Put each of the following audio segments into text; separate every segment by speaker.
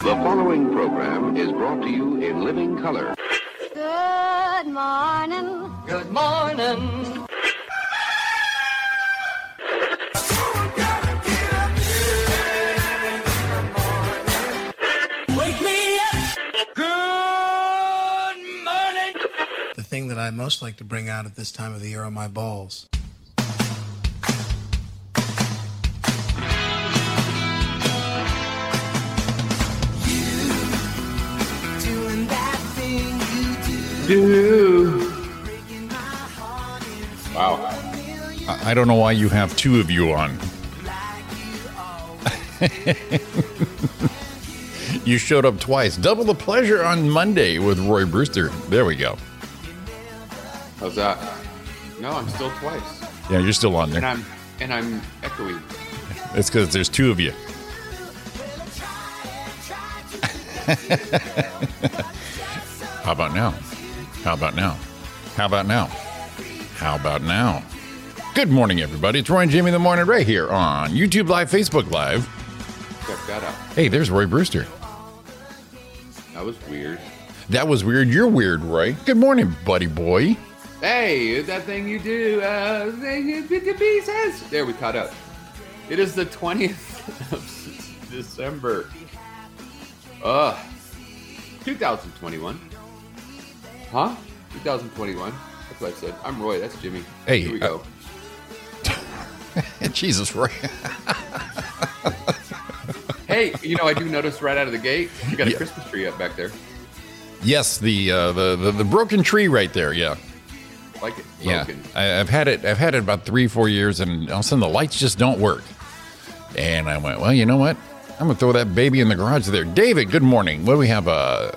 Speaker 1: The following program is brought to you in living color.
Speaker 2: Good morning.
Speaker 3: Good morning.
Speaker 4: Wake me up. Good morning.
Speaker 5: The thing that I most like to bring out at this time of the year are my balls.
Speaker 4: Doing that thing you do. Breaking my heart in
Speaker 6: Wow.
Speaker 7: I I don't know why you have two of you on.
Speaker 4: like you always
Speaker 7: You showed up twice. Double the pleasure on Monday with Roy Brewster. There we go.
Speaker 6: How's that? No, I'm still twice.
Speaker 7: Yeah, you're still on
Speaker 6: And
Speaker 7: there.
Speaker 6: I'm and I'm echoing.
Speaker 7: It's because there's two of you. How about now? How about now? How about now? How about now? Good morning, everybody. It's Roy and Jamie in the morning right here on YouTube Live, Facebook Live.
Speaker 6: Check that out.
Speaker 7: Hey, there's Roy Brewster.
Speaker 6: That was weird.
Speaker 7: That was weird. You're weird, Roy. Good morning, buddy boy.
Speaker 6: Hey, it's that thing you do, uh, thing you bit to pieces. There, we caught up. It is the 20th of s- December. Ugh. 2021. Huh? 2021. That's what I said. I'm Roy. That's Jimmy.
Speaker 7: Hey,
Speaker 6: Here we
Speaker 7: uh,
Speaker 6: go.
Speaker 7: Jesus, Roy.
Speaker 6: Hey, you know, I do notice right out of the gate, you got a
Speaker 7: Yeah.
Speaker 6: Christmas tree up back there.
Speaker 7: Yes, the, uh, the the the broken tree right there. Yeah,
Speaker 6: Like it. Broken.
Speaker 7: yeah. I, I've had it. I've had it about three, four years, and all of a sudden the lights just don't work. And I went, well, you know what? I'm gonna throw that baby in the garage there. David, good morning. What do we have? Uh,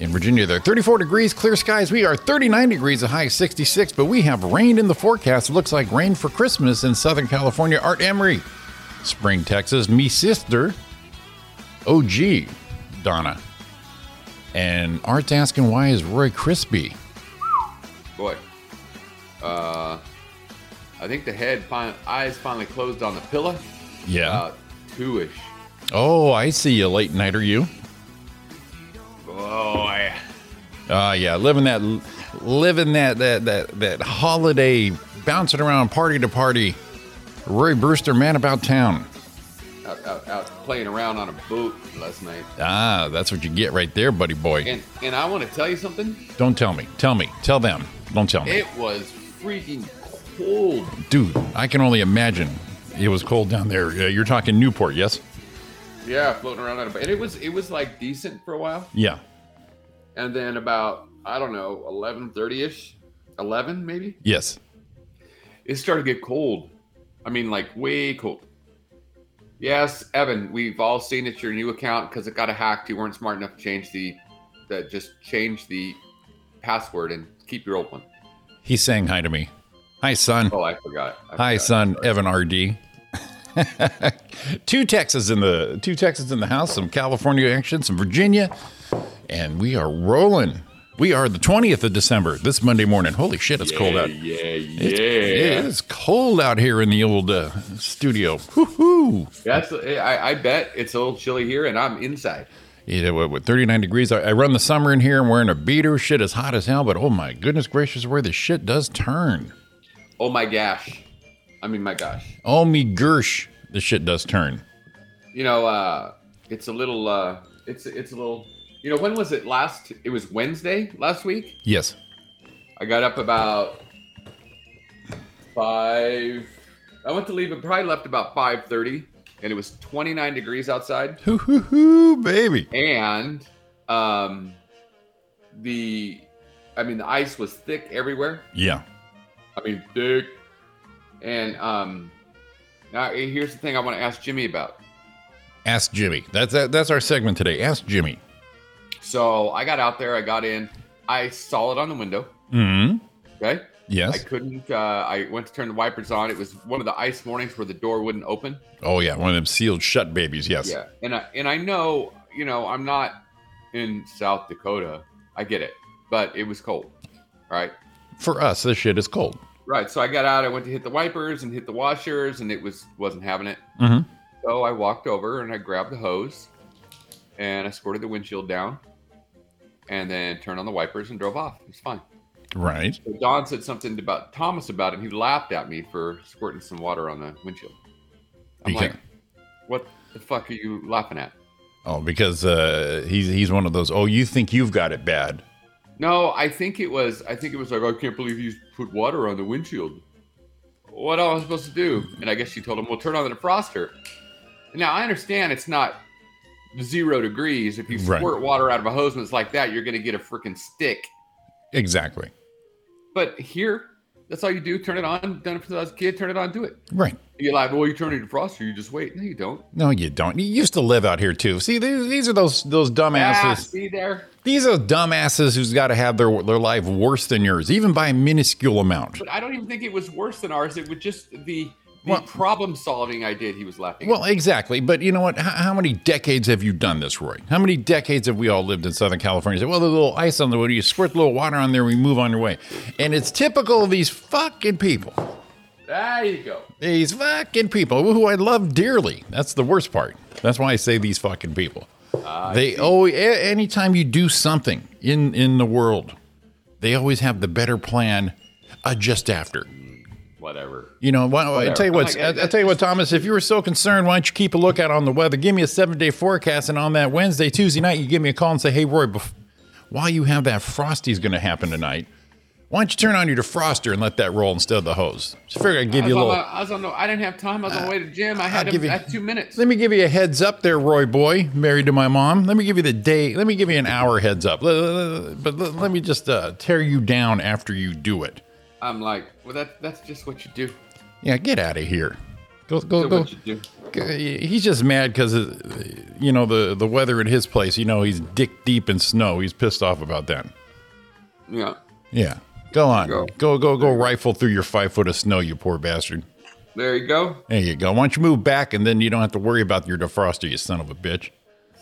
Speaker 7: in Virginia, there 34 degrees, clear skies. We are 39 degrees, a high of 66, but we have rain in the forecast. It looks like rain for Christmas in Southern California. Art Emery, Spring, Texas. Me sister, OG, Donna. And Art's asking, why is Roy crispy?
Speaker 6: Boy. Uh, I think the head fin- eyes finally closed on the pillow.
Speaker 7: Yeah.
Speaker 6: Uh, two ish.
Speaker 7: oh, I see you late night. Are you?
Speaker 6: Boy.
Speaker 7: Ah, yeah, living that, living that that that that holiday, bouncing around party to party. Roy Brewster, man about town.
Speaker 6: Out, out, out playing around on a boot last night.
Speaker 7: Ah, that's what you get right there, buddy boy.
Speaker 6: And, and I want to tell you something.
Speaker 7: Don't tell me. Tell me. Tell them. Don't tell me,
Speaker 6: It was freaking cold.
Speaker 7: dude. I can only imagine. It was cold down there. Uh, you're talking Newport, yes?
Speaker 6: Yeah, floating around on a boat. And it was, it was like decent for a while.
Speaker 7: Yeah.
Speaker 6: And then about, I don't know, 11.30 ish, 11 maybe?
Speaker 7: Yes.
Speaker 6: it started to get cold. I mean, like way cold. Yes, Evan, we've all seen it's your new account because it got hacked. You weren't smart enough to change the, that just change the password and keep your old one.
Speaker 7: He's saying hi to me. Hi, son.
Speaker 6: Oh, I forgot. I
Speaker 7: Hi,
Speaker 6: forgot.
Speaker 7: son, Evan RD. two Texas in the two Texas in the house, some California action, some Virginia, and we are rolling. We are the twentieth of December this Monday morning. Holy shit, it's cold out.
Speaker 6: Yeah,
Speaker 7: It's,
Speaker 6: yeah,
Speaker 7: it
Speaker 6: yeah.
Speaker 7: is cold out here in the old uh, studio. Woo-hoo.
Speaker 6: That's. eh, I, I bet it's a little chilly here, and I'm inside.
Speaker 7: Yeah, uh, what, what, 39 degrees. I, I run the summer in here. I'm wearing a beater. Shit is hot as hell, but oh my goodness gracious, where the shit does turn.
Speaker 6: Oh my gosh. I mean, my gosh.
Speaker 7: Oh me gersh, the shit does turn.
Speaker 6: You know, uh, it's a little. Uh, it's it's a little. You know, when was it last? It was Wednesday last week.
Speaker 7: Yes.
Speaker 6: I got up about five. I went to leave and probably left about five thirty, and it was twenty nine degrees outside.
Speaker 7: Hoo hoo hoo, baby.
Speaker 6: And um, the, I mean, the ice was thick everywhere.
Speaker 7: Yeah.
Speaker 6: I mean, thick. And um, now eh, here's the thing I want to ask Jimmy about.
Speaker 7: Ask Jimmy. That's that, that's our segment today. Ask Jimmy.
Speaker 6: So I got out there, I got in, I saw it on the window.
Speaker 7: Hmm.
Speaker 6: Okay, I
Speaker 7: Yes.
Speaker 6: couldn't. Uh, I went to turn the wipers on. It was one of the ice mornings where the door wouldn't open.
Speaker 7: oh yeah, one of them sealed shut babies. Yes.
Speaker 6: Yeah, and I and I know you know I'm not in South Dakota. I get it, but it was cold. All right,
Speaker 7: For us, this shit is cold.
Speaker 6: right. So I got out. I went to hit the wipers and hit the washers, and it was wasn't having it.
Speaker 7: Mm-hmm.
Speaker 6: So I walked over and I grabbed the hose, and I squirted the windshield down, and then turned on the wipers and drove off. It's fine.
Speaker 7: Right.
Speaker 6: So Don said something about Thomas about it. And he laughed at me for squirting some water on the windshield. I'm
Speaker 7: You
Speaker 6: like,
Speaker 7: can't-
Speaker 6: what the fuck are you laughing at?
Speaker 7: Oh, because uh, he's he's one of those. Oh, you think you've got it bad?
Speaker 6: No, I think it was. I think it was like, "Oh, I can't believe you put water on the windshield. What am I supposed to do? And I guess she told him, well, turn on the defroster. Now I understand it's not zero degrees. If you
Speaker 7: Right.
Speaker 6: squirt water out of a hose and it's like that, you're going to get a freaking stick.
Speaker 7: Exactly.
Speaker 6: But here, that's all you do. Turn it on. Done it for the last kid. Turn it on. Do it.
Speaker 7: Right.
Speaker 6: You're like, well, you turn it to defroster. You just wait. No, you don't.
Speaker 7: No, you don't. You used to live out here too. See, these, these are those those
Speaker 6: Ah,
Speaker 7: dumbasses.
Speaker 6: see there.
Speaker 7: These are dumbasses who's got to have their their life worse than yours, even by a minuscule amount.
Speaker 6: But I don't even think it was worse than ours. It was just the, the
Speaker 7: Well-
Speaker 6: problem solving I did. He was laughing. at.
Speaker 7: Well, exactly. But you know what? How, how many decades have you done this, Roy? How many decades have we all lived in Southern California? You Say, well, there's a little ice on the way. You squirt a little water on there, we move on your way. And it's typical of these fucking people.
Speaker 6: there you go.
Speaker 7: These fucking people who I love dearly. That's the worst part. That's why I say these fucking people. they always, a- anytime you do something in in the world, they always have the better plan. Uh, just after,
Speaker 6: Whatever.
Speaker 7: you know. Why, I tell
Speaker 6: Whatever.
Speaker 7: you what,
Speaker 6: I'm like,
Speaker 7: I, I tell you what, Thomas. If you were so concerned, why don't you keep a lookout on the weather? Give me a seven day forecast, and on that Wednesday, Tuesday night, you give me a call and say, "Hey, Roy, bef- while you have that frosty's going to happen tonight, why don't you turn on your defroster and let that roll instead of the hose?" Just figure I'd give
Speaker 6: I
Speaker 7: you
Speaker 6: was,
Speaker 7: a
Speaker 6: on
Speaker 7: little.
Speaker 6: my, I was on. The, I didn't have time. I was on the way to the gym. I had,
Speaker 7: I'll
Speaker 6: a,
Speaker 7: give you-
Speaker 6: I had two minutes.
Speaker 7: Let me give you a heads up there, Roy boy, married to my mom. Let me give you the day. Let me give you an hour heads up. Let- let- let- But let, let me just uh, tear you down after you do it.
Speaker 6: I'm like, well, that that's just what you do.
Speaker 7: Yeah, get out of here. Go, go,
Speaker 6: Do
Speaker 7: go.
Speaker 6: what you do.
Speaker 7: go. uh, He's just mad because, you know, the, the weather at his place, you know, he's dick deep in snow. He's pissed off about that.
Speaker 6: Yeah.
Speaker 7: Yeah. Go on. Go,
Speaker 6: Go.
Speaker 7: go, go, rifle through your five foot of snow, you poor bastard.
Speaker 6: There you go,
Speaker 7: There you go. Why don't you move back and then you don't have to worry about your defroster, you son of a bitch.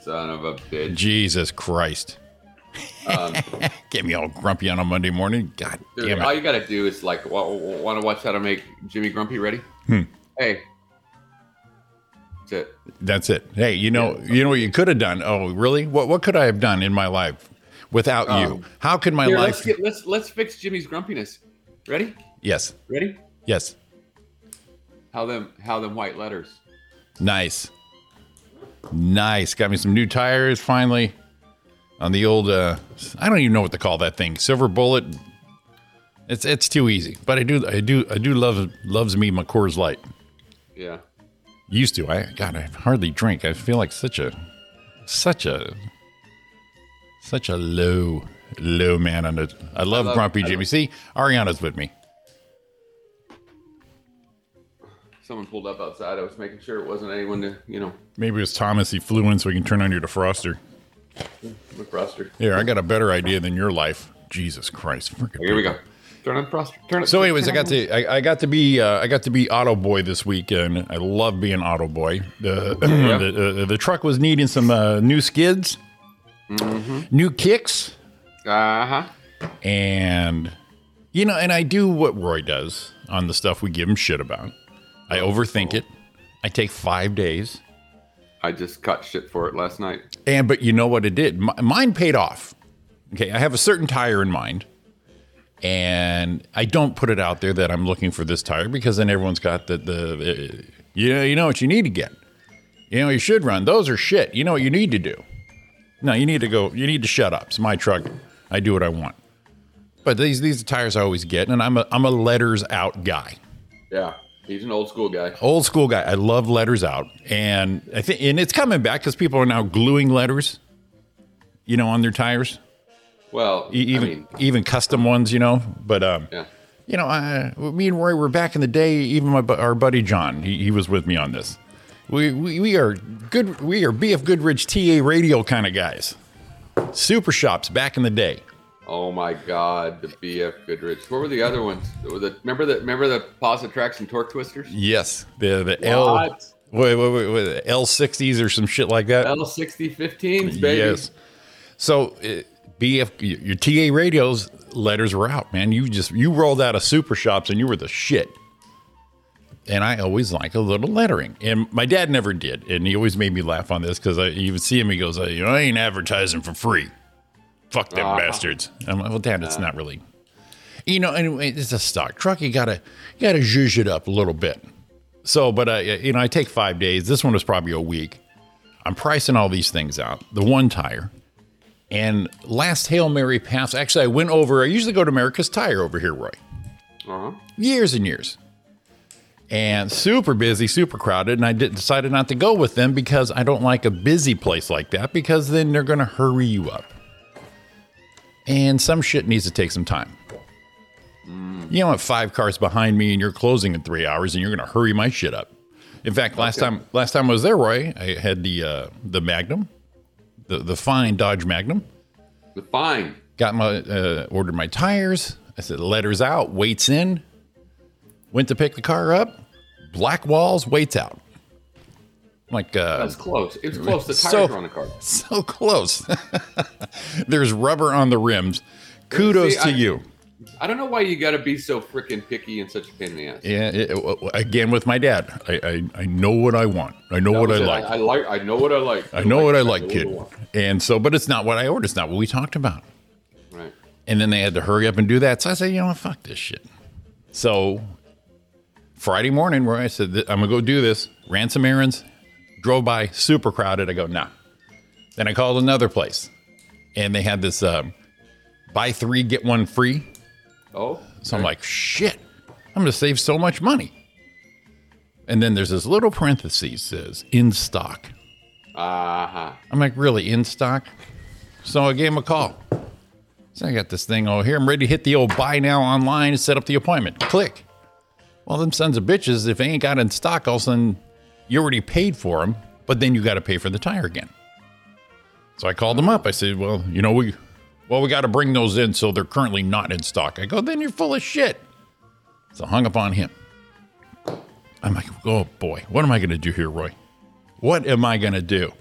Speaker 6: son of a bitch.
Speaker 7: Jesus Christ. Get me all grumpy on a Monday morning. God
Speaker 6: Um, Dude,
Speaker 7: damn
Speaker 6: all
Speaker 7: it.
Speaker 6: you gotta do is like, want to watch how to make Jimmy Grumpy ready?
Speaker 7: Hmm.
Speaker 6: Hey. That's it.
Speaker 7: That's it. Hey, you know, you know what you could have done? Oh, really? What what could I have done in my life without you?
Speaker 6: Um,
Speaker 7: How could my
Speaker 6: Here, let's
Speaker 7: life
Speaker 6: get let's let's fix Jimmy's grumpiness. Ready?
Speaker 7: Yes.
Speaker 6: Ready?
Speaker 7: Yes.
Speaker 6: How them how them white letters.
Speaker 7: Nice. Nice. Got me some new tires finally on the old uh I don't even know what to call that thing. Silver bullet. It's it's too easy. But I do I do I do love loves me my Coors Light.
Speaker 6: Yeah.
Speaker 7: used to i god i hardly drink i feel like such a such a such a low low man on it i love,
Speaker 6: love-
Speaker 7: grumpy
Speaker 6: I
Speaker 7: jimmy
Speaker 6: love-
Speaker 7: see ariana's with me
Speaker 6: Someone pulled up outside. I was making sure it wasn't anyone to, you know,
Speaker 7: maybe it was thomas he flew in so we can turn on your defroster
Speaker 6: with roster.
Speaker 7: here i got a better idea than your life jesus christ Frickin'
Speaker 6: Here we go. Turn on roster. Turn it.
Speaker 7: so anyways i got to I, I got to be uh, i got to be auto boy this weekend i love being auto boy uh, the, uh, the truck was needing some uh, new skids new kicks
Speaker 6: Uh
Speaker 7: Uh-huh.
Speaker 6: huh.
Speaker 7: and you know, and I do what Roy does on the stuff we give him shit about. I overthink it. I take five days,
Speaker 6: I just caught shit for it last night.
Speaker 7: and but you know what it did? Mi- mine paid off. Okay, I have a certain tire in mind, and I don't put it out there that I'm looking for this tire because then everyone's got the the uh, you know you know what you need to get. You know you should run. Those are shit. You know what you need to do. No, you need to go. You need to shut up. It's my truck. I do what I want. But these these are tires I always get, and I'm a I'm a letters out guy,
Speaker 6: Yeah. He's an old school guy.
Speaker 7: old school guy. I love letters out, and I think and it's coming back because people are now gluing letters, you know, on their tires,
Speaker 6: Well,
Speaker 7: E- even
Speaker 6: I mean,
Speaker 7: even custom ones, you know. But um,
Speaker 6: yeah.
Speaker 7: you know, I, me and Roy were back in the day. Even my bu- our buddy John, he, he was with me on this. We, we we are good. We are BF Goodrich TA radio kind of guys. Super shops back in the day.
Speaker 6: Oh my God, the BF Goodrich. What were the other ones? Were the, remember the remember the positive tracks and torque twisters?
Speaker 7: Yes, the the L
Speaker 6: What?
Speaker 7: wait, wait, wait, wait, L sixties or some shit like that.
Speaker 6: L sixty fifteens, baby.
Speaker 7: Yes. So uh, BF y- your TA radios letters were out, man. You just you rolled out of super shops and you were the shit. and I always like a little lettering. And my dad never did, and he always made me laugh on this because I you would see him. He goes, uh, "You know, I ain't advertising for free. Fuck them bastards." I'm like, "Well, Dad, it's not really, you know. Anyway, it's a stock truck. You gotta you gotta zhuzh it up a little bit." So, but I, you know, I take five days. This one was probably a week. I'm pricing all these things out. The one tire. And last Hail Mary pass, actually, I went over. I usually go to America's Tire over here, Roy
Speaker 6: Uh-huh.
Speaker 7: years and years. And super busy, super crowded. And I did, decided not to go with them because I don't like a busy place like that because then they're going to hurry you up. And some shit needs to take some time. You don't have five cars behind me and you're closing in three hours and you're going to hurry my shit up. In fact, last time last time I was there, Roy, I had the uh, the Magnum, the, the fine Dodge Magnum
Speaker 6: The fine.
Speaker 7: got my uh, ordered my tires. I said letters out, weights in. Went to pick the car up, black walls, weights out. Like uh,
Speaker 6: That's close. It's close. The tires
Speaker 7: So-
Speaker 6: are on the car.
Speaker 7: so close. There's rubber on the rims. Kudos
Speaker 6: See,
Speaker 7: to
Speaker 6: I-
Speaker 7: you.
Speaker 6: I don't know why you got to be so freaking picky and such a pain in the ass.
Speaker 7: Yeah. it- w- w- again with my dad, I, I I know what I want. I know
Speaker 6: That
Speaker 7: what I
Speaker 6: was it.
Speaker 7: like.
Speaker 6: I like. I know what I like.
Speaker 7: I know what I like,
Speaker 6: know
Speaker 7: kid.
Speaker 6: what
Speaker 7: And so, but it's not what I ordered. It's not what we talked about.
Speaker 6: I want. Right.
Speaker 7: And then they had to hurry up and do that. So I said, you know what, fuck this shit. So Friday morning, where I said, "Th- I'm going to go do this, ran some errands, drove by, super crowded. I go, nah. Then I called another place and they had this um, buy three, get one free.
Speaker 6: Oh.
Speaker 7: So I'm like, shit, I'm going to save so much money. And then there's this little parenthesis says in stock.
Speaker 6: Uh huh.
Speaker 7: I'm like, really in stock? So I gave him a call. So I got this thing over here. I'm ready to hit the old buy now online and set up the appointment. Click. Well, them sons of bitches, if they ain't got in stock, all of a sudden you already paid for them, but then you got to pay for the tire again. So I called them up. I said, well, you know, we, well, we got to bring those in. So they're currently not in stock. I go, then you're full of shit. So I hung up on him. I'm like, oh boy, what am I going to do here, Roy? What am I going to do?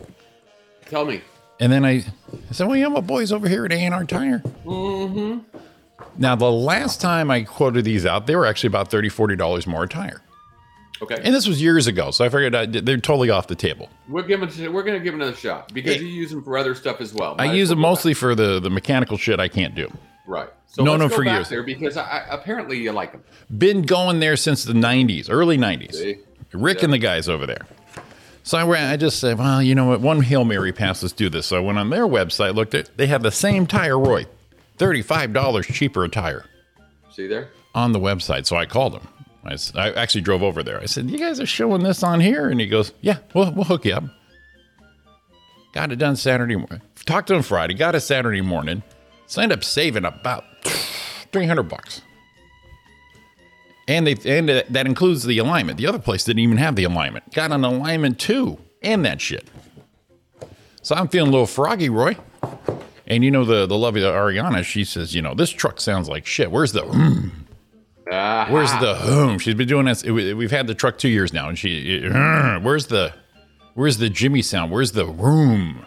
Speaker 6: Tell me.
Speaker 7: And then I, I said, well, yeah, my boy's over here at A&R Tire. Mm-hmm. Now, the last time I quoted these out, they were actually about $30, $40 more a tire.
Speaker 6: Okay.
Speaker 7: And this was years ago, so I figured I, they're totally off the table.
Speaker 6: we're giving. We're gonna give another shot because
Speaker 7: Yeah.
Speaker 6: you use them for other stuff as well.
Speaker 7: I
Speaker 6: Might as
Speaker 7: use
Speaker 6: well go
Speaker 7: them
Speaker 6: back.
Speaker 7: mostly for the, the mechanical shit I can't do.
Speaker 6: Right. So
Speaker 7: No,
Speaker 6: let's
Speaker 7: no,
Speaker 6: go
Speaker 7: for
Speaker 6: back
Speaker 7: years.
Speaker 6: there because I, I, apparently you like them.
Speaker 7: Been going there since the 90s, early 90s.
Speaker 6: See?
Speaker 7: Rick
Speaker 6: Yeah.
Speaker 7: and the guys over there. So I, ran, I just said, well, you know what? One Hail Mary pass, let's do this. So I went on their website, looked at They have the same tire, Roy. $35 cheaper a tire.
Speaker 6: See there?
Speaker 7: on the website. So I called him. I, s- I actually drove over there. I said, You guys are showing this on here? And he goes, Yeah, we'll, we'll hook you up. Got it done Saturday morning. Talked to him Friday, got it Saturday morning. So I ended up saving about 300 bucks. And they and uh, that that includes the alignment. The other place didn't even have the alignment. Got an alignment too, and that shit. So I'm feeling a little froggy, Roy. And you know the the lovely Ariana, she says, you know, this truck sounds like shit. Where's the hmm?
Speaker 6: Ah,
Speaker 7: Where's the whom? She's been doing this. it- we've had the truck two years now, and she. it- where's the, where's the Jimmy sound? Where's the room?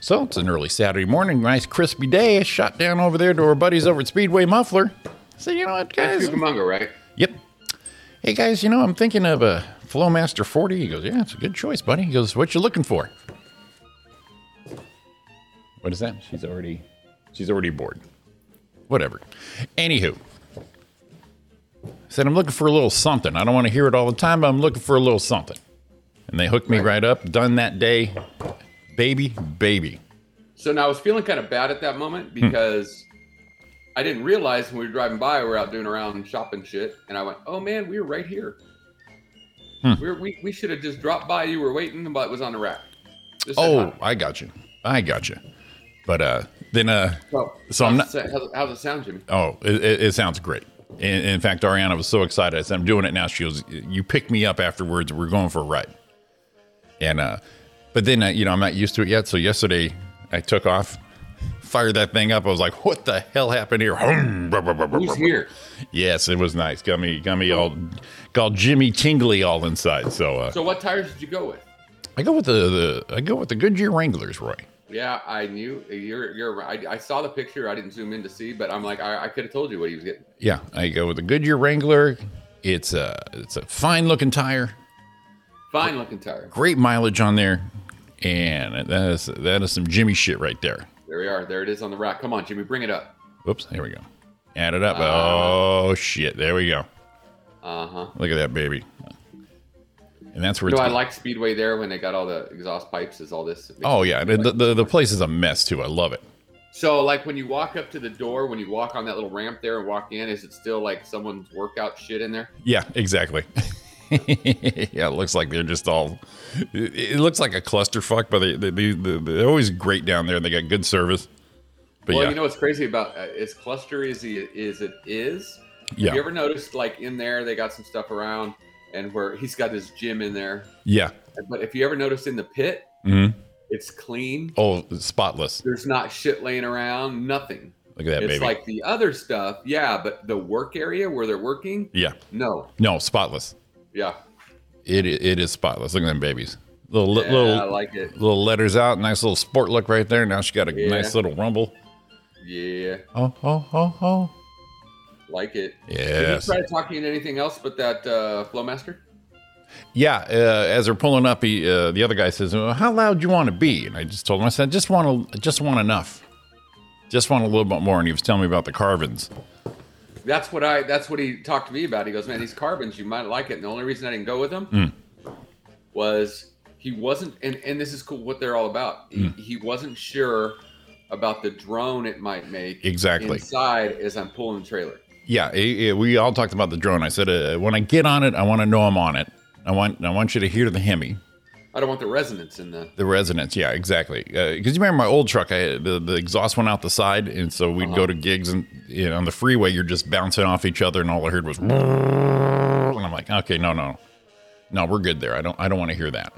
Speaker 7: So it's an early Saturday morning, nice crispy day. I shot down over there to our buddies over at Speedway Muffler. Said, you know what, guys?
Speaker 6: Cucamonga, right?
Speaker 7: Yep. Hey guys, you know I'm thinking of a Flowmaster 40. He goes, yeah, it's a good choice, buddy. He goes, what you looking for? What is that? She's already, she's already bored. Whatever. Anywho, said I'm looking for a little something. I don't want to hear it all the time, but I'm looking for a little something. And they hooked me right up. Done that day, baby, baby.
Speaker 6: So now I was feeling kind of bad at that moment
Speaker 7: Hmm.
Speaker 6: because I didn't realize when we were driving by, we were out doing around and shopping shit, and I went, "Oh man, we were right here.
Speaker 7: Hmm.
Speaker 6: We're, we we should have just dropped by. You were waiting, but it was on the rack." Just said
Speaker 7: Oh,
Speaker 6: hi.
Speaker 7: I got you. I got you. But uh, then uh,
Speaker 6: so,
Speaker 7: so I'm
Speaker 6: how's, it- how's, it- how's it sound, Jimmy?
Speaker 7: Oh, it, it, it sounds great. In, in fact, Ariana was so excited. I said, I'm doing it now. She goes, You pick me up afterwards. We're going for a ride. And, uh, but then, uh, you know, I'm not used to it yet. So yesterday I took off, fired that thing up. I was like, What the hell happened here? Hum, blah, blah, blah, blah,
Speaker 6: Who's
Speaker 7: blah, blah.
Speaker 6: here?
Speaker 7: Yes, it was nice. Got me, got me all, got Jimmy Tingly all inside. So, uh,
Speaker 6: So what tires did you go with?
Speaker 7: I go with the, the, I go with the Goodyear Wranglers, Roy.
Speaker 6: Yeah, I knew you're you're. right. I, I saw the picture. I didn't zoom in to see, but I'm like, I, I could have told you what he was getting.
Speaker 7: Yeah, I go with the Goodyear Wrangler. It's a it's a fine looking tire,
Speaker 6: Fine looking tire.
Speaker 7: great mileage on there, and that is that is some Jimmy shit right there.
Speaker 6: There we are. There it is on the rack. Come on, Jimmy, bring it up.
Speaker 7: Oops, here we go. Add it up. oh shit, there we go.
Speaker 6: Uh huh.
Speaker 7: Look at that baby. And that's where
Speaker 6: No,
Speaker 7: it's
Speaker 6: I like Speedway there when they got all the exhaust pipes. Is all this?
Speaker 7: Oh yeah, the, the the place is a mess too. I love it.
Speaker 6: So, like when you walk up to the door, when you walk on that little ramp there and walk in, is it still like someone's workout shit in there?
Speaker 7: Yeah, exactly. yeah, it looks like they're just all. It, it looks like a clusterfuck, but they, they, they, they're always great down there. They got good service. But
Speaker 6: well,
Speaker 7: yeah,
Speaker 6: you know what's crazy about uh, as clustery as, he, as it is.
Speaker 7: Yeah.
Speaker 6: Have you ever noticed like in there they got some stuff around and where he's got his gym in there,
Speaker 7: yeah.
Speaker 6: but if you ever notice in the pit,
Speaker 7: Mhm.
Speaker 6: it's clean.
Speaker 7: Oh, spotless.
Speaker 6: There's not shit laying around. Nothing.
Speaker 7: Look at that
Speaker 6: it's
Speaker 7: baby.
Speaker 6: like the other stuff, yeah, but the work area where they're working,
Speaker 7: yeah,
Speaker 6: no,
Speaker 7: no, spotless.
Speaker 6: yeah,
Speaker 7: It i- it is spotless. Look at them babies. Little li-
Speaker 6: Yeah,
Speaker 7: little
Speaker 6: I like it.
Speaker 7: little letters out. Nice little sport look right there. Now she got a
Speaker 6: Yeah.
Speaker 7: nice little rumble.
Speaker 6: yeah,
Speaker 7: Oh oh oh oh.
Speaker 6: like it.
Speaker 7: Yes.
Speaker 6: Did he try to talk to you in anything else but that uh, Flowmaster?
Speaker 7: Yeah, uh, as they're pulling up, he, uh, the other guy says, well, "How loud do you want to be?" And I just told him, I said, "Just want to, just want enough, just want a little bit more." And he was telling me about the carvings.
Speaker 6: That's what I. That's what he talked to me about. He goes, "Man, these carbons, you might like it." And the only reason I didn't go with him
Speaker 7: Hmm.
Speaker 6: was he wasn't. And and this is cool. What they're all about.
Speaker 7: Hmm.
Speaker 6: He, he wasn't sure about the drone it might make
Speaker 7: Exactly.
Speaker 6: inside as I'm pulling the trailer.
Speaker 7: Yeah, eh, eh, we all talked about the drone. I said, uh, "When I get on it, I want to know I'm on it. I want, I want you to hear the Hemi,
Speaker 6: I don't want the resonance in the.
Speaker 7: the resonance." Yeah, exactly. Because you remember my old truck, I, had- the the exhaust went out the side, and so we'd
Speaker 6: Uh-huh.
Speaker 7: go to gigs, and you know, on the freeway, you're just bouncing off each other, and all I heard was, and I'm like, "Okay, no, no, no, we're good there. I don't, I don't want to hear that."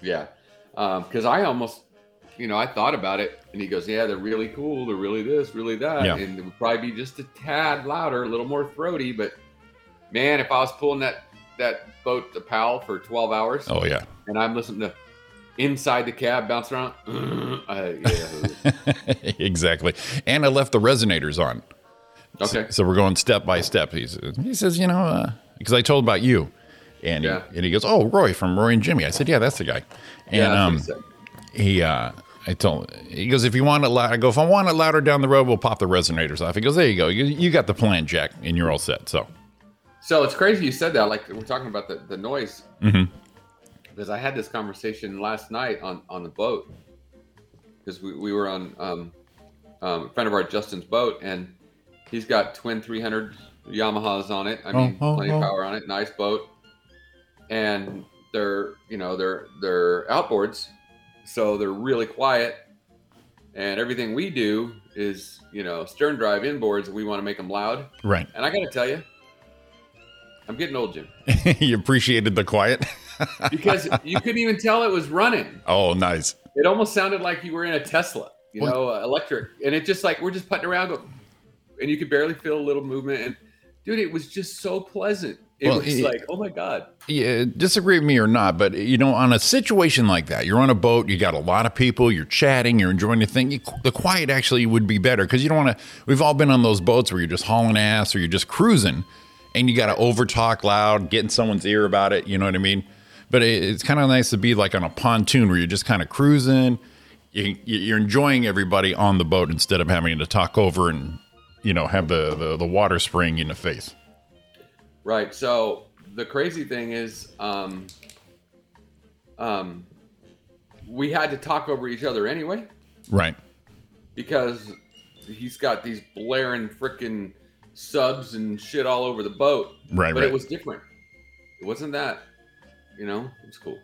Speaker 6: Yeah, because I almost, you know, I thought about it, and he goes, "Yeah, they're really cool. They're really this, really that,
Speaker 7: Yeah.
Speaker 6: and it would probably be just a tad louder, a little more throaty." But man, if I was pulling that that boat to Powell for twelve hours,
Speaker 7: Oh yeah.
Speaker 6: and I'm listening to inside the cab bounce around, uh, yeah,
Speaker 7: exactly. And I left the resonators on.
Speaker 6: okay,
Speaker 7: So we're going step by step. He's, he says, you know, because I told about you. And,
Speaker 6: Yeah.
Speaker 7: he, and he goes, oh, Roy from Roy and Jimmy. I said, yeah, that's the guy. And
Speaker 6: yeah,
Speaker 7: um,
Speaker 6: that's what he said.
Speaker 7: he, uh, I told he goes, if you want it loud, I go, if I want it louder down the road, we'll pop the resonators off. He goes, there you go. You, you got the plan, Jack, and you're all set. So,
Speaker 6: So it's crazy you said that. Like we're talking about the, the noise.
Speaker 7: Mm-hmm.
Speaker 6: Because I had this conversation last night on on the boat. Because we, we were on um, um, a friend of our Justin's boat, and he's got twin 300 Yamahas on it. I mean,
Speaker 7: oh,
Speaker 6: plenty of
Speaker 7: oh.
Speaker 6: power on it. Nice boat. And they're you know they're they're outboards, so they're really quiet. And everything we do is you know stern drive inboards. We want to make them loud.
Speaker 7: right.
Speaker 6: And I got to tell you, I'm getting old, Jim,
Speaker 7: you appreciated the quiet.
Speaker 6: because you couldn't even tell it was running.
Speaker 7: oh, nice.
Speaker 6: It almost sounded like you were in a Tesla, you
Speaker 7: Well-
Speaker 6: know, uh, electric. And it just like, we're just putting around, go- and you could barely feel a little movement. And dude, it was just so pleasant. It
Speaker 7: Well,
Speaker 6: was
Speaker 7: it-
Speaker 6: like, oh my God.
Speaker 7: yeah, disagree with me or not, but you know, on a situation like that, you're on a boat, you got a lot of people, you're chatting, you're enjoying the thing. You, the quiet actually would be better because you don't want to. We've all been on those boats where you're just hauling ass or you're just cruising, and you got to over talk loud, get in someone's ear about it. You know what I mean? But it, it's kind of nice to be like on a pontoon where you're just kind of cruising. You, you're enjoying everybody on the boat instead of having to talk over and you know have the the, the water spraying you in the face.
Speaker 6: Right. So the crazy thing is, um, um, we had to talk over each other anyway.
Speaker 7: Right.
Speaker 6: because he's got these blaring frickin' subs and shit all over the boat.
Speaker 7: Right,
Speaker 6: But
Speaker 7: right.
Speaker 6: it was different. It wasn't that, you know. It was cool.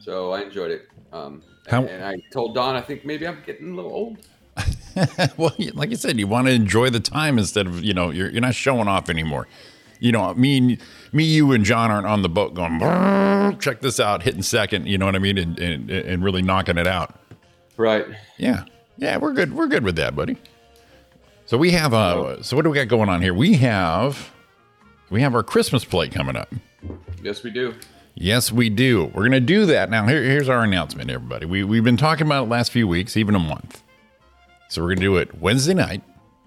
Speaker 6: So I enjoyed it. Um,
Speaker 7: How-
Speaker 6: and I told Don, I think maybe I'm getting a little old.
Speaker 7: well, you- like I said, you want to enjoy the time instead of you know you're you're not showing off anymore. You know, me, and- me, you, and John aren't on the boat going. "Brrr, Check this out, hitting second. You know what I mean, and, and and really knocking it out.
Speaker 6: Right.
Speaker 7: Yeah, yeah, we're good. We're good with that, buddy. So we have uh, so what do we got going on here? We have, we have our Christmas play coming up.
Speaker 6: Yes, we do.
Speaker 7: Yes, we do. We're gonna do that now. Here, here's our announcement, everybody. We we've been talking about it last few weeks, even a month. So we're gonna do it Wednesday night.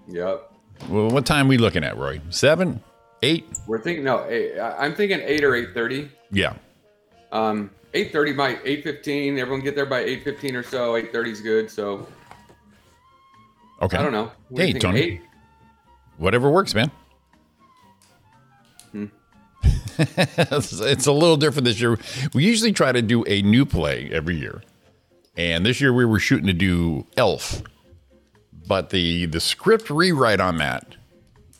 Speaker 6: Yep.
Speaker 7: Well, what time we looking at, Roy? Seven? Eight?
Speaker 6: We're thinking no. Eight, I- I'm thinking eight or eight thirty.
Speaker 7: Yeah.
Speaker 6: Um, eight thirty by eight fifteen. Everyone get there by eight fifteen or so. Eight thirty is good. So
Speaker 7: Okay.
Speaker 6: I don't know. do you
Speaker 7: Hey,
Speaker 6: think?
Speaker 7: Tony.
Speaker 6: Eight?
Speaker 7: Whatever works, man.
Speaker 6: Hmm.
Speaker 7: it's it's a little different this year. We usually try to do a new play every year. And this year we were shooting to do Elf. But the the script rewrite on that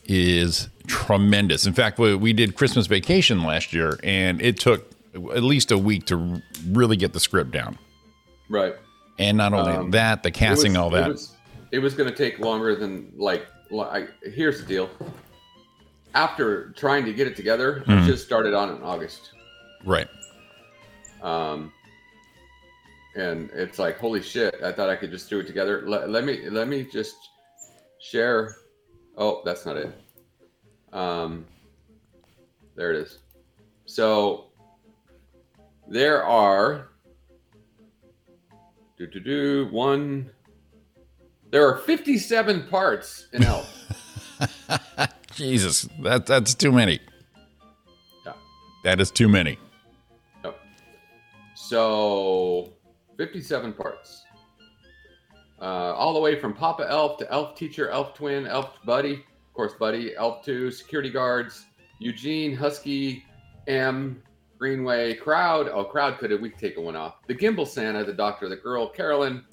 Speaker 7: is tremendous. In fact, we, we did Christmas Vacation last year and it took at least a week to really get the script down.
Speaker 6: Right.
Speaker 7: And not only
Speaker 6: Um,
Speaker 7: that, the casting,
Speaker 6: It was-
Speaker 7: all that.
Speaker 6: It was, it was going to take longer than like. like here's the deal. After trying to get it together,
Speaker 7: Hmm.
Speaker 6: I just started on it in August.
Speaker 7: right.
Speaker 6: um, and it's like holy shit i thought i could just do it together let, let me let me just share oh that's not it um, there it is so there are do do do one there are 57 parts in help
Speaker 7: Jesus, that that's too many.
Speaker 6: Yeah.
Speaker 7: That is too many.
Speaker 6: Yep. So, 57 parts. Uh, all the way from Papa Elf to Elf Teacher, Elf Twin, Elf Buddy, of course, Buddy, Elf 2, security guards, Eugene, Husky, M, Greenway, Crowd. Oh, Crowd could have, we could take a one off. The Gimbal Santa, the Doctor, the Girl, Carolyn,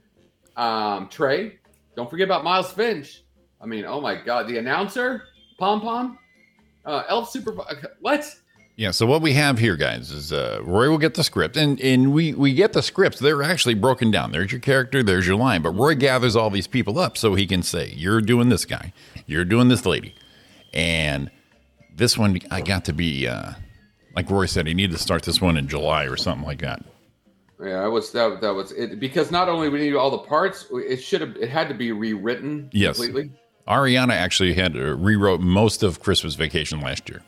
Speaker 6: um, Trey. Don't forget about Miles Finch. I mean, oh my God, the announcer, Pom Pom, uh, Elf Super. What?
Speaker 7: Yeah. So what we have here, guys, is uh, Roy will get the script, and and we we get the scripts. They're actually broken down. There's your character. There's your line. But Roy gathers all these people up so he can say, "You're doing this guy. You're doing this lady," and this one I got to be uh, like Roy said, he needed to start this one in July or something like that.
Speaker 6: Yeah, I was that that was it because not only we need all the parts, it should have it had to be rewritten
Speaker 7: Yes.
Speaker 6: completely.
Speaker 7: Ariana actually had uh, rewrote most of Christmas Vacation last year.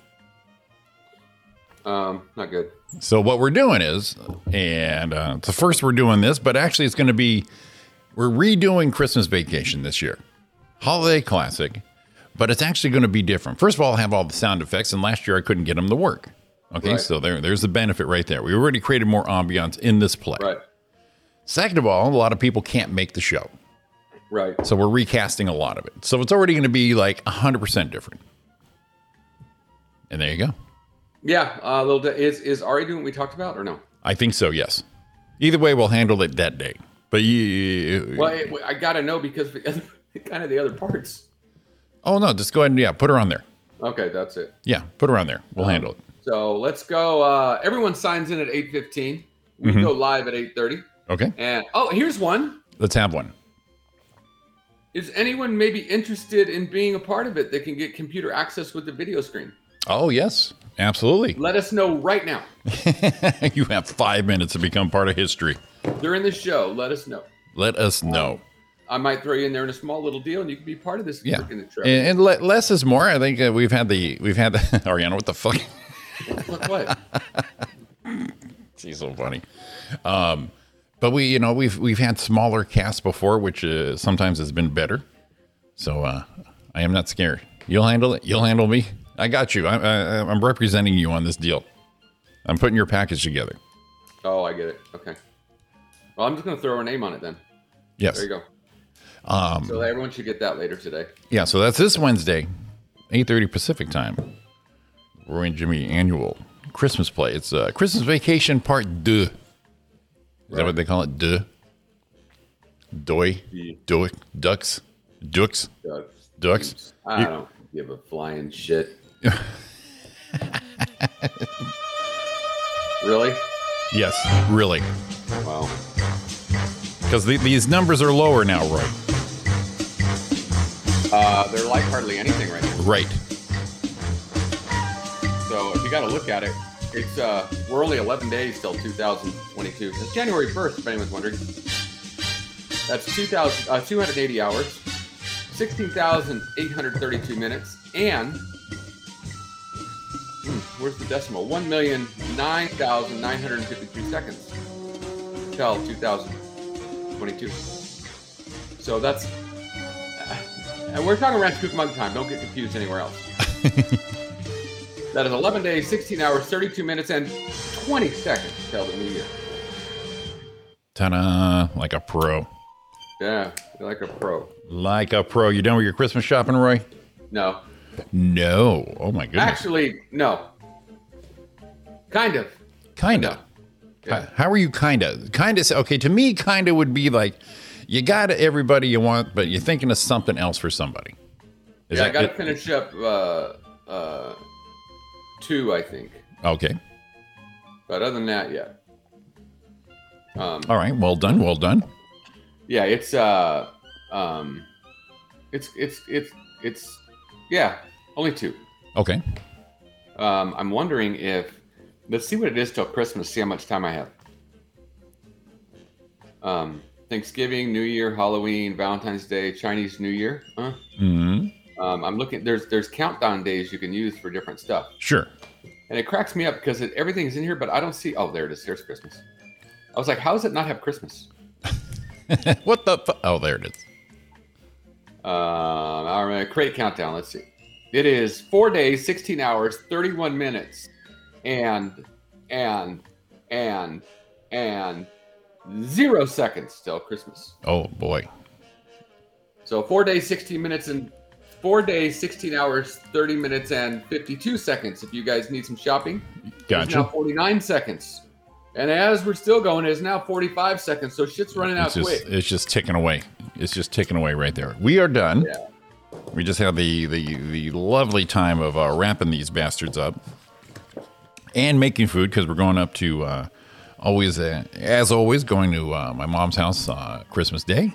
Speaker 6: Um, not good.
Speaker 7: So what we're doing is, and uh, it's the first we're doing this, but actually it's going to be we're redoing Christmas Vacation this year, holiday classic, but it's actually going to be different. First of all, I have all the sound effects, and last year I couldn't get them to work. Okay,
Speaker 6: Right.
Speaker 7: so there, there's the benefit right there. We already created more ambiance in this play.
Speaker 6: Right,
Speaker 7: Second of all, a lot of people can't make the show,
Speaker 6: right.
Speaker 7: so we're recasting a lot of it. So it's already going to be like 100% different. And there you go.
Speaker 6: Yeah, uh, little. Di- is is Ari doing what we talked about or no?
Speaker 7: I think so. Yes. Either way, we'll handle it that day. But you,
Speaker 6: Well, it, I gotta know because kind of the other parts.
Speaker 7: oh no, just go ahead and yeah, put her on there.
Speaker 6: Okay, that's it.
Speaker 7: Yeah, put her on there. We'll handle it.
Speaker 6: So let's go. Uh, everyone signs in at eight fifteen. We go live at eight thirty.
Speaker 7: Okay,
Speaker 6: And oh, here's one.
Speaker 7: let's have one.
Speaker 6: Is anyone maybe interested in being a part of it that can get computer access with the video screen?
Speaker 7: Oh yes, absolutely.
Speaker 6: Let us know right now.
Speaker 7: you have five minutes to become part of history.
Speaker 6: During the show, let us know.
Speaker 7: Let us know.
Speaker 6: I might throw you in there in a small little deal, and you can be part of this.
Speaker 7: Yeah,
Speaker 6: freaking
Speaker 7: and,
Speaker 6: trip.
Speaker 7: and le- less is more. I think uh, we've had the we've had the Ariana. What the fuck?
Speaker 6: Look what?
Speaker 7: She's so funny. Um, but we, you know, we've we've had smaller casts before, which uh, sometimes has been better. So uh, I am not scared. You'll handle it. You'll handle me. I got you. I, I, I'm representing you on this deal. I'm putting your package together.
Speaker 6: Oh, I get it. Okay. Well, I'm just gonna throw a name on it then.
Speaker 7: Yes. Um,
Speaker 6: There you go. so everyone should get that later today.
Speaker 7: Yeah. So that's this Wednesday, 8:30 Pacific time. Roy and Jimmy annual Christmas play. It's uh, Christmas Vacation Part Deux. Is that what they call it? Deux. Doy.
Speaker 6: Yeah.
Speaker 7: Doy. Ducks. Ducks.
Speaker 6: God,
Speaker 7: Ducks.
Speaker 6: I don't give a flying shit. really?
Speaker 7: Yes, really.
Speaker 6: Wow.
Speaker 7: Because these numbers are lower now, Roy.
Speaker 6: Uh, they're like hardly anything right now.
Speaker 7: Right.
Speaker 6: So if you got to look at it, it's uh, we're only 11 days till 2022. It's January 1st, if anyone's wondering. That's 2,000, uh, 280 hours, 16,832 minutes, and hmm, where's the decimal? 1,009,952 seconds till 2022. So that's, uh, and we're talking Rats Cook Mug time. Don't get confused anywhere else. That is 11 days, 16 hours, 32 minutes, and 20 seconds till the new year.
Speaker 7: Ta-da! Like a pro.
Speaker 6: Yeah, you're like a pro.
Speaker 7: Like a pro. You done with your Christmas shopping, Roy?
Speaker 6: No,
Speaker 7: No. Oh my goodness.
Speaker 6: actually, no. Kind of.
Speaker 7: kinda.
Speaker 6: Yeah.
Speaker 7: How are you kinda? Kinda s- okay, to me kinda would be like you got everybody you want, but you're thinking of something else for somebody. Is
Speaker 6: yeah, I got to
Speaker 7: it?
Speaker 6: finish up uh, uh, two, I think.
Speaker 7: Okay.
Speaker 6: But other than that, yeah. Um,
Speaker 7: All right. Well done. Well done.
Speaker 6: yeah, it's uh, um, it's it's it's it's yeah, only two.
Speaker 7: Okay.
Speaker 6: Um, I'm wondering if let's see what it is till Christmas. See how much time I have. Um, Thanksgiving, New Year, Halloween, Valentine's Day, Chinese New Year. Huh?
Speaker 7: hmm
Speaker 6: Um, I'm looking. There's there's countdown days you can use for different stuff,
Speaker 7: Sure.
Speaker 6: and it cracks me up because it, everything's in here, but I don't see. Oh, there it is. Here's Christmas. I was like, how does it not have Christmas?
Speaker 7: what the? Fu- oh, there it is.
Speaker 6: Um, all right, create countdown. Let's see. It is four days, sixteen hours, thirty-one minutes, and and and and zero seconds till Christmas.
Speaker 7: Oh boy.
Speaker 6: So four days, sixteen minutes, and four days, sixteen hours, thirty minutes, and fifty-two seconds. If you guys need some shopping, it's now
Speaker 7: Gotcha.
Speaker 6: forty-nine seconds. And as we're still going, it's now forty-five seconds. So shit's running out
Speaker 7: It's just
Speaker 6: quick.
Speaker 7: it's just ticking away. It's just ticking away right there. We are done.
Speaker 6: Yeah.
Speaker 7: We just had the the the lovely time of uh, wrapping these bastards up and making food because we're going up to uh, always uh, as always going to uh, my mom's house uh, Christmas Day.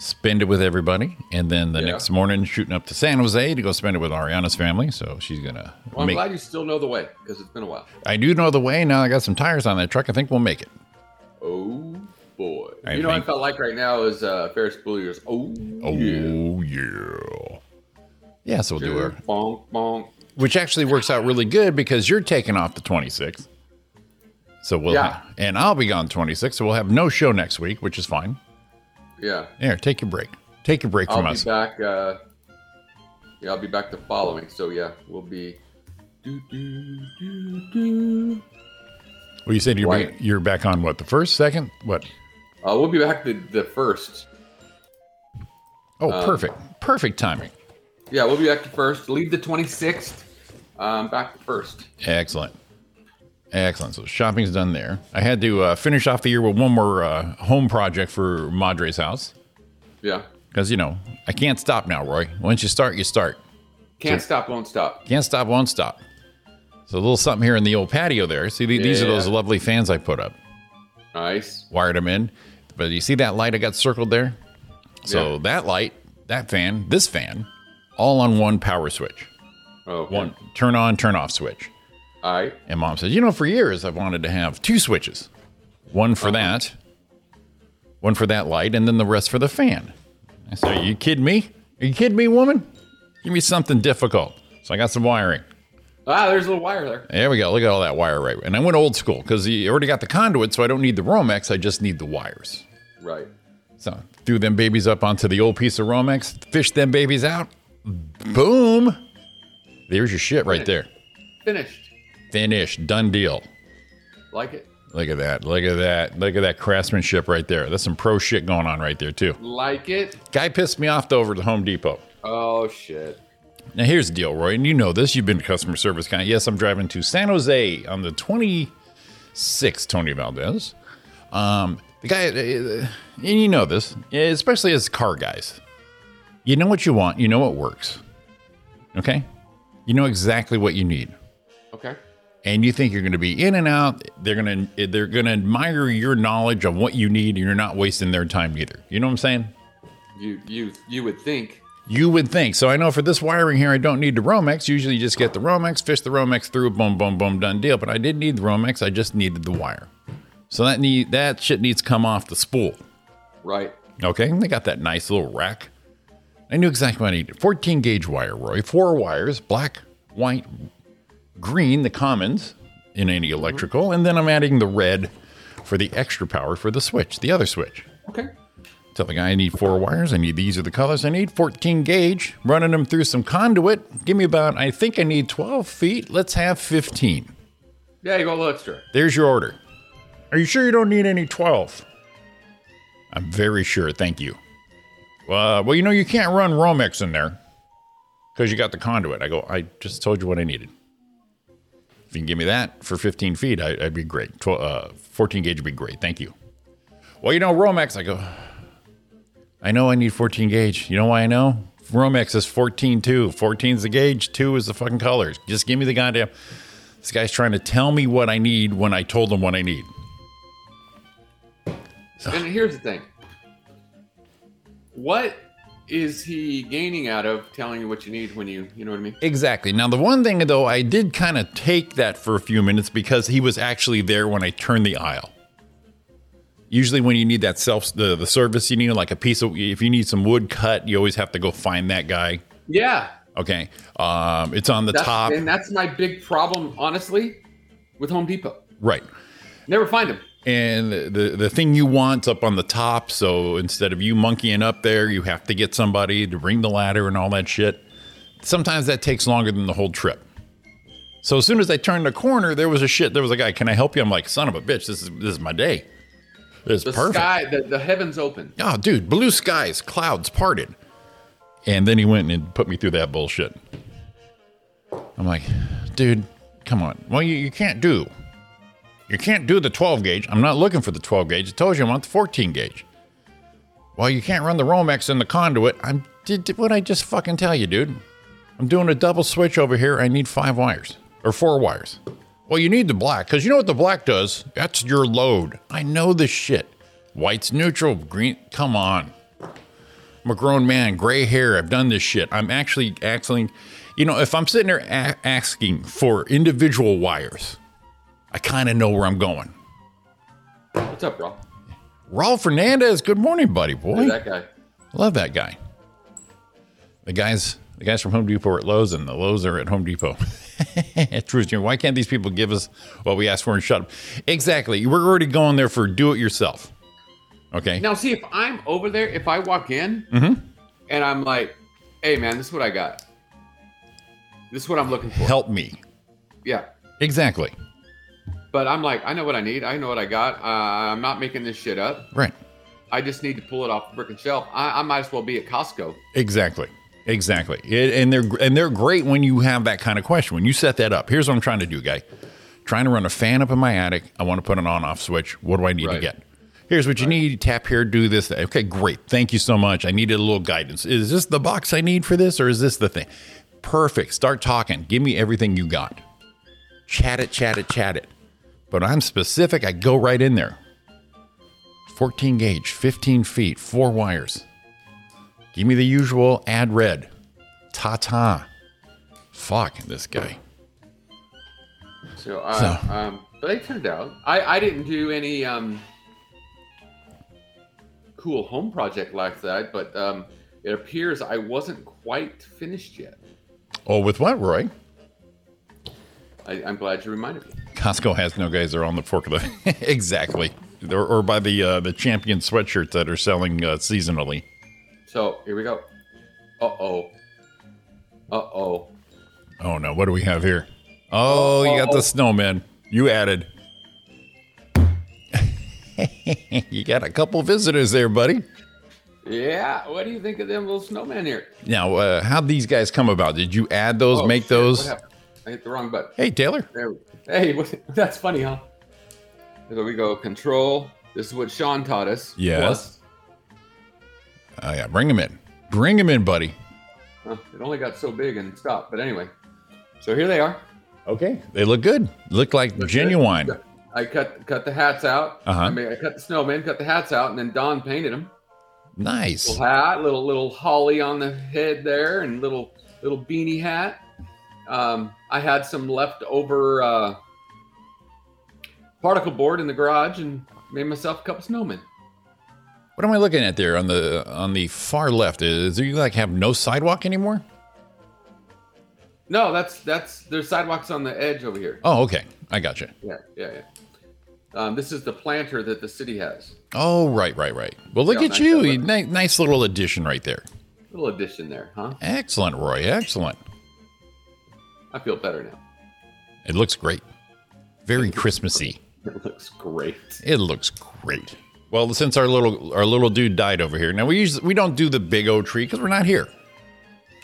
Speaker 7: Spend it with everybody, and then the
Speaker 6: Yeah.
Speaker 7: next morning shooting up to San Jose to go spend it with Ariana's family. So she's gonna.
Speaker 6: Well, I'm
Speaker 7: make,
Speaker 6: glad you still know the way because it's been a while.
Speaker 7: I do know the way now. I got some tires on that truck. I think we'll make it.
Speaker 6: Oh boy!
Speaker 7: I
Speaker 6: you know what
Speaker 7: think-
Speaker 6: I felt like right now is uh, Ferris Bueller's. Oh,
Speaker 7: Oh
Speaker 6: yeah.
Speaker 7: yeah. Yeah, so we'll do her.
Speaker 6: Bonk bonk.
Speaker 7: Which actually works out really good because you're taking off the 26th. So we'll
Speaker 6: Yeah.
Speaker 7: and I'll be gone 26th, so we'll have no show next week, which is fine.
Speaker 6: Yeah,
Speaker 7: Here, take your break. Take your break
Speaker 6: I'll
Speaker 7: from
Speaker 6: be
Speaker 7: us.
Speaker 6: back. Uh, yeah, I'll be back the following. So yeah, we'll be. Do, do, do, do.
Speaker 7: Well, you said you're
Speaker 6: Right.
Speaker 7: ba- you're back on what the first, second, what?
Speaker 6: Uh, we'll be back the, the first.
Speaker 7: Oh,
Speaker 6: Um,
Speaker 7: perfect, perfect timing.
Speaker 6: Yeah, we'll be back the first. Leave the twenty sixth. Um, back the first.
Speaker 7: Excellent. Excellent. So shopping's done there. I had to uh, finish off the year with one more uh, home project for Madre's house.
Speaker 6: Yeah,
Speaker 7: Because, you know, I can't stop now, Roy. Once you start, you start.
Speaker 6: can't stop, won't stop.
Speaker 7: Can't stop, won't stop. So a little something here in the old patio there. See, the- these are
Speaker 6: Yeah.
Speaker 7: those lovely fans I put up,
Speaker 6: Nice.
Speaker 7: wired them in. But you see that light I got circled there? So
Speaker 6: Yeah.
Speaker 7: that light, that fan, this fan, all on one power switch.
Speaker 6: Oh,
Speaker 7: One turn on, turn off switch.
Speaker 6: All right.
Speaker 7: And mom says, you know, for years I've wanted to have two switches. One
Speaker 6: Uh-huh.
Speaker 7: for that, one for that light, and then the rest for the fan. I said, Are you kidding me? Are you kidding me, woman? Give me something difficult. So I got some wiring.
Speaker 6: Ah, there's a little wire there.
Speaker 7: There we go. Look at all that wire right. And I went old school because you already got the conduit, so I don't need the Romex. I just need the wires.
Speaker 6: Right.
Speaker 7: So threw them babies up onto the old piece of Romex, fished them babies out. Boom. There's your shit right there.
Speaker 6: Finished.
Speaker 7: Finished. Done deal.
Speaker 6: Like it.
Speaker 7: Look at that. Look at that. Look at that craftsmanship right there. That's some pro shit going on right there, too.
Speaker 6: Like it.
Speaker 7: Guy pissed me off though over at the Home Depot.
Speaker 6: Oh shit.
Speaker 7: Now here's the deal, Roy, and you know this. You've been customer service guy. Yes, I'm driving to San Jose on the 26th, Tony Valdez. Um, the guy, uh, and you know this, especially as car guys. You know what you want. You know what works. Okay, you know exactly what you need,
Speaker 6: Okay.
Speaker 7: and you think you're going to be in and out. They're gonna they're gonna admire your knowledge of what you need, and you're not wasting their time either. You know what I'm saying?
Speaker 6: You you you would think.
Speaker 7: You would think. So I know for this wiring here, I don't need the Romex. Usually you just get the Romex, fish the Romex through, boom, boom, boom, done deal. But I didn't need the Romex. I just needed the wire. So that need that shit needs to come off the spool.
Speaker 6: Right.
Speaker 7: Okay. And they got that nice little rack. I knew exactly what I needed. 14 gauge wire, Roy. Four wires, black, white, green, the commons in any electrical. And then I'm adding the red for the extra power for the switch, the other switch.
Speaker 6: Okay.
Speaker 7: Tell the guy I need four wires. I need these are the colors I need. 14 gauge. Running them through some conduit. Give me about, I think I need 12 feet. Let's have 15.
Speaker 6: Yeah, you go a little extra.
Speaker 7: There's your order. Are you sure you don't need any 12? I'm very sure. Thank you. Uh, well, you know, you can't run Romex in there because you got the conduit. I go, I just told you what I needed. If you can give me that for 15 feet, I, I'd be great. 12, uh, 14 gauge would be great. Thank you. Well, you know, Romex, I go, I know I need 14 gauge. You know why I know? Romex is 14 2. 14 is the gauge, 2 is the fucking colors. Just give me the goddamn. This guy's trying to tell me what I need when I told him what I need.
Speaker 6: And here's the thing. What is he gaining out of telling you what you need when you, you know what I mean?
Speaker 7: Exactly. Now, the one thing though, I did kind of take that for a few minutes because he was actually there when I turned the aisle. Usually, when you need that self the, the service, you need like a piece of if you need some wood cut, you always have to go find that guy.
Speaker 6: Yeah.
Speaker 7: Okay, um, it's on the
Speaker 6: That's,
Speaker 7: top,
Speaker 6: And that's my big problem, honestly, with Home Depot.
Speaker 7: right?
Speaker 6: Never find him.
Speaker 7: And the the thing you want's up on the top, so instead of you monkeying up there, you have to get somebody to bring the ladder and all that shit. Sometimes that takes longer than the whole trip. So as soon as I turned the corner, there was a shit. There was a guy. Can I help you? I'm like, son of a bitch. This is this is my day. This is
Speaker 6: The
Speaker 7: perfect.
Speaker 6: sky, the, the heavens open.
Speaker 7: Oh, dude, blue skies, clouds parted. And then he went and put me through that bullshit. I'm like, dude, come on. Well, you, you can't do. You can't do the 12 gauge. I'm not looking for the 12 gauge. I told you I want the 14 gauge. Well, you can't run the Romex in the conduit. I did did what I just fucking tell you, dude. I'm doing a double switch over here. I need five wires or four wires. Well, you need the black because you know what the black does? That's your load. I know this shit. White's neutral, green. Come on. I'm a grown man, gray hair. I've done this shit. I'm actually actually, you know, if I'm sitting there a- asking for individual wires, I kind of know where I'm going.
Speaker 6: What's up, bro?
Speaker 7: Raul Fernandez, good morning, buddy boy.
Speaker 6: Hey, that guy.
Speaker 7: Love that guy. The guys, the guys from Home Depot are at Lowe's, and the Lowe's are at Home Depot. Truth, you know, why can't these people give us what we asked for and shut up? Exactly. We're already going there for do it yourself. Okay.
Speaker 6: Now, see, if I'm over there, if I walk in
Speaker 7: Mm-hmm.
Speaker 6: and I'm like, hey, man, this is what I got. This is what I'm looking for.
Speaker 7: Help me.
Speaker 6: Yeah.
Speaker 7: Exactly.
Speaker 6: But I'm like, I know what I need. I know what I got. Uh, I'm not making this shit up.
Speaker 7: Right.
Speaker 6: I just need to pull it off the freaking shelf. I, I might as well be at Costco.
Speaker 7: Exactly. Exactly. It, and they're and they're great when you have that kind of question. When you set that up, here's what I'm trying to do, guy. Trying to run a fan up in my attic. I want to put an on-off switch. What do I need to
Speaker 6: Right.
Speaker 7: get? Here's what you need. Tap here. Do this. that. Okay, great. Thank you so much. I needed a little guidance. Is this the box I need for this, or is this the thing? Perfect. Start talking. Give me everything you got. Chat it. Chat it. Chat it. But I'm specific. I go right in there. 14 gauge, 15 feet, four wires. Give me the usual ad red. Ta ta. Fuck this guy.
Speaker 6: So, uh,
Speaker 7: So-
Speaker 6: Um, but it turned out I, I didn't do any um, cool home project like that. But um, it appears I wasn't quite finished yet.
Speaker 7: Oh, with what, Roy?
Speaker 6: I, I'm glad you reminded me.
Speaker 7: Costco has no guys. They're on the fork of the exactly, or, or by the uh, the champion sweatshirts that are selling uh, seasonally.
Speaker 6: So here we go. Uh oh. Uh oh.
Speaker 7: Oh no, what do we have here? Oh, you got the snowman. You added. you got a couple visitors there, buddy.
Speaker 6: Yeah. What do you think of them little snowmen here?
Speaker 7: Now, uh, how'd these guys come about? Did you add those?
Speaker 6: Oh,
Speaker 7: make
Speaker 6: shit,
Speaker 7: those?
Speaker 6: What happened? I hit the wrong button.
Speaker 7: Hey, Taylor.
Speaker 6: There. we- Hey, what, that's funny, huh? So we go control. This is what Sean taught us.
Speaker 7: Yes. Oh yeah, bring him in. Bring him in, buddy.
Speaker 6: Plus, huh, it only got so big and stopped. But anyway, so here they are.
Speaker 7: Okay. They look good. Look like genuine.
Speaker 6: I cut cut the hats out.
Speaker 7: Uh-huh.
Speaker 6: I mean, I cut the snowmen, cut the hats out, and then Don painted them.
Speaker 7: Nice.
Speaker 6: Little hat, little little holly on the head there, and little little beanie hat. Um, I had some leftover uh, particle board in the garage and made myself a couple snowmen.
Speaker 7: What am I looking at there on the on the far left? Is there you like have no sidewalk anymore?
Speaker 6: No, that's that's there's sidewalks on the edge over here.
Speaker 7: Oh, okay. I gotcha.
Speaker 6: Yeah, yeah, yeah. Um, this is the planter that the city has.
Speaker 7: Oh, right, right, right. Well, look
Speaker 6: Yeah,
Speaker 7: at
Speaker 6: nice
Speaker 7: you.
Speaker 6: job,
Speaker 7: you.
Speaker 6: bud.
Speaker 7: Nice, nice little addition right there.
Speaker 6: Little addition there, huh?
Speaker 7: Excellent, Roy. Excellent.
Speaker 6: I feel better now.
Speaker 7: It looks great. Very Christmassy.
Speaker 6: It looks great.
Speaker 7: It looks great. Well, since our little our little dude died over here, now we usually we don't do the big old tree because we're not here.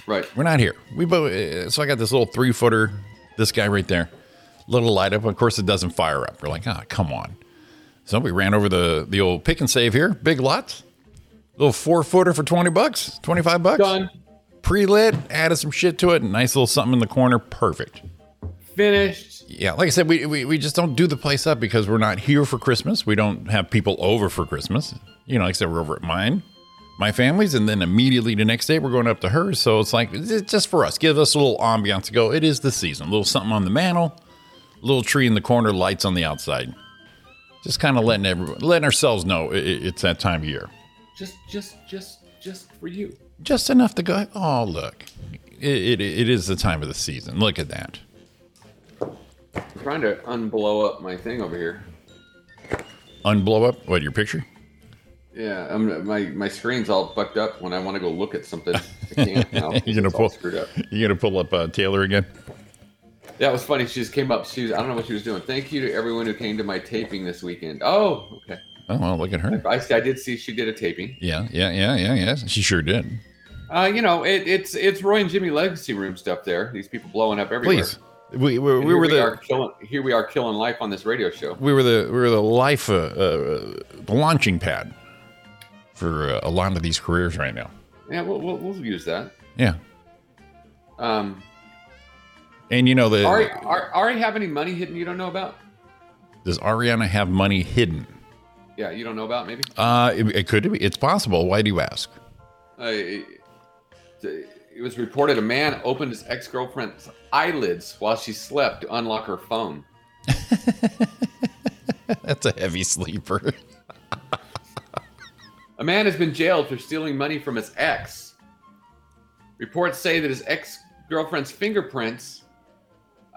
Speaker 6: Right.
Speaker 7: We're not here. We both. uh, So I got this little three footer. This guy right there, little light up. Of course, it doesn't fire up. We're like, ah, come on. So we ran over the the old pick and save here. Big lots. Little four footer for twenty bucks, twenty five bucks.
Speaker 6: Done.
Speaker 7: Pre lit. Added some shit to it. Nice little something in the corner. Perfect.
Speaker 6: Finished.
Speaker 7: Yeah, like I said, we, we, we just don't do the place up because we're not here for Christmas. We don't have people over for Christmas. You know, like I said, we're over at mine, my family's, and then immediately the next day we're going up to hers. So it's like it's just for us. Give us a little ambiance to go. It is the season. A little something on the mantle, a little tree in the corner, lights on the outside. Just kind of letting everyone, letting ourselves know i i- it's that time of year.
Speaker 6: Just, just, just, just for you.
Speaker 7: Just enough to go. Oh, look, it, it, it is the time of the season. Look at that.
Speaker 6: I'm trying to unblow up my thing over here.
Speaker 7: Unblow up. What your picture?
Speaker 6: Yeah, I'm, my my screen's all bucked up when I want to go look at something. I can't now.
Speaker 7: You're gonna
Speaker 6: It's all
Speaker 7: pull.
Speaker 6: screwed up.
Speaker 7: You're gonna pull up uh, Taylor again.
Speaker 6: That was funny. She just came up. She was, I don't know what she was doing. Thank you to everyone who came to my taping this weekend. Oh, okay.
Speaker 7: Oh well, look at her.
Speaker 6: I, see- I did see she did a taping.
Speaker 7: Yeah, yeah, yeah, yeah, yeah. She sure did.
Speaker 6: Uh, you know, it, it's it's Roy and Jimmy legacy room stuff. There, these people blowing up everywhere.
Speaker 7: Please, we we,
Speaker 6: And
Speaker 7: we
Speaker 6: here
Speaker 7: were the
Speaker 6: are killing, here we are killing life on this radio show.
Speaker 7: we were the we were the life uh, uh, the launching pad for uh, a lot of these careers right now.
Speaker 6: Yeah, we'll, we'll, we'll use that.
Speaker 7: Yeah,
Speaker 6: Um,
Speaker 7: and you know the
Speaker 6: Ari, Ari, Ari have any money hidden you don't know about?
Speaker 7: does Ariana have money hidden?
Speaker 6: Yeah, you don't know about maybe.
Speaker 7: Uh, it, it could be. It's possible. Why do you ask?
Speaker 6: Uh, it, it was reported a man opened his ex girlfriend's eyelids while she slept to unlock her phone.
Speaker 7: That's a heavy sleeper.
Speaker 6: A man has been jailed for stealing money from his ex. Reports say that his ex girlfriend's fingerprints,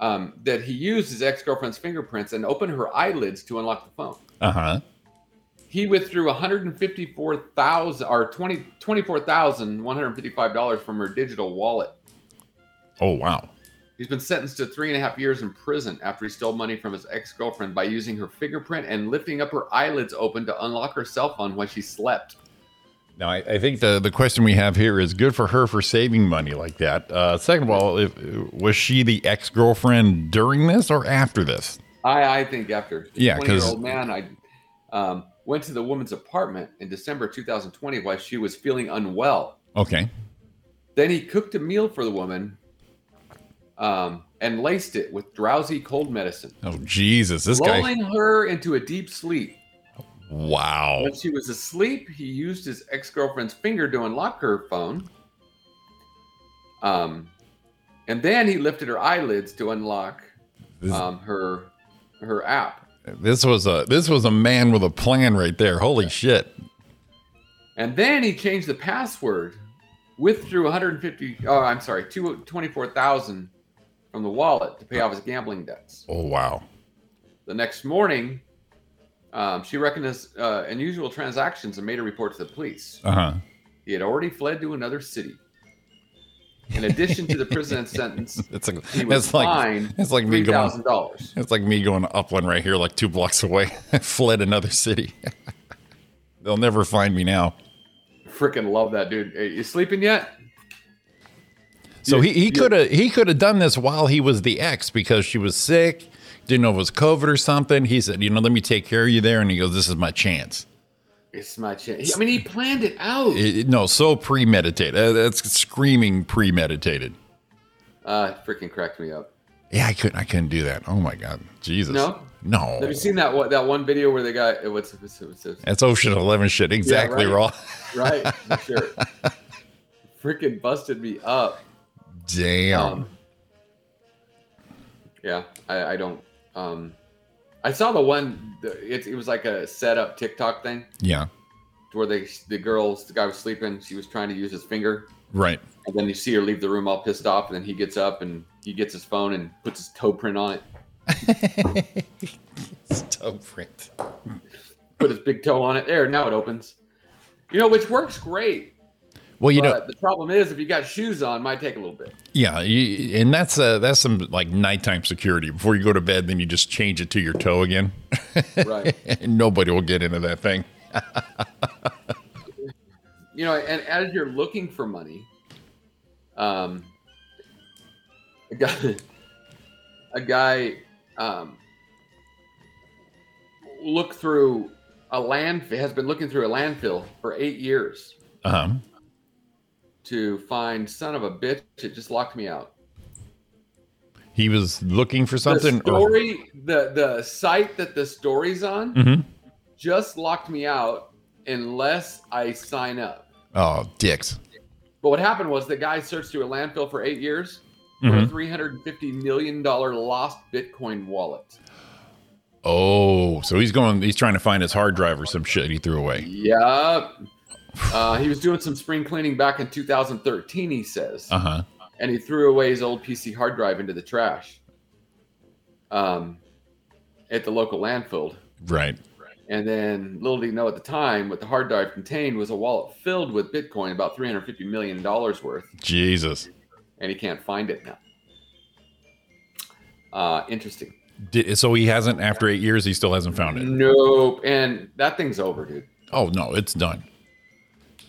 Speaker 6: um, that he used his ex girlfriend's fingerprints and opened her eyelids to unlock the phone.
Speaker 7: Uh huh.
Speaker 6: He withdrew 154,000 or 20 24,155 dollars from her digital wallet.
Speaker 7: Oh wow.
Speaker 6: He's been sentenced to three and a half years in prison after he stole money from his ex girlfriend by using her fingerprint and lifting up her eyelids open to unlock her cell phone when she slept.
Speaker 7: Now, I, I think the, the question we have here is good for her for saving money like that. Uh, second of all, if, was she the ex girlfriend during this or after this?
Speaker 6: I, I think after
Speaker 7: Yeah,
Speaker 6: 20 year
Speaker 7: 'cause-
Speaker 6: old man, I um, went to the woman's apartment in December 2020 while she was feeling unwell.
Speaker 7: Okay.
Speaker 6: Then he cooked a meal for the woman um, and laced it with drowsy cold medicine,
Speaker 7: Oh, Jesus. This guy.
Speaker 6: lulling her into a deep sleep.
Speaker 7: Wow.
Speaker 6: When she was asleep, he used his ex girlfriend's finger to unlock her phone. Um, and then he lifted her eyelids to unlock
Speaker 7: This-
Speaker 6: um, her her app.
Speaker 7: This was a this was a man with a plan right there. Holy shit.
Speaker 6: And then he changed the password, withdrew 150. Oh, I'm sorry, two- 24,000 from the wallet to pay off his gambling debts.
Speaker 7: Oh, wow.
Speaker 6: The next morning, um, she recognized uh, unusual transactions and made a report to the police.
Speaker 7: Uh huh.
Speaker 6: He had already fled to another city. In addition to the prison sentence,
Speaker 7: It's like
Speaker 6: he was
Speaker 7: it's like
Speaker 6: fined
Speaker 7: it's like me
Speaker 6: three
Speaker 7: going
Speaker 6: thousand dollars.
Speaker 7: it's like me going to Upland right here, like two blocks away. I fled another city. They'll never find me now.
Speaker 6: Freaking love that dude. Hey, you sleeping yet?
Speaker 7: So
Speaker 6: Yeah,
Speaker 7: he, he
Speaker 6: yeah.
Speaker 7: could have he could have done this while he was the ex because she was sick, didn't know if it was COVID or something. He said, you know, let me take care of you there, and he goes, this is my chance.
Speaker 6: It's my chance. I mean, he planned it out.
Speaker 7: It- it- no, so premeditated. Uh, that's screaming premeditated.
Speaker 6: Uh, freaking cracked me up.
Speaker 7: Yeah, I couldn't I couldn't do that. Oh my god, Jesus.
Speaker 6: No?
Speaker 7: no.
Speaker 6: Have you seen that one, that one video where they got what's what's, what's, what's
Speaker 7: That's Ocean Eleven shit. Exactly,
Speaker 6: right.
Speaker 7: Raw.
Speaker 6: right? sure. Freaking busted me up.
Speaker 7: Damn.
Speaker 6: Um, yeah, I, I don't. Um, I saw the one. the- It, it was like a setup TikTok thing.
Speaker 7: yeah.
Speaker 6: to where they the girls the guy was sleeping she was trying to use his finger
Speaker 7: Right.
Speaker 6: and then you see her leave the room all pissed off and then he gets up and he gets his phone and puts his toe print on it
Speaker 7: It's over it.
Speaker 6: Put his big toe on it. There, now it opens. You know, which works great.
Speaker 7: Well, you know,
Speaker 6: but the problem is if you got shoes on, it might take a little bit.
Speaker 7: yeah, you, and that's uh, that's some like nighttime security. Before you go to bed, then you just change it to your toe again.
Speaker 6: Right.
Speaker 7: Nobody will get into that thing.
Speaker 6: you know, and as you're looking for money, um, a guy, a guy, um, looked through a landfill has been looking through a landfill for eight years
Speaker 7: Uh huh.
Speaker 6: to find son of a bitch. It just locked me out.
Speaker 7: He was looking for something.
Speaker 6: the story, the the site that the story's on,
Speaker 7: Mhm.
Speaker 6: just locked me out unless I sign up.
Speaker 7: Or, oh, dicks.
Speaker 6: But what happened was the guy searched through a landfill for eight years for
Speaker 7: Mhm.
Speaker 6: a three hundred and fifty million dollar lost Bitcoin wallet.
Speaker 7: Oh, so he's going. He's trying to find his hard drive or some shit he threw away.
Speaker 6: Yup. Uh, he was doing some spring cleaning back in 2013, he says,
Speaker 7: Uh huh.
Speaker 6: and he threw away his old PC hard drive into the trash um, at the local landfill.
Speaker 7: Right.
Speaker 6: And then, little did he know at the time, what the hard drive contained was a wallet filled with Bitcoin, about $350 million worth.
Speaker 7: Jesus.
Speaker 6: and he can't find it now. Uh, interesting.
Speaker 7: Di- so he hasn't. After eight years, he still hasn't found it.
Speaker 6: Nope. And that thing's over, dude.
Speaker 7: Oh no, it's done.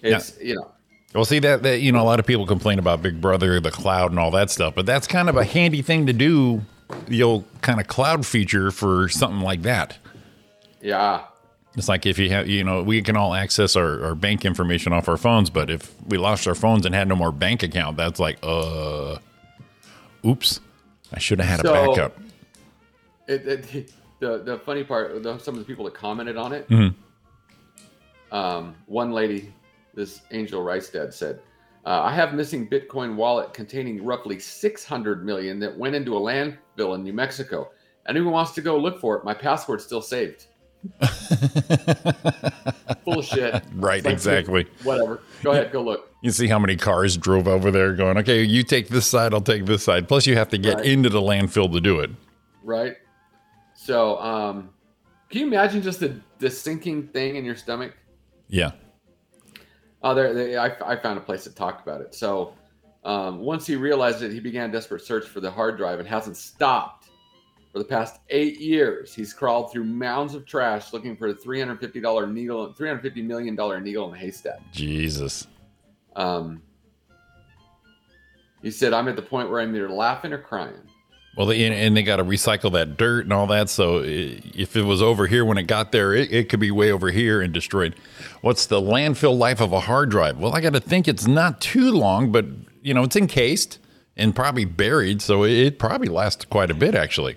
Speaker 6: It's you know,
Speaker 7: Well, see that that you know a lot of people complain about Big Brother, the cloud, and all that stuff, but that's kind of a handy thing to do. The old kind of cloud feature for something like that.
Speaker 6: yeah.
Speaker 7: It's like if you have, you know, we can all access our, our bank information off our phones, but if we lost our phones and had no more bank account, that's like, uh, oops, I should have had a
Speaker 6: So-
Speaker 7: backup.
Speaker 6: It, it, the the funny part, the, some of the people that commented on it.
Speaker 7: Mm-hmm.
Speaker 6: Um, one lady, this Angel Ricedad said, uh, "I have missing Bitcoin wallet containing roughly 600 million that went into a landfill in New Mexico. Anyone wants to go look for it? My password's still saved." Bullshit.
Speaker 7: Right,
Speaker 6: It's like,
Speaker 7: exactly.
Speaker 6: Whatever. Go ahead. Go look.
Speaker 7: You see how many cars drove over there going, okay, you take this side, I'll take this side. Plus, you have to get
Speaker 6: Right.
Speaker 7: into the landfill to do it.
Speaker 6: right? So, um, can you imagine just the, the sinking thing in your stomach?
Speaker 7: Yeah.
Speaker 6: Oh, there, they, I, I found a place that talked about it. So, um, once he realized it, he began a desperate search for the hard drive and hasn't stopped for the past eight years. He's crawled through mounds of trash looking for a three hundred fifty dollar needle, three hundred fifty million dollar needle in the haystack.
Speaker 7: Jesus.
Speaker 6: Um, he said, "I'm at the point where I'm either laughing or crying."
Speaker 7: Well, they, and, and they got to recycle that dirt and all that. So i if it was over here when it got there, it, it could be way over here and destroyed. What's the landfill life of a hard drive? Well, I got to think it's not too long, but you know it's encased and probably buried, so it, it probably lasts quite a bit actually.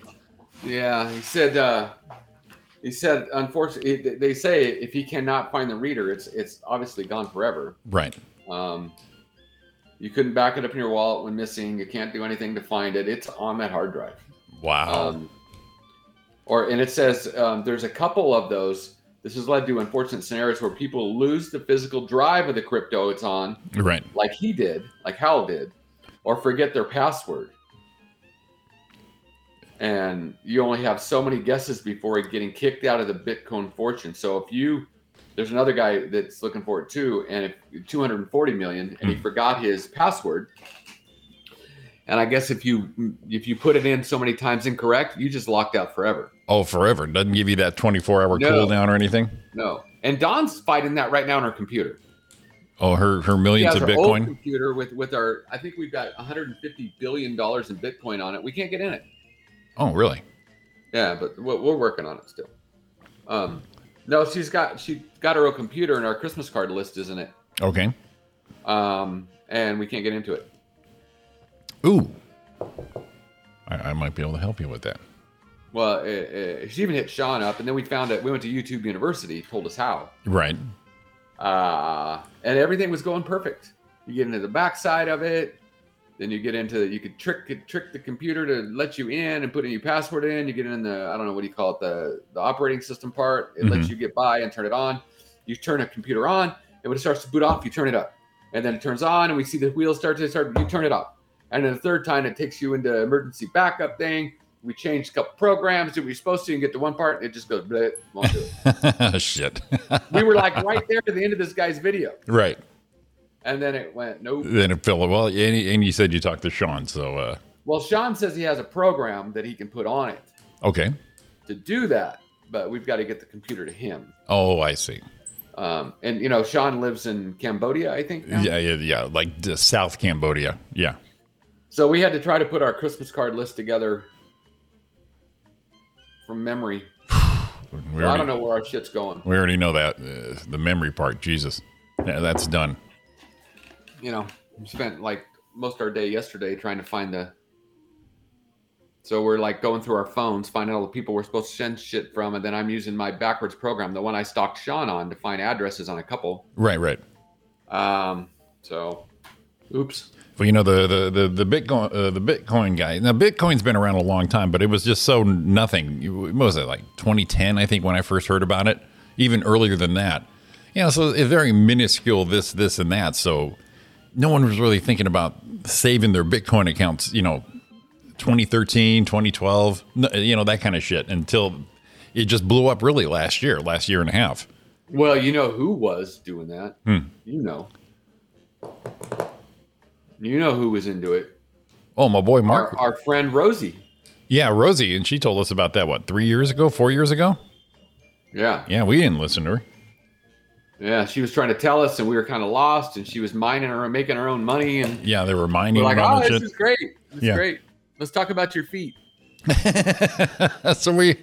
Speaker 6: Yeah, he said. Uh, he said, unfortunately, they- they say if he cannot find the reader, it's it's obviously gone forever.
Speaker 7: Right.
Speaker 6: Um, you couldn't back it up in your wallet when missing. You can't do anything to find it. It's on that hard drive.
Speaker 7: Wow.
Speaker 6: Um, or and it says um, there's a couple of those. This has led to unfortunate scenarios where people lose the physical drive of the crypto it's on,
Speaker 7: right.
Speaker 6: like he did, like Hal did, or forget their password. And you only have so many guesses before getting kicked out of the Bitcoin fortune. So if you, there's another guy that's looking for it too, and if 240 million, and he forgot his password. And I guess if you if you put it in so many times incorrect, you just locked out forever.
Speaker 7: Oh, forever. Doesn't give you that 24 hour
Speaker 6: No.
Speaker 7: cooldown or anything.
Speaker 6: No. And Don's fighting that right now on her computer.
Speaker 7: Oh, her her
Speaker 6: She
Speaker 7: millions
Speaker 6: has
Speaker 7: of
Speaker 6: her old
Speaker 7: Bitcoin.
Speaker 6: computer with with our. I think we've got 150 billion dollars in Bitcoin on it. We can't get in it.
Speaker 7: Oh, really?
Speaker 6: Yeah, but we're, we're working on it still. Um, no, she's got she got her own computer and our Christmas card list isn't it?
Speaker 7: Okay.
Speaker 6: Um, and we can't get into it.
Speaker 7: Ooh. I, I might be able to help you with that.
Speaker 6: Well, uh, uh, she even hit Sean up, and then we found that we went to YouTube University. Told us how,
Speaker 7: Right.
Speaker 6: uh, and everything was going perfect. You get into the backside of it, then you get into you could trick trick the computer to let you in and put in your password in. You get in the I don't know what do you call it the the operating system part. It lets
Speaker 7: Mhm.
Speaker 6: you get by and turn it on. You turn a computer on, and when it starts to boot off, you turn it up, and then it turns on, and we see the wheels start to start. You turn it off, and then the third time it takes you into emergency backup thing. we changed a couple programs that we were supposed to and get to one part and it just goes bleh, won't do it.
Speaker 7: Shit.
Speaker 6: we were like right there to the end of this guy's video
Speaker 7: right.
Speaker 6: and then it went nope
Speaker 7: Then it fell. Well, and, and you said you talked to Sean, so uh,
Speaker 6: well sean says he has a program that he can put on it
Speaker 7: okay.
Speaker 6: to do that but we've got to get the computer to him
Speaker 7: Oh, I see.
Speaker 6: um, and you know sean lives in cambodia i think now.
Speaker 7: Yeah, yeah, yeah. Like the South Cambodia. Yeah.
Speaker 6: so we had to try to put our christmas card list together from memory
Speaker 7: We
Speaker 6: So i
Speaker 7: already-
Speaker 6: don't know where our shit's going
Speaker 7: We already know that uh, the memory part. Jesus, yeah, that's done.
Speaker 6: you know, we spent like most our day yesterday trying to find the. So we're like going through our phones, finding all the people we're supposed to send shit from, and then I'm using my backwards program, the one I stalked Sean on, to find addresses on a couple.
Speaker 7: Right, right.
Speaker 6: Um, so, oops.
Speaker 7: Well, you know the the the, the Bitcoin uh, the Bitcoin guy. Now Bitcoin's been around a long time, but it was just so nothing. You- What was it like 2010? I think when I first heard about it, even earlier than that. You know, so it's very minuscule. This, this, and that. So no one was really thinking about saving their Bitcoin accounts. You know, 2013, 2012. n- You know that kind of shit until it just blew up. Really, last year, last year and a half.
Speaker 6: Well, you know who was doing that?
Speaker 7: Hmm.
Speaker 6: You know. You know who was into it?
Speaker 7: Oh, my boy Mark.
Speaker 6: Our, our friend Rosie.
Speaker 7: Yeah, Rosie, and she told us about that. What three years ago? Four years ago?
Speaker 6: Yeah.
Speaker 7: Yeah, we didn't listen to her.
Speaker 6: Yeah. She was trying to tell us, and we were kind of lost, and she was mining her, making her own money, and
Speaker 7: Yeah, they were mining
Speaker 6: We're like,
Speaker 7: and all
Speaker 6: oh,
Speaker 7: that
Speaker 6: this is great. This
Speaker 7: Yeah.
Speaker 6: is great. Let's talk about your feet. "Ah,
Speaker 7: shit. so we,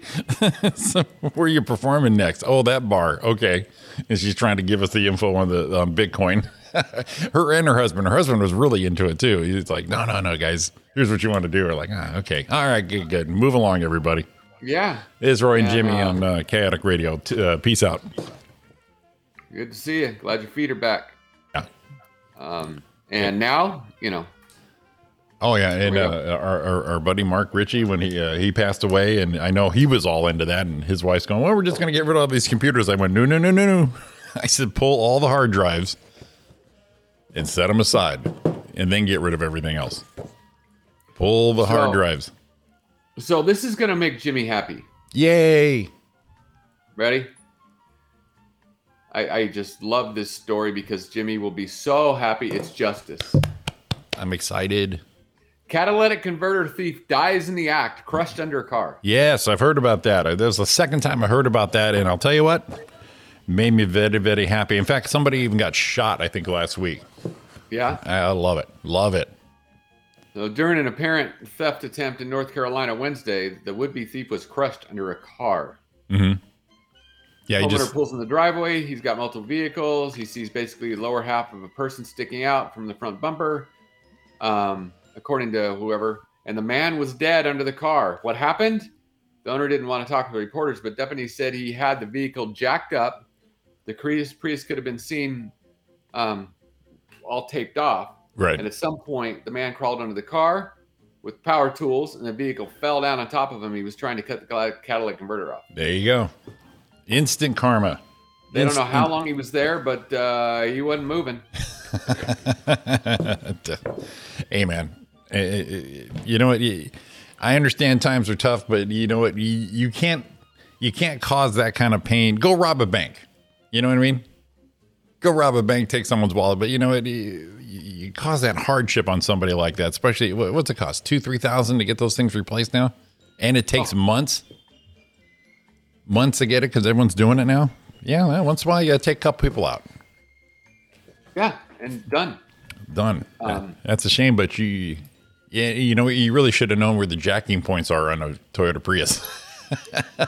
Speaker 7: so where are you performing next? Oh, that bar. Okay, and she's trying to give us the info on the on Bitcoin. her and her husband. Her husband was really into it too. He's like, no, no, no, guys. Here's what you want to do. We're like, ah, okay, all right, good, good. Move along, everybody.
Speaker 6: Yeah.
Speaker 7: It's Roy and
Speaker 6: Yeah,
Speaker 7: Jimmy
Speaker 6: uh,
Speaker 7: on uh, Chaotic Radio. T- uh, peace out.
Speaker 6: Good to see you. Glad your feet are back.
Speaker 7: Yeah.
Speaker 6: Um, and now, you know,
Speaker 7: Oh yeah, and
Speaker 6: Yeah.
Speaker 7: uh, our, our our buddy Mark Ritchie when he uh, he passed away, and I know he was all into that, and his wife's going, "Well, we're just going to get rid of all these computers." I went, "No, no, no, no, no." I said, "Pull all the hard drives and set them aside, and then get rid of everything else. Pull the hard
Speaker 6: So-
Speaker 7: drives.
Speaker 6: so this is going to make Jimmy happy.
Speaker 7: Yay!
Speaker 6: Ready? I, I just love this story because Jimmy will be so happy. It's justice.
Speaker 7: I'm excited.
Speaker 6: Catalytic converter thief dies in the act, crushed under a car.
Speaker 7: Yes, I've heard about that. That was the second time I heard about that, and I'll tell you what, made me very very happy. In fact, somebody even got shot, I think, last week.
Speaker 6: Yeah.
Speaker 7: I I love it. Love it."
Speaker 6: So during an apparent theft attempt in North Carolina Wednesday, the would be thief was crushed under a car.
Speaker 7: Mm-hmm. Yeah, he
Speaker 6: Homeowner
Speaker 7: just
Speaker 6: pulls in the driveway. He's got multiple vehicles. He sees basically the lower half of a person sticking out from the front bumper, um, according to whoever. And the man was dead under the car. What happened? The owner didn't want to talk to the reporters, but deputies said he had the vehicle jacked up. The Prius, Prius could have been seen um, all taped off.
Speaker 7: right.
Speaker 6: And at some point, the man crawled under the car with power tools, and the vehicle fell down on top of him. He was trying to cut the cla- catalytic converter off.
Speaker 7: There you go. Instant karma.
Speaker 6: They don't know how long he was there, but uh, he wasn't moving.
Speaker 7: hey, man. Eh, eh, eh, You know what? You- I understand times are tough, but you know what? You, you can't you can't cause that kind of pain. Go rob a bank. You know what I mean? Go rob a bank, take someone's wallet. But you know what? You, you you cause that hardship on somebody like that, especially wha- what's it cost? Two, three thousand to get those things replaced now, and it takes months, months to get it because everyone's doing it now. Yeah, well, once in a while you gotta take a couple people out.
Speaker 6: Yeah, and done.
Speaker 7: Done. That's a shame, but you, yeah, you know, you really should have known where the jacking points are on a Toyota Prius.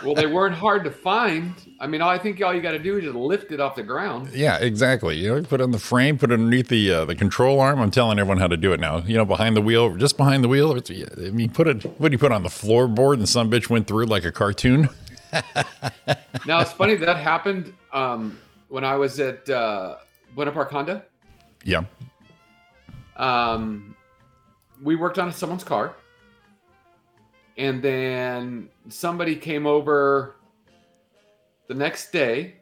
Speaker 6: Well, they weren't hard to find. I mean, all I think all you got to do is just lift it off the ground.
Speaker 7: yeah, exactly. You know, put it on the frame, put it underneath the uh, the control arm. I'm telling everyone how to do it now. You know, behind the wheel, just behind the wheel. It's, I mean, put it. What do you put on the floorboard? And some bitch went through like a cartoon.
Speaker 6: Now it's funny that happened um, when I was at uh, Buena Park Honda.
Speaker 7: Yeah.
Speaker 6: um, we worked on someone's car and then somebody came over the next day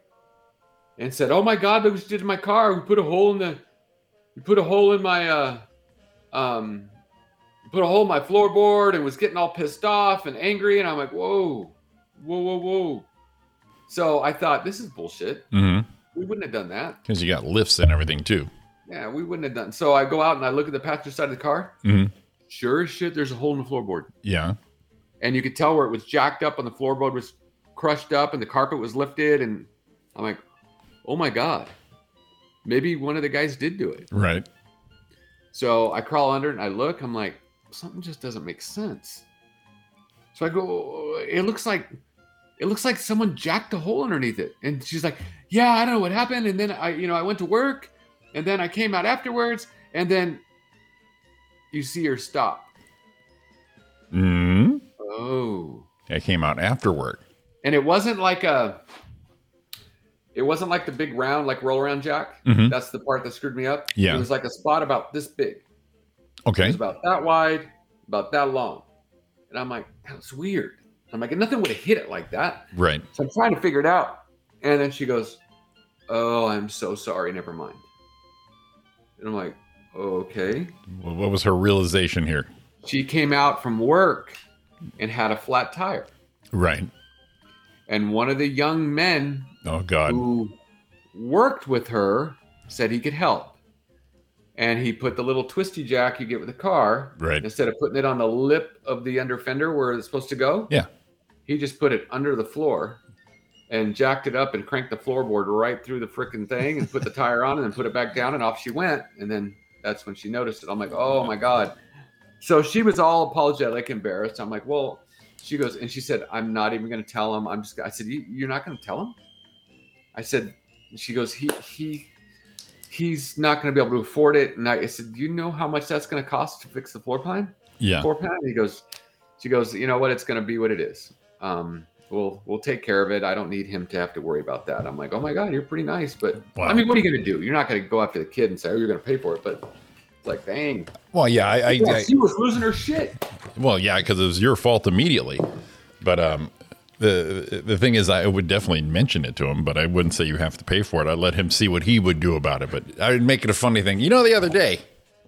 Speaker 6: and said oh my god look what you did to my car we put a hole in the you put a hole in my uh um put a hole in my floorboard and was getting all pissed off and angry. And I'm like, whoa, whoa, whoa, whoa. So I thought, this is bullshit.
Speaker 7: Mm-hmm.
Speaker 6: We wouldn't have done that.
Speaker 7: Because you got lifts and everything too.
Speaker 6: Yeah, we wouldn't have done. So I go out and I look at the passenger side of the car.
Speaker 7: Mhm.
Speaker 6: Sure as shit, there's a hole in the floorboard.
Speaker 7: Yeah.
Speaker 6: And you could tell where it was jacked up and the floorboard was crushed up and the carpet was lifted. And I'm like, oh my God, maybe one of the guys did do it.
Speaker 7: Right.
Speaker 6: So I crawl under it and I look. I'm like, something just doesn't make sense. So I go, it looks like, it looks like someone jacked a hole underneath it. And she's like, yeah, I don't know what happened. And then I, you know, I went to work, and then I came out afterwards, and then you see her stop.
Speaker 7: Mm-hmm.
Speaker 6: Oh,
Speaker 7: It came out after work.
Speaker 6: and it wasn't like a, it wasn't like the big round like roll around jack.
Speaker 7: Mhm.
Speaker 6: That's the part that screwed me up.
Speaker 7: Yeah.
Speaker 6: it was like a spot about this big. It
Speaker 7: Okay.
Speaker 6: was about that wide, about that long. And I'm like, that was weird. I'm like, nothing would have hit it like that.
Speaker 7: Right.
Speaker 6: So I'm trying to figure it out. And then she goes, Oh, I'm so sorry. Never mind. And I'm like, Okay.
Speaker 7: Wh- What was her realization here?
Speaker 6: She came out from work and had a flat tire.
Speaker 7: Right.
Speaker 6: And one of the young men
Speaker 7: Oh God.
Speaker 6: who worked with her said he could help. And he put the little twisty jack you get with the car,
Speaker 7: Right.
Speaker 6: instead of putting it on the lip of the under fender where it's supposed to go,
Speaker 7: Yeah.
Speaker 6: he just put it under the floor and jacked it up and cranked the floorboard right through the frickin' thing and put the tire on and then put it back down and off she went. And then that's when she noticed it. I'm like, oh my God. So she was all apologetic, embarrassed. I'm like, well, she goes, and she said, I'm not even going to tell him. I'm just, I said, you, you're not going to tell him? I said, she goes, he, he, he's not going to be able to afford it. And I, I said, do you know how much that's going to cost to fix the floor plan?
Speaker 7: Yeah.
Speaker 6: Four pound. He goes, she goes, you know what? It's going to be what it is. Um, we'll we'll take care of it. I don't need him to have to worry about that. I'm like, oh my god, you're pretty nice, but
Speaker 7: Wow.
Speaker 6: I mean, what are you going to do? You're not going to go after the kid and say, oh, you're going to pay for it, but. it's Like dang,
Speaker 7: Well, yeah. I. I,
Speaker 6: yeah,
Speaker 7: I
Speaker 6: she was losing her shit.
Speaker 7: well, yeah, because it was your fault immediately. But um, the the thing is, I would definitely mention it to him, but I wouldn't say you have to pay for it. I'd let him see what he would do about it. But I'd make it a funny thing. You know, the other day.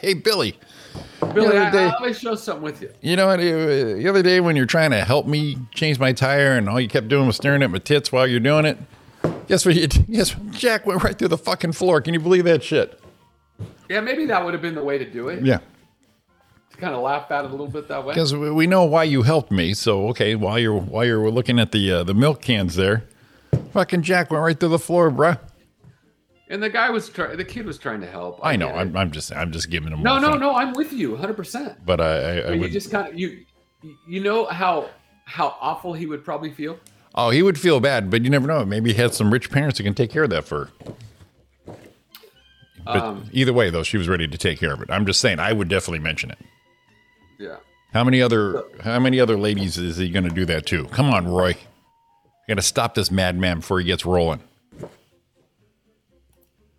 Speaker 7: hey, Billy.
Speaker 6: Billy, I,
Speaker 7: they-
Speaker 6: I always show something with you.
Speaker 7: You know what? uh, The other day when you're trying to help me change my tire and all you kept doing was staring at my tits while you're doing it, guess what? You, guess what? Jack went right through the fucking floor. Can you believe that shit?
Speaker 6: Yeah, maybe that would have been the way to do it.
Speaker 7: Yeah.
Speaker 6: To kind of laugh at it a little bit that way.
Speaker 7: Because we we know why you helped me. So okay, while you're while you're looking at the uh, the milk cans there, fucking Jack went right through the floor, bruh.
Speaker 6: And the guy was trying. The kid was trying to help.
Speaker 7: I know.
Speaker 6: get it.
Speaker 7: I'm, I'm just I'm just giving him.
Speaker 6: no,
Speaker 7: all
Speaker 6: no,
Speaker 7: fun.
Speaker 6: no. I'm with you, hundred percent.
Speaker 7: But I, I, I
Speaker 6: And
Speaker 7: would.
Speaker 6: you just kind of you you know how how awful he would probably feel
Speaker 7: oh, he would feel bad, but you never know. Maybe he had some rich parents who can take care of that for. her. But
Speaker 6: Um,
Speaker 7: either way, though, she was ready to take care of it. I'm just saying, I would definitely mention it.
Speaker 6: yeah
Speaker 7: How many other how many other ladies is he going to do that to? Come on, Roy. Got to stop this madman before he gets rolling.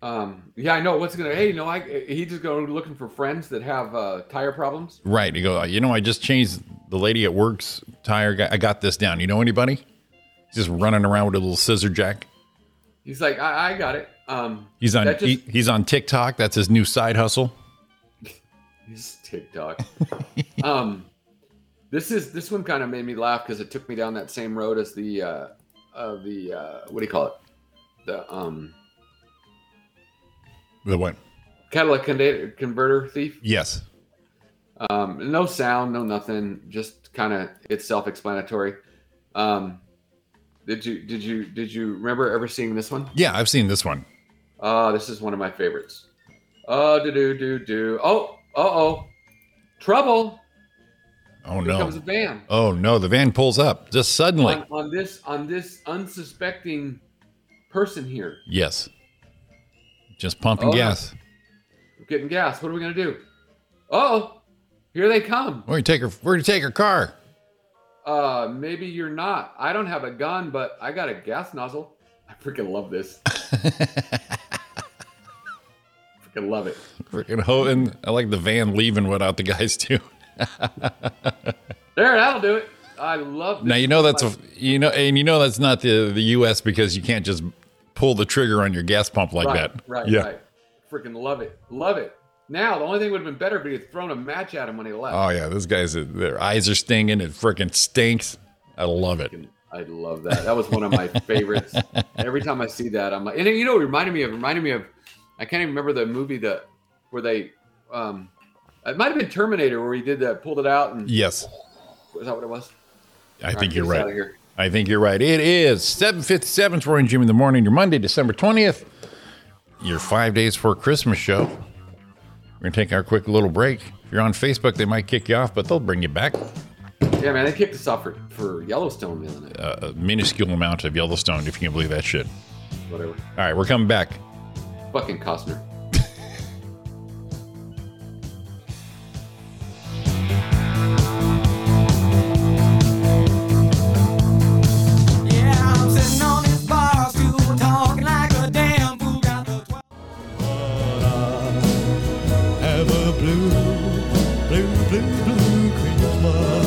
Speaker 6: um yeah i know what's gonna hey you know i he just go looking for friends that have uh tire problems
Speaker 7: Right. You go, "Uh, you know, I just changed the lady at work's tire. Guy. I got this down. You know anybody? Just running around with a little scissor jack.
Speaker 6: he's like i, I got it um
Speaker 7: He's on
Speaker 6: that just,
Speaker 7: he- he's on TikTok. That's his new side hustle.
Speaker 6: he's tiktok um this is this one kind of made me laugh because it took me down that same road as the uh uh the uh what do you call it the um
Speaker 7: The what?
Speaker 6: catalytic con- converter thief
Speaker 7: Yes.
Speaker 6: Um, no sound, no nothing. Just kind of it's self-explanatory. Um, did you did you did you remember ever seeing this one?
Speaker 7: Yeah, I've seen this one.
Speaker 6: Uh, this is one of my favorites. Oh, do do do do. Oh, uh oh, trouble!
Speaker 7: Oh
Speaker 6: Here comes a
Speaker 7: no.
Speaker 6: van.
Speaker 7: Oh no, the van pulls up just suddenly.
Speaker 6: On, on this on this unsuspecting person here,
Speaker 7: yes. Just pumping
Speaker 6: Oh.
Speaker 7: gas.
Speaker 6: getting gas. What are we gonna do? Oh, here they come.
Speaker 7: We're gonna take her we're gonna take her car.
Speaker 6: Uh, maybe you're not. I don't have a gun, but I got a gas nozzle. I freaking love this. freaking love it.
Speaker 7: Freaking ho- and I like the van leaving without the guys too.
Speaker 6: There, that'll do it. I love this.
Speaker 7: Now you know that's a you know and you know that's not the the U.S. because you can't just pull the trigger on your gas pump like
Speaker 6: right,
Speaker 7: that.
Speaker 6: Right,
Speaker 7: yeah.
Speaker 6: right. Freaking love it. Love it. Now, the only thing would have been better if he had thrown a match at him when he left.
Speaker 7: Oh yeah, those guys, their eyes are stinging. It freaking stinks. I love it.
Speaker 6: I love that. That was one of my favorites. Every time I see that, I'm like, and you know, what it reminded me of It reminded me of. I can't even remember the movie that where they, um, it might have been Terminator where he did that, pulled it out, and
Speaker 7: Yes,
Speaker 6: was that what it was?
Speaker 7: I
Speaker 6: All
Speaker 7: think
Speaker 6: right,
Speaker 7: you're
Speaker 6: get us outta
Speaker 7: right.
Speaker 6: here.
Speaker 7: I think you're right. It is 757 Roy and Jim in the morning, your Monday, December 20th, your five days for Christmas show. We're going to take our quick little break. If you're on Facebook, they might kick you off, but they'll bring you back.
Speaker 6: Yeah, man, they kicked us off for, for Yellowstone the other night.
Speaker 7: A minuscule amount of Yellowstone, if you can believe that shit.
Speaker 6: Whatever.
Speaker 7: All right, we're coming back.
Speaker 6: Fucking Costner.
Speaker 8: Have a blue, blue, blue, blue Christmas.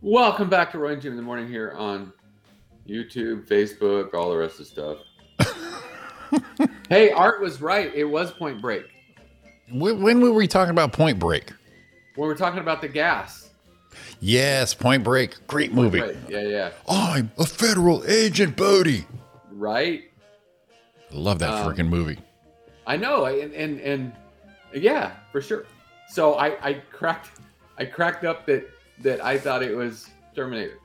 Speaker 6: Welcome back to Roy and Jim in the morning here on YouTube, Facebook, all the rest of the stuff. hey, Art was right. It was Point Break.
Speaker 7: When when were we talking about Point Break?
Speaker 6: When we we're talking about the gas.
Speaker 7: Yes, Point Break. Great movie.
Speaker 6: Right. Yeah, yeah.
Speaker 7: I'm a federal agent, Bodie.
Speaker 6: Right?
Speaker 7: I love that
Speaker 6: Um,
Speaker 7: freaking movie.
Speaker 6: I know, and and and yeah, for sure. So I I cracked I cracked up that that I thought it was Terminator.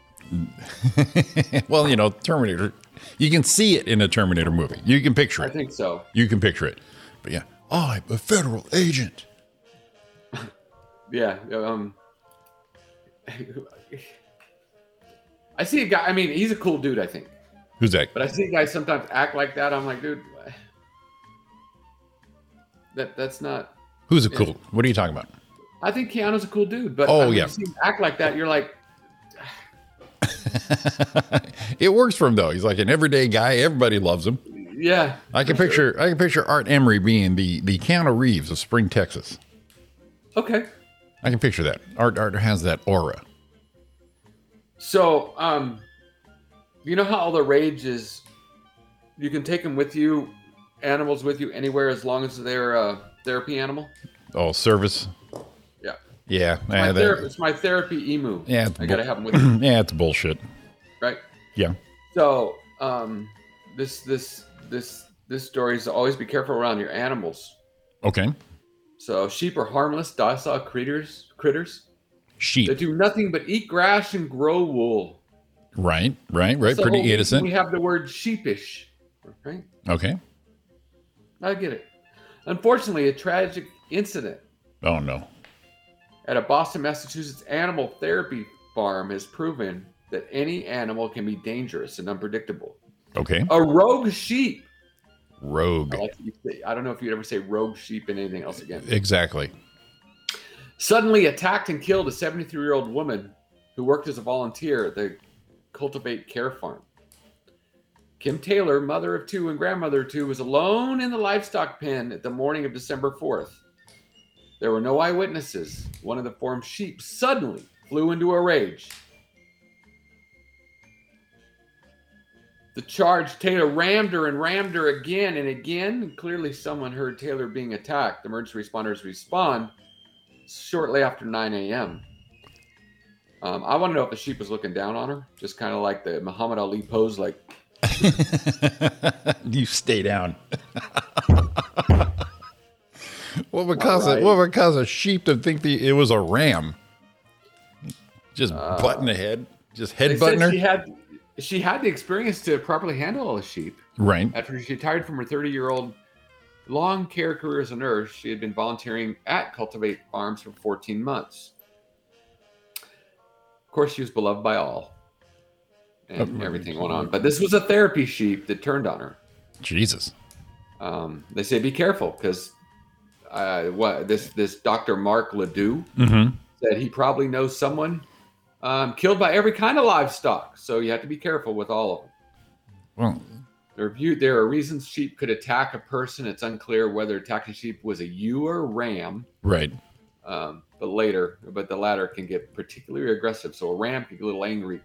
Speaker 7: well, you know, Terminator. You can see it in a Terminator movie. You can picture
Speaker 6: I
Speaker 7: it.
Speaker 6: think so.
Speaker 7: You can picture it. But yeah, I'm a federal agent.
Speaker 6: Yeah. Um. I see a guy. I mean, he's a cool dude. I think,
Speaker 7: Who's that?
Speaker 6: but I see guys sometimes act like that. I'm like, dude, that that's not.
Speaker 7: Who's a cool? What are you talking about?
Speaker 6: I think Keanu's a cool dude, but
Speaker 7: Oh,
Speaker 6: I mean,
Speaker 7: yeah.
Speaker 6: you see him act like that. You're like,
Speaker 7: It works for him though. He's like an everyday guy. Everybody loves him.
Speaker 6: yeah,
Speaker 7: I can picture. I can picture Art Emery being the the Keanu Reeves of Spring, Texas.
Speaker 6: okay.
Speaker 7: I can picture that. Art Art has that aura.
Speaker 6: So, um, you know how all the rage is you can take them with you, animals with you anywhere as long as they're a therapy animal?
Speaker 7: Oh, service.
Speaker 6: Yeah.
Speaker 7: Yeah.
Speaker 6: My
Speaker 7: yeah, that-
Speaker 6: therapy, it's my therapy emu.
Speaker 7: Yeah, it's
Speaker 6: I
Speaker 7: bull-
Speaker 6: got to have them with me,
Speaker 7: yeah, it's bullshit.
Speaker 6: right?
Speaker 7: Yeah.
Speaker 6: So, um, this, this, this, this story is always be careful around your animals.
Speaker 7: Okay.
Speaker 6: So, sheep are harmless, docile critters, critters. They
Speaker 7: Sheep.
Speaker 6: do nothing but eat grass and grow wool.
Speaker 7: Right. Right. Right.
Speaker 6: So
Speaker 7: Pretty
Speaker 6: We
Speaker 7: innocent.
Speaker 6: have the word sheepish, right?
Speaker 7: Okay.
Speaker 6: I get it. Unfortunately, a tragic incident
Speaker 7: Oh no.
Speaker 6: at a Boston, Massachusetts animal therapy farm has proven that any animal can be dangerous and unpredictable.
Speaker 7: Okay.
Speaker 6: A rogue sheep.
Speaker 7: Rogue.
Speaker 6: I, like that you say- I don't know if you'd ever say rogue sheep in anything else again.
Speaker 7: Exactly.
Speaker 6: Suddenly attacked and killed a 73 year old woman who worked as a volunteer at the Cultivate Care Farm. Kim Taylor, mother of two and grandmother of two, was alone in the livestock pen at the morning of December 4th. There were no eyewitnesses. One of the farm's sheep suddenly flew into a rage. The charge, Taylor rammed her and rammed her again and again. Clearly, someone heard Taylor being attacked. Emergency responders respond shortly after 9 a.m. Um, I want to know if the sheep was looking down on her, just kind of like the Muhammad Ali pose, like
Speaker 7: you stay down. what would cause
Speaker 6: Alright.
Speaker 7: a, what would cause a sheep to think the, it was a ram? Just butting the head, just
Speaker 6: Uh, They said
Speaker 7: head butting her,
Speaker 6: She had she had the experience to properly handle all the sheep.
Speaker 7: right?
Speaker 6: After she retired from her 30 year old long care career as a nurse, she had been volunteering at Cultivate Farms for 14 months. Of course, she was beloved by all, and
Speaker 7: Oh,
Speaker 6: everything went on. But this was a therapy sheep that turned on her.
Speaker 7: Jesus,
Speaker 6: Um, they say be careful because uh, what this this Dr. Mark Ledoux
Speaker 7: Mhm.
Speaker 6: said he probably knows someone um, killed by every kind of livestock. So you have to be careful with all of them.
Speaker 7: well,
Speaker 6: There are, view, there are reasons sheep could attack a person. It's unclear whether attacking sheep was a ewe or a ram.
Speaker 7: right,
Speaker 6: Um, but later, but the latter can get particularly aggressive. So a ram can get a little angry.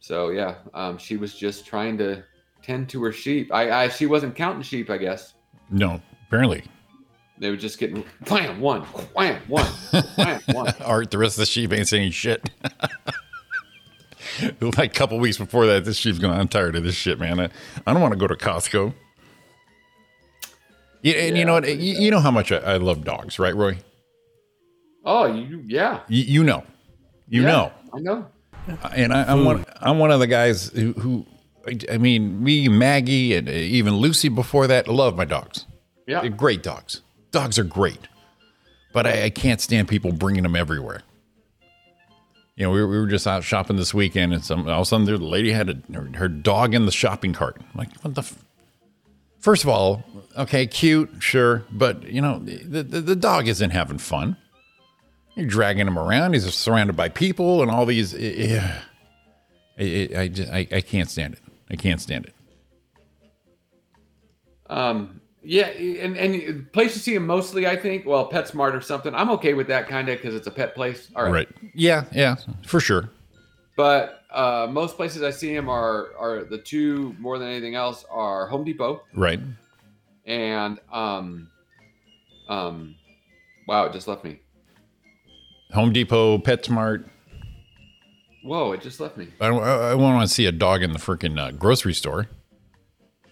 Speaker 6: So yeah, um, she was just trying to tend to her sheep. I, I she wasn't counting sheep, I guess.
Speaker 7: No, apparently.
Speaker 6: They were just getting wham one, wham one, wham one.
Speaker 7: Art, the rest of the sheep ain't saying shit. like a couple weeks before that, this sheep's going, I'm tired of this shit, man. I, I don't want to go to Costco. You, and you know what? You, you know how much I, I love dogs, right, Roy?
Speaker 6: Oh, you yeah,
Speaker 7: You, you know. You
Speaker 6: yeah,
Speaker 7: know.
Speaker 6: I know.
Speaker 7: and I, I'm one. I'm one of the guys who, who I- I mean, me, Maggie, and even Lucy before that love my dogs.
Speaker 6: Yeah,
Speaker 7: They're Uh, great dogs. Dogs are great, but I, I can't stand people bringing them everywhere. You know, we were, we were just out shopping this weekend, and some all of a sudden, the lady had a, her, her dog in the shopping cart. I'm like, what the? F-? First of all, okay, cute, sure, but you know, the, the, the dog isn't having fun. You're dragging him around. He's surrounded by people and all these. Yeah, I, I, I, just- I, I can't stand it. I can't stand it.
Speaker 6: um, yeah, and and place you see them mostly, I think. Well, PetSmart or something. I'm okay with that kind of because it's a pet place. All right.
Speaker 7: Yeah. Yeah. For sure.
Speaker 6: But uh, most places I see them are are the two more than anything else are Home Depot
Speaker 7: Right.
Speaker 6: and um, um, wow, it just left me.
Speaker 7: Home Depot, PetSmart.
Speaker 6: Whoa, it just left me.
Speaker 7: I don't. I I wouldn't want to see a dog in the freaking uh, grocery store.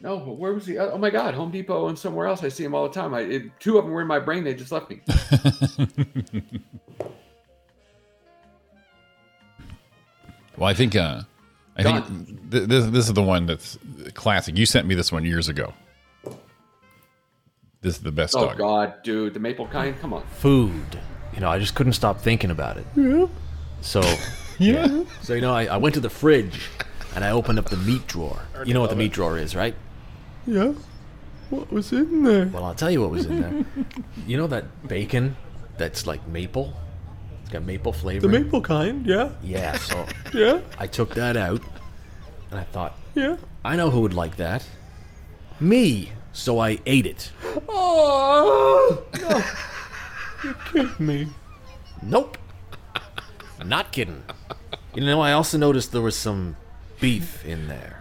Speaker 6: No, but where was the? Oh my God, Home Depot and somewhere else. I see them all the time. I it, two of them were in my brain. They just left me.
Speaker 7: Well, I think. Uh, I think th- this this is the one that's classic. You sent me this one years ago. This is the best
Speaker 6: Oh
Speaker 7: dog.
Speaker 6: God, dude, the maple kind. Come on.
Speaker 9: food. You know, I just couldn't stop thinking about it. So,
Speaker 7: Yeah.
Speaker 9: so you know, I, I went to the fridge and I opened up the meat drawer. You know what the meat drawer is, right?
Speaker 8: Yeah. What was in there?
Speaker 9: Well, I'll tell you what was in there. you know that bacon that's like maple? It's got maple flavor.
Speaker 8: The maple kind, yeah.
Speaker 9: Yeah, so
Speaker 8: Yeah,
Speaker 9: I took that out and I thought,
Speaker 8: yeah.
Speaker 9: I know who would like that. Me. So I ate it.
Speaker 8: Oh, no. You're kidding me.
Speaker 9: Nope. Not kidding. You know, I also noticed there was some beef in there.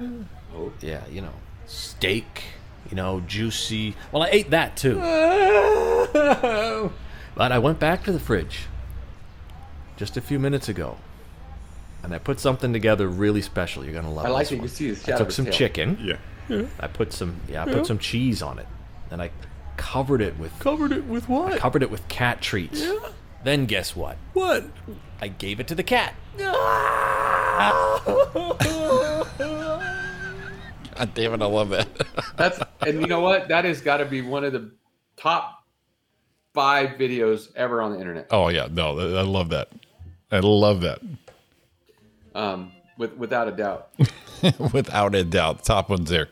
Speaker 9: Oh, yeah, you know, steak, you know, juicy. Well, I ate that too. But I went back to the fridge just a few minutes ago and I put something together really special. You're going to love
Speaker 6: I like
Speaker 9: this
Speaker 6: that you
Speaker 9: one.
Speaker 6: can see the
Speaker 9: I
Speaker 6: shadow of
Speaker 9: took
Speaker 6: his
Speaker 9: some
Speaker 6: tail.
Speaker 9: chicken.
Speaker 7: Yeah.
Speaker 9: I put some yeah, I put some cheese on it. And I covered it with
Speaker 8: Covered it with what?
Speaker 9: covered it with cat treats. Then guess what?
Speaker 8: what?
Speaker 9: I gave it to the cat.
Speaker 7: God damn it! I love that.
Speaker 6: That's and you know what? That has got to be one of the top five videos ever on the internet.
Speaker 7: oh yeah. No, I I love that. I love that.
Speaker 6: Um, with without a doubt.
Speaker 7: without a doubt. Top ones there.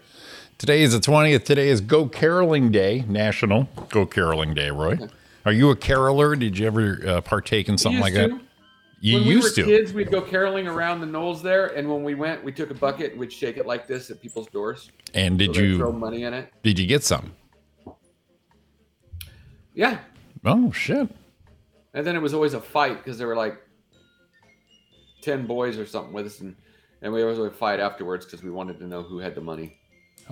Speaker 7: Today is the 20th. Today is Go Caroling Day, National Go Caroling Day, Roy. Are you a caroler? Did you ever uh, partake in something like
Speaker 6: Used
Speaker 7: that?
Speaker 6: to.
Speaker 7: You
Speaker 6: when
Speaker 7: used
Speaker 6: we were
Speaker 7: to.
Speaker 6: kids, we'd go caroling around the knolls there, and when we went, we took a bucket and we'd shake it like this at people's doors.
Speaker 7: And did
Speaker 6: So they'd throw
Speaker 7: you
Speaker 6: money in it?
Speaker 7: did you get some?
Speaker 6: Yeah,
Speaker 7: Oh shit.
Speaker 6: and then it was always a fight because there were like ten boys or something with us, and and we always would fight afterwards because we wanted to know who had the money.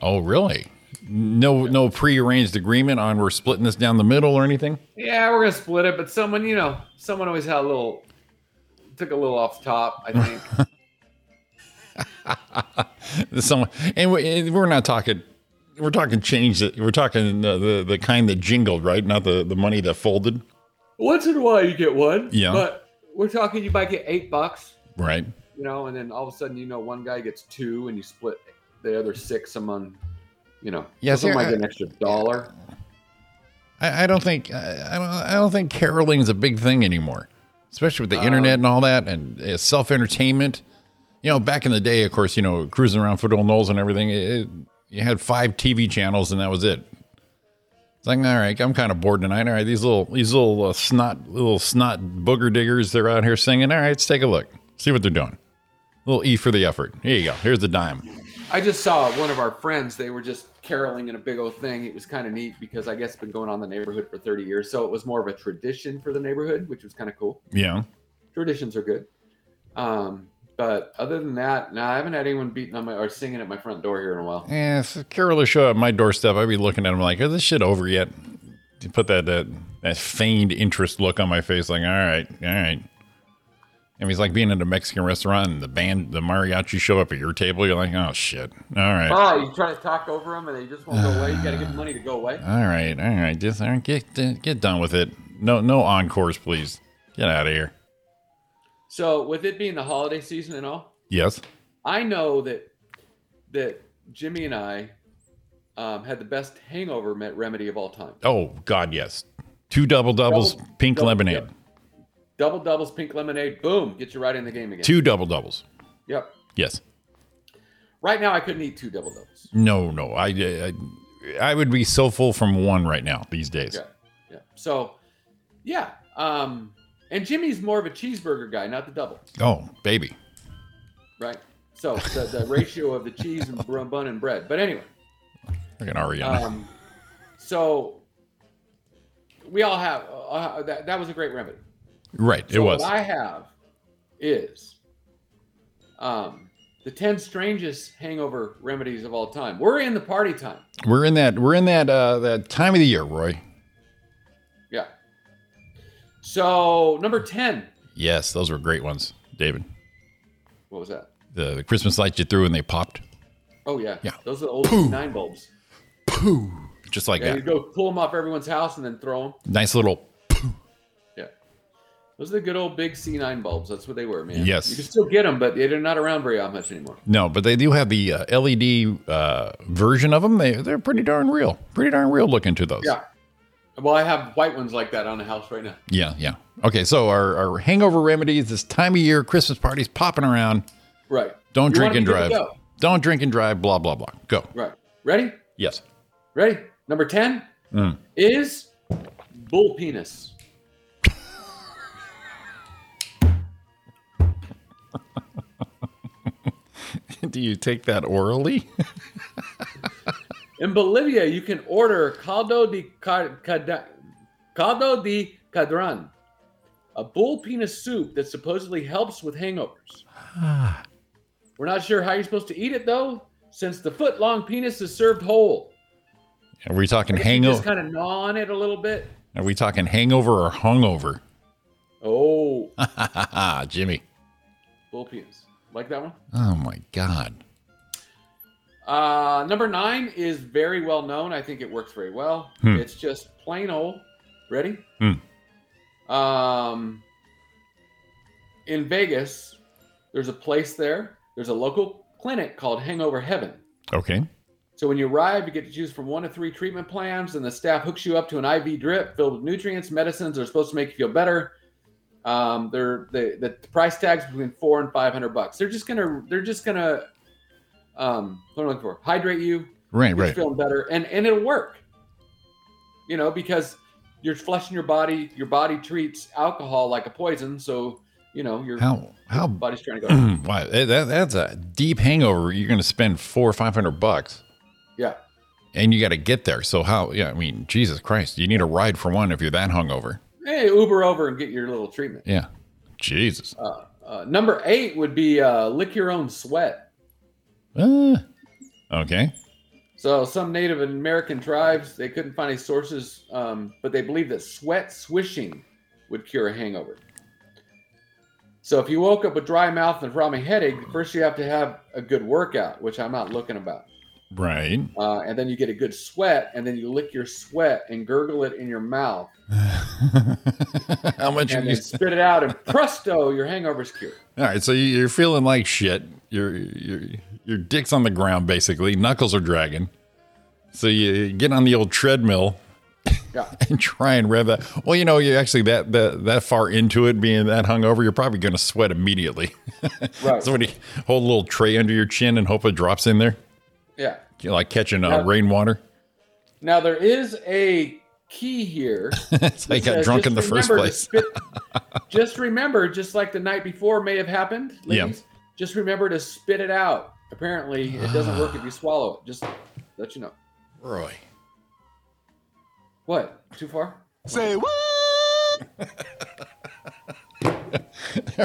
Speaker 7: Oh really? No no prearranged agreement on we're splitting this down the middle or anything?
Speaker 6: Yeah, we're gonna split it, but someone, you know, someone always had a little, took a little off the top. I think.
Speaker 7: Someone and we- and we're not talking we're talking change that we're talking the, the the kind that jingled, right? Not the the money that folded,
Speaker 6: Once in a while, you get one.
Speaker 7: Yeah.
Speaker 6: But we're talking, you might get eight bucks,
Speaker 7: right?
Speaker 6: you know, and then all of a sudden, you know, one guy gets two, and you split the other six among, you know,
Speaker 7: Yeah, see,
Speaker 6: someone might
Speaker 7: I-
Speaker 6: get an extra dollar.
Speaker 7: I, I don't think I, I don't I don't think caroling's a big thing anymore, especially with the internet and all that and uh, self entertainment. You know, back in the day, of course, you know, cruising around Foothill Knolls and everything. It, it- you had five TV channels and that was it. It's like, all right, I'm kind of bored tonight. All right, these little these little uh, snot little snot booger diggers, they're out here singing. All right, let's take a look, see what they're doing. little E for the effort. Here you go. Here's the dime.
Speaker 6: I just saw one of our friends. They were just caroling in a big old thing. It was kind of neat because I guess it's been going on in the neighborhood for 30 years. So it was more of a tradition for the neighborhood, which was kind of cool.
Speaker 7: Yeah.
Speaker 6: Traditions are good. Um, But other than that, no, I haven't had anyone beating on my or singing at my front door here in a while.
Speaker 7: Yeah, if Carol would show up at my doorstep, I'd be looking at him like, "Is this shit over yet?" You put that that that feigned interest look on my face, like, "All right, all right." I mean, it's like being at a Mexican restaurant and the band, the mariachi show up at your table. You're like, "Oh shit, all right, all
Speaker 6: Oh, you try to talk over them and they just won't go away. You got to give them money to go away.
Speaker 7: right, all right." Just all right, get get done with it. No, no encores, please. Get out of here.
Speaker 6: So with it being the holiday season and all,
Speaker 7: Yes.
Speaker 6: I know that that Jimmy and I um, had the best hangover me- remedy of all time.
Speaker 7: Oh God, yes. Two double doubles,
Speaker 6: Double-
Speaker 7: pink
Speaker 6: double-
Speaker 7: lemonade.
Speaker 6: yep. Double doubles, pink lemonade, boom, get you right in the game again.
Speaker 7: Two double doubles.
Speaker 6: Yep.
Speaker 7: Yes.
Speaker 6: Right now, I couldn't eat two double doubles.
Speaker 7: No, no. I, I I would be so full from one right now these days.
Speaker 6: Yeah, yeah. So, yeah. Um, and Jimmy's more of a cheeseburger guy, not the double,
Speaker 7: Oh, baby.
Speaker 6: right? So the, the ratio of the cheese and br- bun and bread. But anyway,
Speaker 7: Look at Ariana.
Speaker 6: um, so we all have uh, that. That was a great remedy.
Speaker 7: right, it
Speaker 6: So
Speaker 7: was.
Speaker 6: What I have is um, the ten strangest hangover remedies of all time. We're in the party time.
Speaker 7: we're in that we're in that uh that time of the year, Roy.
Speaker 6: Yeah. So number ten.
Speaker 7: Yes, those were great ones, David.
Speaker 6: What was that?
Speaker 7: The, the Christmas lights you threw and they popped.
Speaker 6: Oh yeah.
Speaker 7: Yeah.
Speaker 6: Those are the old nine bulbs.
Speaker 7: Pooh. Just like
Speaker 6: Yeah, you
Speaker 7: that.
Speaker 6: go pull them off everyone's house and then throw them.
Speaker 7: Nice little
Speaker 6: Yeah. Those are the good old big C9 bulbs. That's what they were, man.
Speaker 7: Yes.
Speaker 6: You can still get them, but they're not around very much anymore.
Speaker 7: No, but they do have the uh, LED uh version of them. They they're pretty darn real. Pretty darn real looking to those.
Speaker 6: Yeah. Well, I have white ones like that on the house right now.
Speaker 7: Yeah, yeah. Okay, so our, our hangover remedies this time of year, Christmas parties popping around.
Speaker 6: Right.
Speaker 7: Don't
Speaker 6: You
Speaker 7: drink
Speaker 6: wanna
Speaker 7: and
Speaker 6: give it a
Speaker 7: drive.
Speaker 6: go.
Speaker 7: Don't drink and drive, blah, blah, blah. Go.
Speaker 6: Right. Ready?
Speaker 7: Yes.
Speaker 6: Ready? Number 10
Speaker 7: Mm.
Speaker 6: is bull penis.
Speaker 7: Do you take that orally?
Speaker 6: In Bolivia, you can order caldo de, ca- cada- caldo de cadran, a bull penis soup that supposedly helps with hangovers. We're not sure how you're supposed to eat it, though, since the foot long penis is served whole.
Speaker 7: Are we talking
Speaker 6: Just
Speaker 7: hangover?
Speaker 6: kind of gnaw on it a little bit.
Speaker 7: Are we talking hangover or hungover?
Speaker 6: Oh,
Speaker 7: Jimmy.
Speaker 6: bull penis. Like that one?
Speaker 7: Oh my God.
Speaker 6: Uh, number nine is very well known. I think it works very well. It's just plain old. Ready? Um, in Vegas, there's a place there. There's a local clinic called Hangover Heaven.
Speaker 7: Okay.
Speaker 6: So when you arrive, you get to choose from one of three treatment plans, and the staff hooks you up to an IV drip filled with nutrients, medicines that are supposed to make you feel better. Um, they're the the price tags between four and five hundred bucks. They're just gonna they're just gonna um what am I looking for? Hydrate you,
Speaker 7: Right,
Speaker 6: you're
Speaker 7: right.
Speaker 6: feeling better and and it'll work you know because you're flushing your body your body treats alcohol like a poison so you know your
Speaker 7: How, how,
Speaker 6: body's trying to go
Speaker 7: wow, that, that- that's a deep hangover. You're going to spend four or 500 bucks
Speaker 6: yeah
Speaker 7: and you got to get there. So, how, yeah, I mean, Jesus Christ, you need a ride for one if you're that hungover.
Speaker 6: hey uber over and get your little treatment
Speaker 7: Yeah. Jesus.
Speaker 6: uh, number eight would be uh, lick your own sweat
Speaker 7: Uh, okay.
Speaker 6: so some native american tribes they couldn't find any sources um, but they believe that sweat swishing would cure a hangover so if you woke up with dry mouth and a ramming headache first you have to have a good workout which i'm not looking about
Speaker 7: Right.
Speaker 6: uh, and then you get a good sweat, and then you lick your sweat and gurgle it in your mouth,
Speaker 7: How much are
Speaker 6: and
Speaker 7: you?
Speaker 6: then spit it out, and presto, your hangover's cured.
Speaker 7: All right, so you- you're feeling like shit. Your your your dick's on the ground basically. Knuckles are dragging. So you get on the old treadmill
Speaker 6: Yeah,
Speaker 7: and try and rev that. Well, you know, you're actually that that that far into it, being that hungover, you're probably going to sweat immediately.
Speaker 6: right.
Speaker 7: Somebody hold a little tray under your chin and hope it drops in there,
Speaker 6: yeah.
Speaker 7: You're like catching uh,
Speaker 6: Yeah.
Speaker 7: rainwater.
Speaker 6: Now there is a key here.
Speaker 7: it's like I got
Speaker 6: Says,
Speaker 7: drunk
Speaker 6: just
Speaker 7: in the first
Speaker 6: remember to
Speaker 7: place.
Speaker 6: spit- just remember, just like the night before may have happened,
Speaker 7: Yeah.
Speaker 6: ladies, just remember to spit it out. Apparently, it doesn't work if you swallow it. Just let you know.
Speaker 7: Roy,
Speaker 6: What? Too far?
Speaker 8: Say what?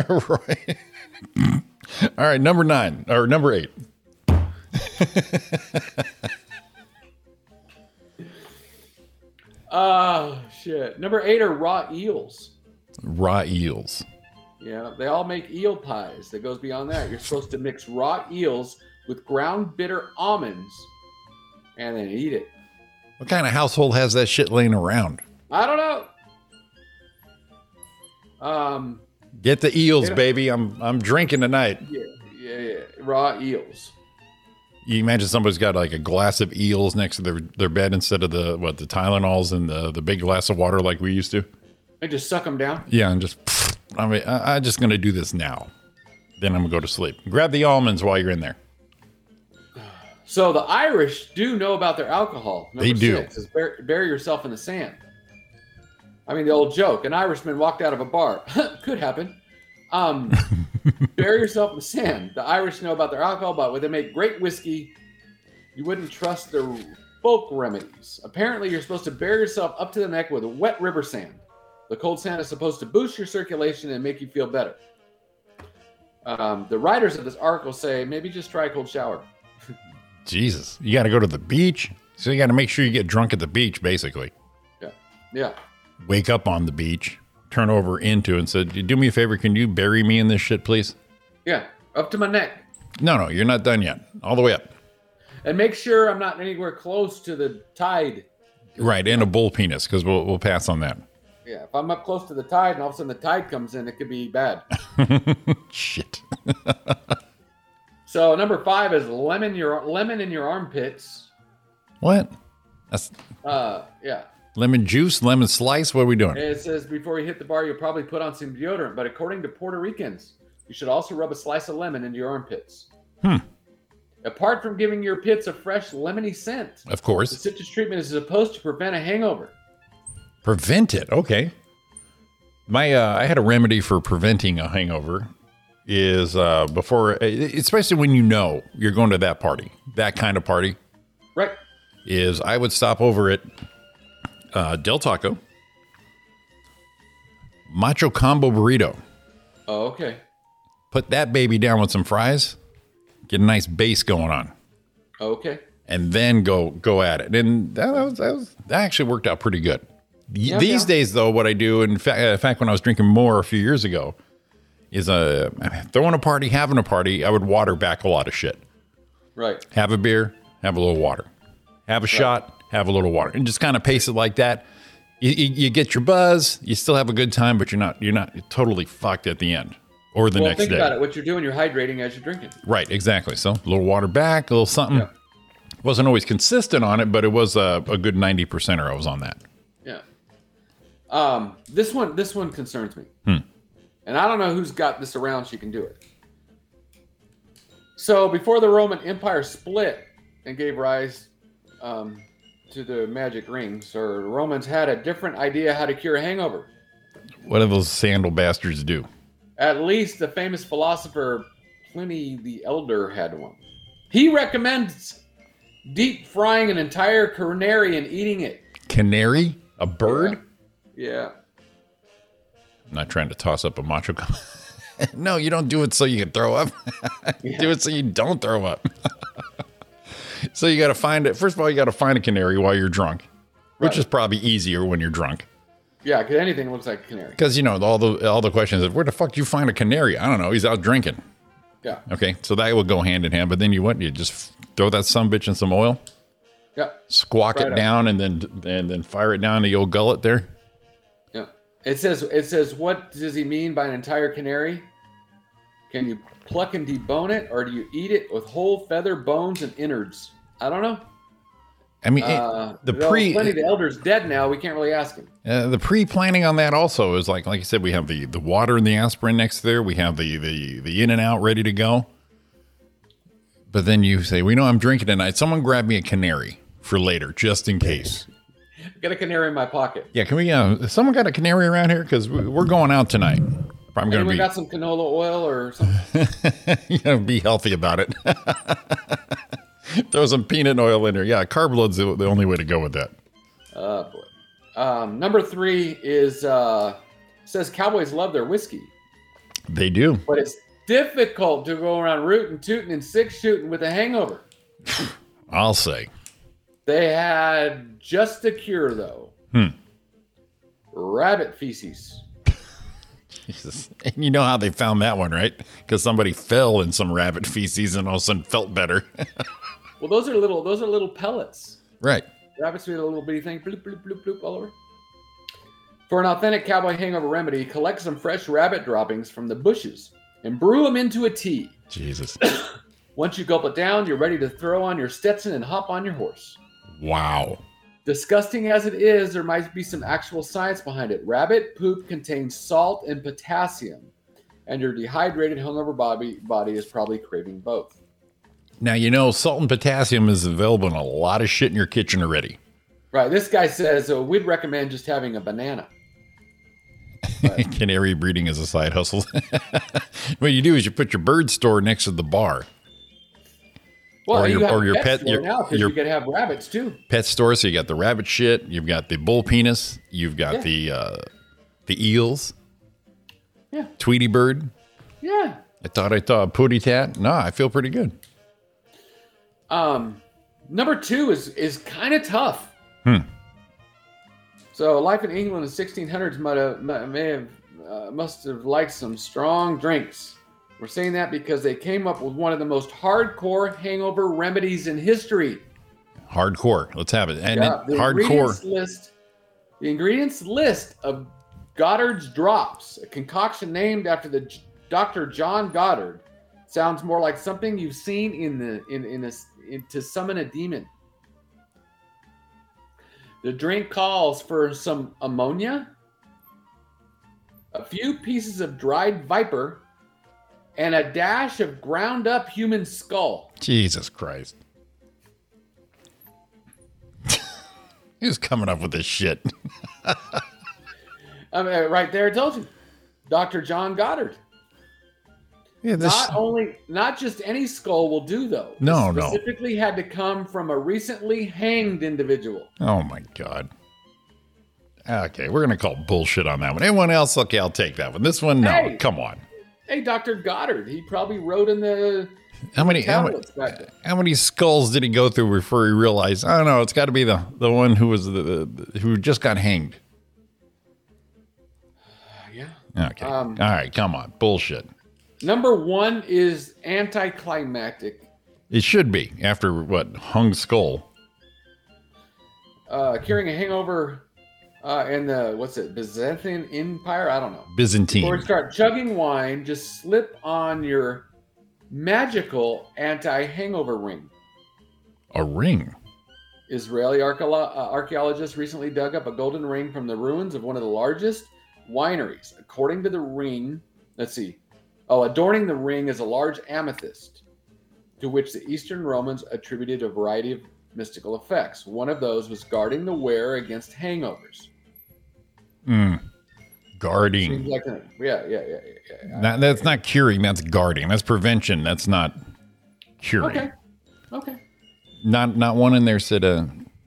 Speaker 7: Roy, All right, number nine or number eight.
Speaker 6: Oh shit. Number eight are raw eels.
Speaker 7: Raw eels.
Speaker 6: Yeah, they all make eel pies. That goes beyond that. You're supposed to mix raw eels with ground bitter almonds, and then eat it.
Speaker 7: What kind of household has that shit laying around?
Speaker 6: I don't know. Um.
Speaker 7: Get the eels,
Speaker 6: Yeah.
Speaker 7: baby. I'm I'm drinking tonight.
Speaker 6: Yeah. Yeah. yeah. Raw eels.
Speaker 7: You imagine somebody's got like a glass of eels next to their, their bed instead of the what the Tylenols and the the big glass of water like we used to.
Speaker 6: And just suck them down.
Speaker 7: Yeah, and just I mean I, I'm just gonna do this now. Then I'm gonna go to sleep. Grab the almonds while you're in there.
Speaker 6: So the Irish do know about their alcohol.
Speaker 7: They do.
Speaker 6: Six is bur- bury yourself in the sand. I mean, the old joke: an Irishman walked out of a bar. Could happen. Um, bury yourself in the sand. The Irish know about their alcohol, but when they make great whiskey, you wouldn't trust their folk remedies. Apparently, you're supposed to bury yourself up to the neck with wet river sand. The cold sand is supposed to boost your circulation and make you feel better. Um, the writers of this article say maybe just try a cold shower.
Speaker 7: Jesus, you got to go to the beach, so you got to make sure you get drunk at the beach. Basically,
Speaker 6: Yeah. Yeah.
Speaker 7: wake up on the beach, turn over into, it and said, "Do me a favor, can you bury me in this shit, please?"
Speaker 6: Yeah. Up to my neck.
Speaker 7: No, no, you're not done yet. All the way up,
Speaker 6: And make sure I'm not anywhere close to the tide.
Speaker 7: right, and a bull penis because we'll we'll pass on that.
Speaker 6: Yeah. If I'm up close to the tide and all of a sudden the tide comes in, it could be bad.
Speaker 7: Shit.
Speaker 6: so number five is lemon your lemon in your armpits.
Speaker 7: What? That's
Speaker 6: Uh yeah.
Speaker 7: lemon juice, lemon slice. What are we doing?
Speaker 6: And it says before you hit the bar, you'll probably put on some deodorant, but according to Puerto Ricans, you should also rub a slice of lemon into your armpits.
Speaker 7: Hmm.
Speaker 6: Apart from giving your pits a fresh lemony scent,
Speaker 7: Of
Speaker 6: the
Speaker 7: course,
Speaker 6: citrus treatment is supposed to prevent a hangover.
Speaker 7: prevent it. Okay. My uh, I had a remedy for preventing a hangover. Is uh, before, especially when you know you're going to that party, that kind of party.
Speaker 6: Right?
Speaker 7: is I would stop over at uh, Del Taco, Macho Combo Burrito.
Speaker 6: Oh, okay.
Speaker 7: Put that baby down with some fries, get a nice base going on,
Speaker 6: Okay.
Speaker 7: and then go go at it. And that was that, was, that actually worked out pretty good. Y-
Speaker 6: Yeah,
Speaker 7: These
Speaker 6: yeah.
Speaker 7: days, though, what I do, in, fa- uh, in fact, when I was drinking more a few years ago, is uh, throwing a party, having a party, I would water back a lot of shit.
Speaker 6: Right.
Speaker 7: have a beer, have a little water, have a shot, have a little water, and just kind of pace it like that. You, you, you get your buzz, you still have a good time, but you're not you're not totally fucked at the end or the
Speaker 6: well,
Speaker 7: next
Speaker 6: think
Speaker 7: day.
Speaker 6: about it. What you're doing, you're hydrating as you're drinking.
Speaker 7: Right, exactly. So a little water back, a little something. Wasn't always consistent on it, but it was a, a good ninety percenter. I was on that.
Speaker 6: Yeah. Um, this one, this one concerns me,
Speaker 7: Hmm.
Speaker 6: and I don't know who's got this around. She can do it. So before the Roman Empire split and gave rise um, to the magic rings, or the Romans had a different idea how to cure a hangover.
Speaker 7: What do those sandal bastards do?
Speaker 6: At least the famous philosopher Pliny the Elder had one. He recommends deep frying an entire canary and eating it.
Speaker 7: Canary, a bird.
Speaker 6: Yeah.
Speaker 7: I'm not trying to toss up a macho. Com- no, you don't do it so you can throw up. you do it so you don't throw up. so you got to find it. First of all, you got to find a canary while you're drunk, which
Speaker 6: Right.
Speaker 7: is probably easier when you're drunk
Speaker 6: Yeah, because anything looks like a canary.
Speaker 7: because you know all the all the questions of where the fuck do you find a canary? I don't know. He's out drinking.
Speaker 6: Yeah,
Speaker 7: Okay, so that will go hand in hand. But then you what? You just throw that some bitch in some oil,
Speaker 6: yeah,
Speaker 7: squawk
Speaker 6: Right
Speaker 7: it
Speaker 6: on.
Speaker 7: down, and then and then fire it down to your gullet there.
Speaker 6: yeah. It says it says what does he mean by an entire canary? Can you pluck and debone it, or do you eat it with whole feather, bones, and innards? I don't know.
Speaker 7: I mean, it-
Speaker 6: Uh,
Speaker 7: the
Speaker 6: though
Speaker 7: pre
Speaker 6: Pliny the elder's dead now. We can't really ask him.
Speaker 7: Uh, the pre-planning on that also is like, like I said, we have the the water and the aspirin next there. We have the the the in and out ready to go. But then you say, "We know I'm drinking tonight. Someone grab me a canary for later, just in case."
Speaker 6: Got a canary in my pocket.
Speaker 7: Yeah, can we? Uh, someone got a canary around here because we're going out tonight. I'm
Speaker 6: Anyone
Speaker 7: going
Speaker 6: got some canola oil or something?
Speaker 7: to be you know, be healthy about it. Throw some peanut oil in there. Yeah, carb load's the, the only way to go with that.
Speaker 6: Oh boy. Um, number three is uh, says cowboys love their whiskey,
Speaker 7: They do.
Speaker 6: but it's difficult to go around rooting, tooting, and six shooting with a hangover.
Speaker 7: I'll say.
Speaker 6: They had just a cure though.
Speaker 7: Hmm.
Speaker 6: Rabbit feces.
Speaker 7: Jesus. And you know how they found that one, right? Because somebody fell in some rabbit feces and all of a sudden felt better.
Speaker 6: Well, those are little. Those are little pellets.
Speaker 7: right.
Speaker 6: Rabbits feed a little bitty thing. Bloop bloop bloop bloop all over. For an authentic cowboy hangover remedy, collect some fresh rabbit droppings from the bushes and brew them into a tea.
Speaker 7: Jesus.
Speaker 6: Once you gulp it down, you're ready to throw on your Stetson and hop on your horse.
Speaker 7: Wow.
Speaker 6: Disgusting as it is, there might be some actual science behind it. Rabbit poop contains salt and potassium, and your dehydrated, hungover body, body is probably craving both.
Speaker 7: Now, you know, salt and potassium is available in a lot of shit in your kitchen already.
Speaker 6: Right, this guy says uh, we'd recommend just having a banana.
Speaker 7: Canary breeding is a side hustle. what you do is you put your bird store next to the bar,
Speaker 6: Well,
Speaker 7: Or
Speaker 6: you
Speaker 7: your-
Speaker 6: have
Speaker 7: or your pet-
Speaker 6: store
Speaker 7: your-
Speaker 6: now 'cause
Speaker 7: your-
Speaker 6: you could have rabbits too.
Speaker 7: pet store. So you got the rabbit shit, you've got the bull penis, you've got
Speaker 6: Yeah.
Speaker 7: the uh, the eels,
Speaker 6: Yeah.
Speaker 7: Tweety bird.
Speaker 6: Yeah.
Speaker 7: I thought I saw a pooty tat. Nah, I feel pretty good.
Speaker 6: Um, number two is is kind of tough.
Speaker 7: Hmm.
Speaker 6: So life in England in 1600s might have, might- may have uh, must have liked some strong drinks. We're saying that because they came up with one of the most hardcore hangover remedies in history.
Speaker 7: Hardcore. Let's have it. And
Speaker 6: Yeah,
Speaker 7: it-
Speaker 6: the
Speaker 7: hardcore.
Speaker 6: ingredients list. The ingredients list of Goddard's drops, a concoction named after the J- Dr. John Goddard, sounds more like something you've seen in the in in a s- in, to summon a demon. The drink calls for some ammonia, a few pieces of dried viper, and a dash of ground up human skull.
Speaker 7: Jesus Christ. Who's coming up with this shit?
Speaker 6: I mean, Uh, right there, I told you, Dr. John Goddard.
Speaker 7: Yeah,
Speaker 6: Not only, not just any skull will do though.
Speaker 7: No,
Speaker 6: It
Speaker 7: no.
Speaker 6: Specifically, had to come from a recently hanged individual.
Speaker 7: Oh my god. Okay, we're gonna call bullshit on that one. Anyone else? Okay, I'll take that one. This one, no.
Speaker 6: Hey!
Speaker 7: Come on.
Speaker 6: Hey, Doctor Goddard, he probably wrote in the
Speaker 7: How many how, many
Speaker 6: tablets back then.
Speaker 7: how many skulls did he go through before he realized? I don't know. It's got to be the the one who was the, the who just got hanged.
Speaker 6: Yeah.
Speaker 7: Okay.
Speaker 6: Um,
Speaker 7: All right. Come on. Bullshit.
Speaker 6: Number one is anticlimactic.
Speaker 7: It should be after what hung skull.
Speaker 6: Uh, curing a hangover uh, in the what's it Byzantine Empire? I don't know. Or
Speaker 7: Byzantine.
Speaker 6: start chugging wine. Just slip on your magical anti-hangover ring.
Speaker 7: A ring.
Speaker 6: Israeli archeolo- uh, archaeologists recently dug up a golden ring from the ruins of one of the largest wineries. According to the ring, let's see. Oh, adorning the ring is a large amethyst to which the Eastern Romans attributed a variety of mystical effects. One of those was guarding the wearer against hangovers.
Speaker 7: Mm.
Speaker 6: Seems
Speaker 7: Guarding.
Speaker 6: like a- yeah, yeah, yeah, yeah, yeah.
Speaker 7: That, that's not curing. That's guarding. That's prevention. That's not curing.
Speaker 6: Okay. Okay.
Speaker 7: Not not one in there said uh,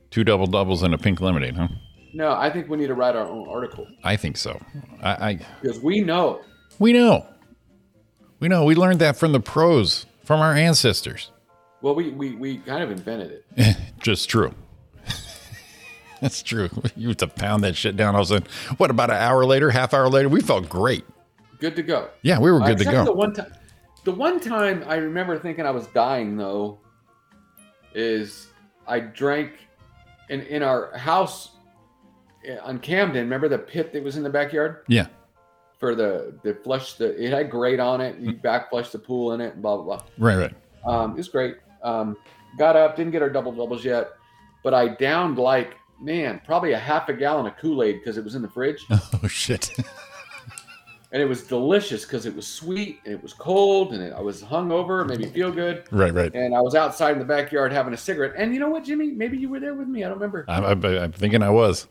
Speaker 7: two double doubles and a pink lemonade, huh?
Speaker 6: No, I think we need to write our own article
Speaker 7: I think so. I, I
Speaker 6: because we know.
Speaker 7: we know, we know. We learned that from the pros, from our ancestors.
Speaker 6: Well, we, we, we kind of invented it.
Speaker 7: Just true. That's true. You have to pound that shit down. All of a sudden, what about an hour later, half hour later, we felt great.
Speaker 6: Good to go.
Speaker 7: Yeah, we were
Speaker 6: Uh,
Speaker 7: good to
Speaker 6: except for
Speaker 7: go.
Speaker 6: The one time, the one time I remember thinking I was dying though, is I drank in in our house i- on Camden. Remember the pit that was in the backyard
Speaker 7: yeah,
Speaker 6: for the the flush. The it had grate on it. You back flush the pool in it. And blah blah
Speaker 7: right, right.
Speaker 6: blah. Um, it was great. Um, got up, didn't get our double doubles yet, but I downed like man probably a half a gallon of Kool Aid because it was in the fridge.
Speaker 7: Oh shit.
Speaker 6: and it was delicious because it was sweet and it was cold and it, I was hungover, it made me feel good.
Speaker 7: right, right.
Speaker 6: And I was outside in the backyard having a cigarette. And you know what, Jimmy? Maybe you were there with me. I don't remember
Speaker 7: I'm, I'm, I'm thinking I was.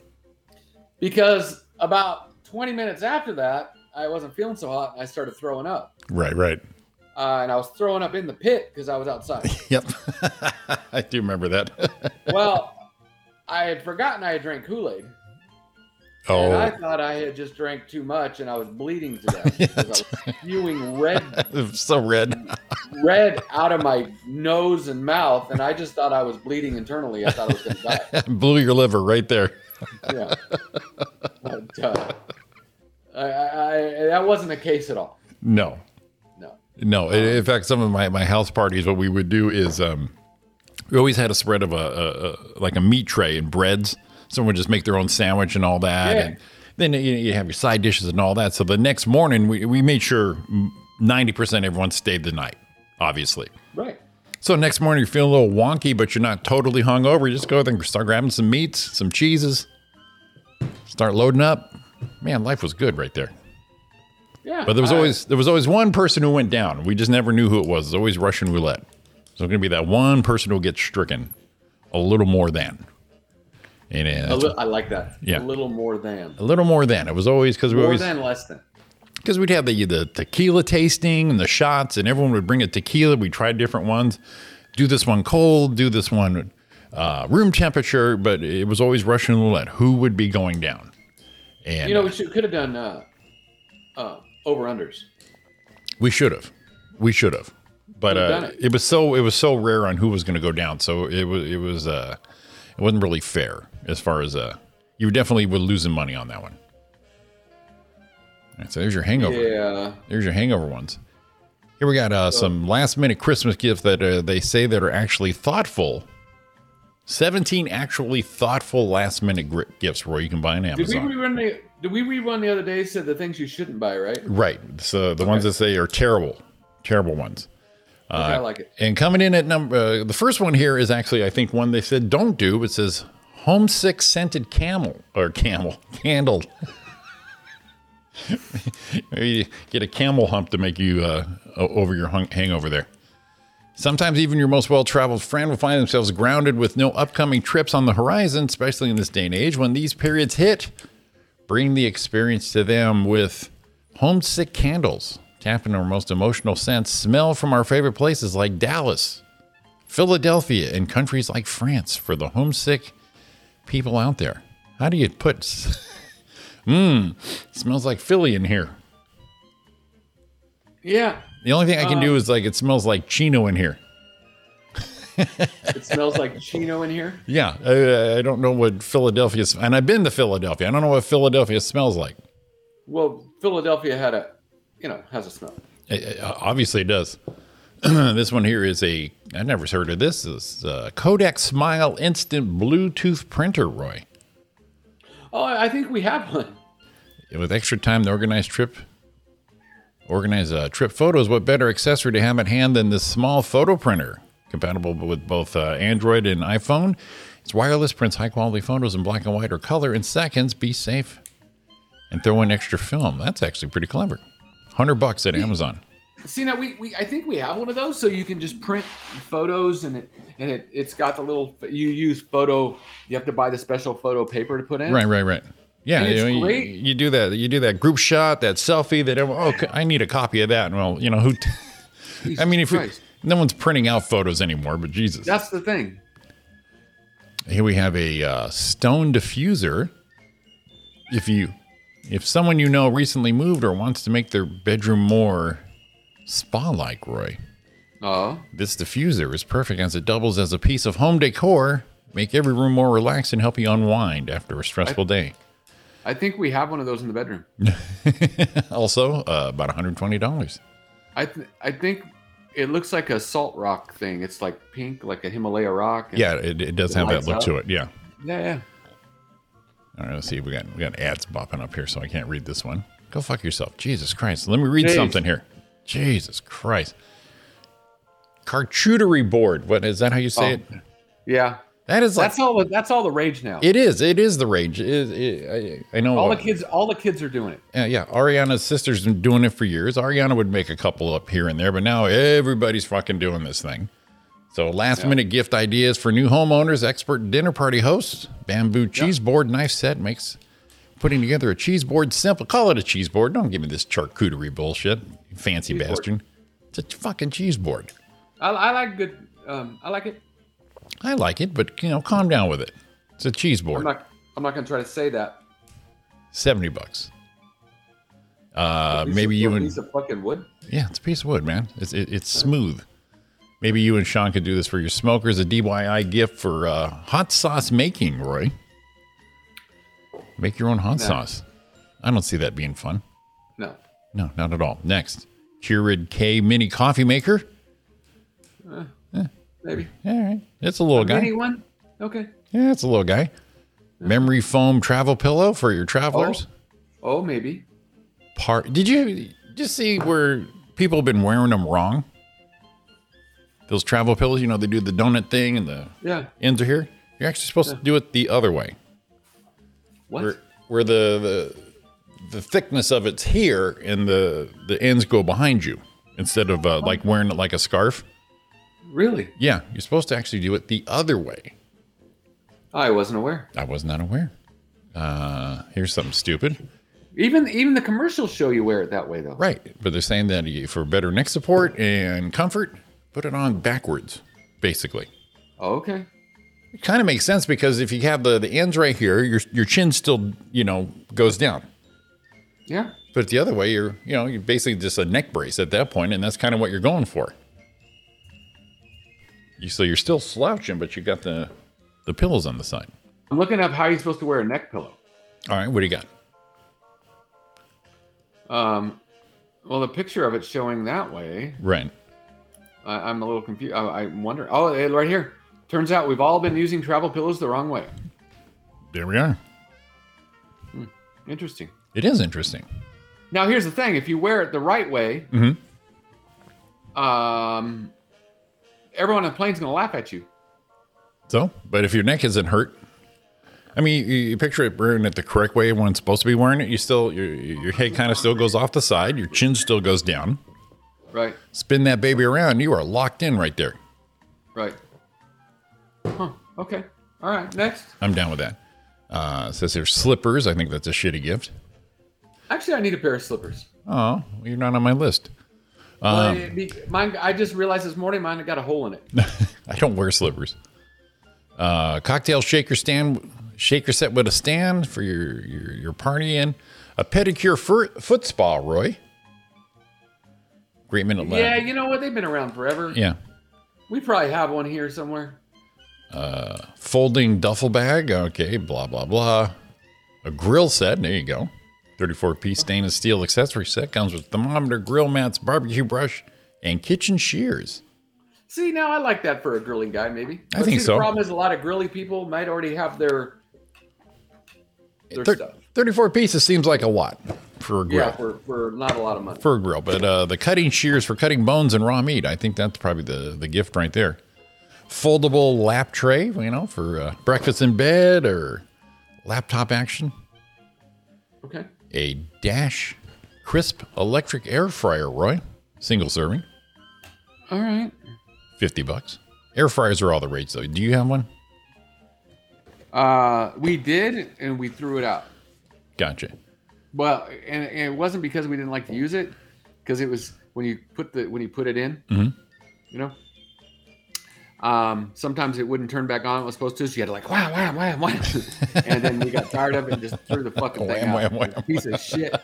Speaker 6: because about 20 minutes after that, I wasn't feeling so hot and I started throwing up.
Speaker 7: Right, right.
Speaker 6: Uh, and I was throwing up in the pit because I was outside.
Speaker 7: Yep. I do remember that.
Speaker 6: well, I had forgotten I had drank Kool Aid. And I
Speaker 7: Oh,
Speaker 6: thought I had just drank too much and I was bleeding to death. because I was spewing red,
Speaker 7: so red.
Speaker 6: red out of my nose and mouth, and I just thought I was bleeding internally. I thought I was going to die.
Speaker 7: Blew your liver right there.
Speaker 6: Yeah. But, uh, I, I, I, that wasn't the case at all.
Speaker 7: No,
Speaker 6: No.
Speaker 7: No, i- in fact, some of my, my house parties, what we would do is um, we always had a spread of a, a, a like a meat tray and breads. Someone would just make their own sandwich and all that,
Speaker 6: Yeah.
Speaker 7: and then you, you have your side dishes and all that. So the next morning, we, we made sure ninety percent everyone stayed the night, obviously.
Speaker 6: Right.
Speaker 7: So next morning, you're feeling a little wonky, but you're not totally hungover. You just go out there and start grabbing some meats, some cheeses, start loading up. Man, life was good right there.
Speaker 6: Yeah.
Speaker 7: But there was
Speaker 6: I-
Speaker 7: always there was always one person who went down. We just never knew who it was. It's always Russian roulette. So it's gonna be that one person who gets stricken a little more than. And uh,
Speaker 6: a
Speaker 7: that's-
Speaker 6: li- I like that. A
Speaker 7: Yeah.
Speaker 6: little more than.
Speaker 7: a little more than. It was always because we
Speaker 6: More
Speaker 7: always
Speaker 6: than, less than.
Speaker 7: because we'd have the the tequila tasting and the shots, and everyone would bring a tequila. We tried different ones. Do this one cold. Do this one uh, room temperature. But it was always Russian roulette. Who would be going down? And
Speaker 6: You know, we should, could have done uh, uh, over unders.
Speaker 7: We should have. We should have. But
Speaker 6: Could've
Speaker 7: uh,
Speaker 6: done
Speaker 7: it.
Speaker 6: it.
Speaker 7: was so it was so rare on who was going to go down. So it was it was uh it wasn't really fair as far as uh you definitely were losing money on that one. All right, so there's your hangover.
Speaker 6: Yeah.
Speaker 7: There's your hangover ones. Here we got uh, some last minute Christmas gifts that uh, they say that are actually thoughtful. 17 actually thoughtful last minute gri- gifts where you can buy on
Speaker 6: Did we
Speaker 7: Amazon.
Speaker 6: rerun the? Did we rerun the other day? Said the things you shouldn't buy, right?
Speaker 7: right. So the ones that say are terrible, terrible ones. Uh,
Speaker 6: Okay, I like it.
Speaker 7: And coming in at number, uh, the first one here is actually, I think, one they said don't do. It says homesick scented camel or camel candle. Maybe you get a camel hump to make you uh, o- over your hung- hangover there. Sometimes even your most well traveled friend will find themselves grounded with no upcoming trips on the horizon, especially in this day and age. When these periods hit, bring the experience to them with homesick candles. Tap into our most emotional sense. Smell from our favorite places like Dallas, Philadelphia, and countries like France for the homesick people out there. How do you put. Mmm, smells like Philly in here.
Speaker 6: Yeah.
Speaker 7: The only thing I can do is like, it smells like Chino in here.
Speaker 6: It smells like Chino in here.
Speaker 7: Yeah, I, I don't know what Philadelphia, and I've been to Philadelphia. I don't know what Philadelphia smells like.
Speaker 6: Well, Philadelphia had a, you know, has a smell.
Speaker 7: It, it obviously, it does. this one here is a I've never heard of this. This is a Kodak Smile Instant Bluetooth printer, Roy,
Speaker 6: Oh, I I think we have one.
Speaker 7: with extra time to organize trip. Organize uh, trip photos. What better accessory to have at hand than this small photo printer, compatible with both uh, Android and iPhone? It's wireless, prints high quality photos in black and white or color in seconds. Be safe, and throw in extra film. That's actually pretty clever. Hundred bucks at Amazon.
Speaker 6: See now, we, we I think we have one of those, so you can just print photos and it and it it's got the little you use photo. You have to buy the special photo paper to put in.
Speaker 7: Right, right, right. Yeah,
Speaker 6: And it's
Speaker 7: you, know, you-
Speaker 6: great.
Speaker 7: you do that. You do that group shot, that selfie. That everyone- oh, c- I need a copy of that. And well, you know who? T- I mean, if we,
Speaker 6: Christ.
Speaker 7: no one's printing out photos anymore, but Jesus.
Speaker 6: That's the thing.
Speaker 7: Here we have a uh, stone diffuser. If you, if someone you know recently moved or wants to make their bedroom more spa-like, Roy,
Speaker 6: Oh,
Speaker 7: this diffuser is perfect as it doubles as a piece of home decor. Make every room more relaxed and help you unwind after a stressful day.
Speaker 6: I think we have one of those in the bedroom.
Speaker 7: also, uh, about $120.
Speaker 6: I th- I think it looks like a salt rock thing. It's like pink, like a Himalaya rock. and-
Speaker 7: Yeah, it, it does have that
Speaker 6: lights
Speaker 7: look
Speaker 6: up.
Speaker 7: to it. Yeah.
Speaker 6: yeah, yeah.
Speaker 7: All right, let's see. We got we got ads bopping up here, so I can't read this one. Go fuck yourself, Jesus Christ! Let me read
Speaker 6: Jeez.
Speaker 7: something here. Jesus Christ! Carcuterie board. What is that? How you say
Speaker 6: Oh.
Speaker 7: it?
Speaker 6: Yeah.
Speaker 7: That is like
Speaker 6: That's all. the- That's all the rage now.
Speaker 7: it is. It is the rage. It is- it- I, I know.
Speaker 6: all the
Speaker 7: uh,
Speaker 6: kids, all the kids are doing it.
Speaker 7: Yeah, yeah. Ariana's sister's been doing it for years. Ariana would make a couple up here and there, but now everybody's fucking doing this thing. So, last minute gift ideas for new homeowners, expert dinner party hosts, bamboo cheese board knife set makes putting together a cheese board simple. Call it a cheese board. Don't give me this charcuterie bullshit, you fancy
Speaker 6: Cheese board.
Speaker 7: bastard. It's a fucking cheese board.
Speaker 6: I, I like good. Um, I like it.
Speaker 7: I like it, but you know, calm down with it. It's a cheese board.
Speaker 6: I'm not. I'm not gonna try to say that.
Speaker 7: 70 bucks. Uh,
Speaker 6: Piece
Speaker 7: maybe
Speaker 6: of-
Speaker 7: you
Speaker 6: a
Speaker 7: and
Speaker 6: piece of fucking wood.
Speaker 7: yeah, it's a piece of wood, man. It's it, it's smooth. Maybe you and Sean could do this for your smokers, a DIY gift for uh, hot sauce making, Roy. Make your own hot
Speaker 6: No.
Speaker 7: sauce. I don't see that being fun.
Speaker 6: No,
Speaker 7: No, not at all. Next, Keurig K mini coffee maker.
Speaker 6: maybe
Speaker 7: All right, it's a little guy.
Speaker 6: anyone. Okay.
Speaker 7: Yeah, it's a little guy. Memory foam travel pillow for your travelers.
Speaker 6: Oh, maybe.
Speaker 7: Part. Did you just see where people have been wearing them wrong? Those travel pillows, you know, they do the donut thing and the
Speaker 6: Yeah.
Speaker 7: ends are here. You're actually supposed to do it the other way,
Speaker 6: What?
Speaker 7: where, where the, the the thickness of it's here and the the ends go behind you instead of uh, like wearing it like a scarf.
Speaker 6: Really?
Speaker 7: Yeah, you're supposed to actually do it the other way.
Speaker 6: I wasn't aware.
Speaker 7: I was not aware. Uh, here's something stupid.
Speaker 6: Even even the commercials show you wear it that way though.
Speaker 7: Right, but they're saying that you- for better neck support and comfort, put it on backwards, basically.
Speaker 6: Oh, okay.
Speaker 7: It kind of makes sense because if you have the, the ends right here, your your chin still you know goes down.
Speaker 6: Yeah.
Speaker 7: But the other way, you're you know you're basically just a neck brace at that point, and that's kind of what you're going for. You, so you're still slouching, but you got the the pillows on the side.
Speaker 6: I'm looking up how you're supposed to wear a neck pillow.
Speaker 7: All right, what do you got?
Speaker 6: Um, well, the picture of it showing that way,
Speaker 7: Right.
Speaker 6: I, I'm a little confused. I, I wonder. Oh, eh, right here. Turns out we've all been using travel pillows the wrong way.
Speaker 7: There we are.
Speaker 6: Interesting.
Speaker 7: It is interesting.
Speaker 6: Now, here's the thing: if you wear it the right way,
Speaker 7: Mhm. Mm-hmm.
Speaker 6: um, everyone on the plane's gonna laugh at you.
Speaker 7: So, but if your neck isn't hurt, I mean, you, you picture it wearing it the correct way when it's supposed to be wearing it. You still, your, your head kind of still goes off the side, your chin still goes down.
Speaker 6: Right.
Speaker 7: Spin that baby around, you are locked in right there.
Speaker 6: Right. Huh. Okay. All right. Next.
Speaker 7: I'm down with that. Uh, it says here slippers. I think that's a shitty gift.
Speaker 6: Actually, I need a pair of slippers.
Speaker 7: Oh, you're not on my list. Um,
Speaker 6: Well, it'd be- mine. I just realized this morning mine got a hole in it.
Speaker 7: I don't wear slippers. Uh, cocktail shaker stand, shaker set with a stand for your your, your party in. A pedicure foot foot spa, Roy. Great minute lab.
Speaker 6: Yeah, you know what? They've been around forever.
Speaker 7: Yeah.
Speaker 6: We probably have one here somewhere.
Speaker 7: Folding duffel bag. Okay. Blah, blah, blah. A grill set. There you go. 34 piece stainless steel accessory set comes with thermometer, grill mats, barbecue brush, and kitchen shears.
Speaker 6: See, now I like that for a grilling guy, maybe.
Speaker 7: I think
Speaker 6: see,
Speaker 7: so.
Speaker 6: The problem is a lot of grilly people might already have their their
Speaker 7: Thir-
Speaker 6: stuff.
Speaker 7: 34 pieces seems like a lot for a grill.
Speaker 6: Yeah, for, for not a lot of money.
Speaker 7: for a grill, but uh, the cutting shears for cutting bones and raw meat. I think that's probably the, the gift right there. Foldable lap tray, you know, for uh, breakfast in bed or laptop action.
Speaker 6: Okay.
Speaker 7: A Dash crisp electric air fryer, Roy. Single serving,
Speaker 6: All right.
Speaker 7: 50 bucks. Air fryers are all the rage, though. Do you have one?
Speaker 6: Uh, we did, and we threw it out.
Speaker 7: Gotcha.
Speaker 6: Well, and, and it wasn't because we didn't like to use it, because it was when you put the when you put it in,
Speaker 7: Mhm.
Speaker 6: you know. Um, sometimes it wouldn't turn back on. It was supposed to, so you had to like wham wham wham wham, and then we got tired of it and just threw the fucking thing
Speaker 7: Wham,
Speaker 6: out.
Speaker 7: wham, wham.
Speaker 6: Piece of shit.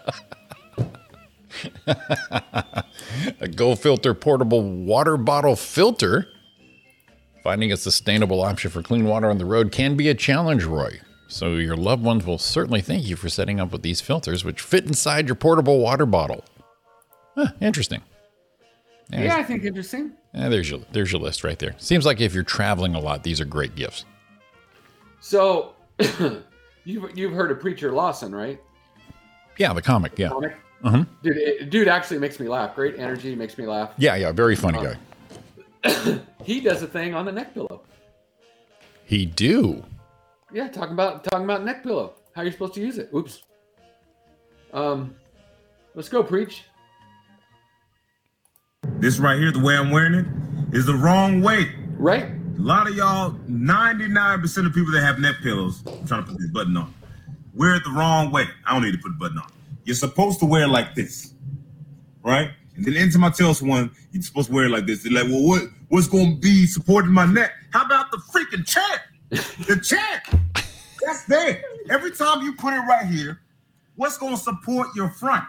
Speaker 7: A Go Filter portable water bottle filter. Finding a sustainable option for clean water on the road can be a challenge, Roy. So your loved ones will certainly thank you for setting up with these filters, which fit inside your portable water bottle. Huh, interesting. There's,
Speaker 6: Yeah, I think interesting.
Speaker 7: eh, there's your there's your list right there. Seems like if you're traveling a lot, these are great gifts.
Speaker 6: So, you've you've heard of Preacher Lawson, right?
Speaker 7: Yeah, the comic. Yeah,
Speaker 6: Comic.
Speaker 7: Mhm.
Speaker 6: Dude, it, dude actually makes me laugh. Great energy makes me laugh.
Speaker 7: yeah, yeah. Very funny guy.
Speaker 6: He does a thing on the neck pillow.
Speaker 7: He do.
Speaker 6: Yeah, talking about talking about neck pillow. How you're supposed to use it. Oops. Um, let's go preach.
Speaker 10: This right here, the way I'm wearing it, is the wrong way.
Speaker 6: Right?
Speaker 10: A lot of y'all, 99% of people that have neck pillows, I'm trying to put this button on, wear it the wrong way. I don't need to put the button on. You're supposed to wear it like this, right? And then anytime I tell someone you're supposed to wear it like this, they're like, well, what, what's going to be supporting my neck? How about the freaking check? The check. That's there. Every time you put it right here, What's going to support your front?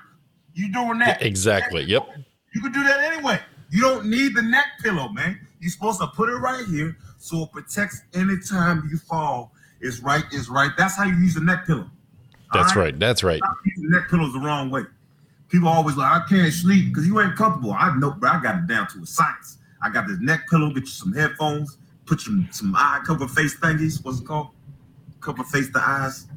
Speaker 10: You doing that?
Speaker 7: Exactly. Yep.
Speaker 10: You can do that anyway. You don't need the neck pillow, man. You're supposed to put it right here so it protects anytime you fall. It's right, it's right. That's how you use the neck pillow.
Speaker 7: That's
Speaker 10: All
Speaker 7: right. That's right.
Speaker 10: Stop using neck pillows the wrong way. People always like, I can't sleep because you ain't comfortable. I know, but I got it down to a science. I got this neck pillow, get you some headphones, put you some eye cover face thingies. What's it called? Cover face the eyes.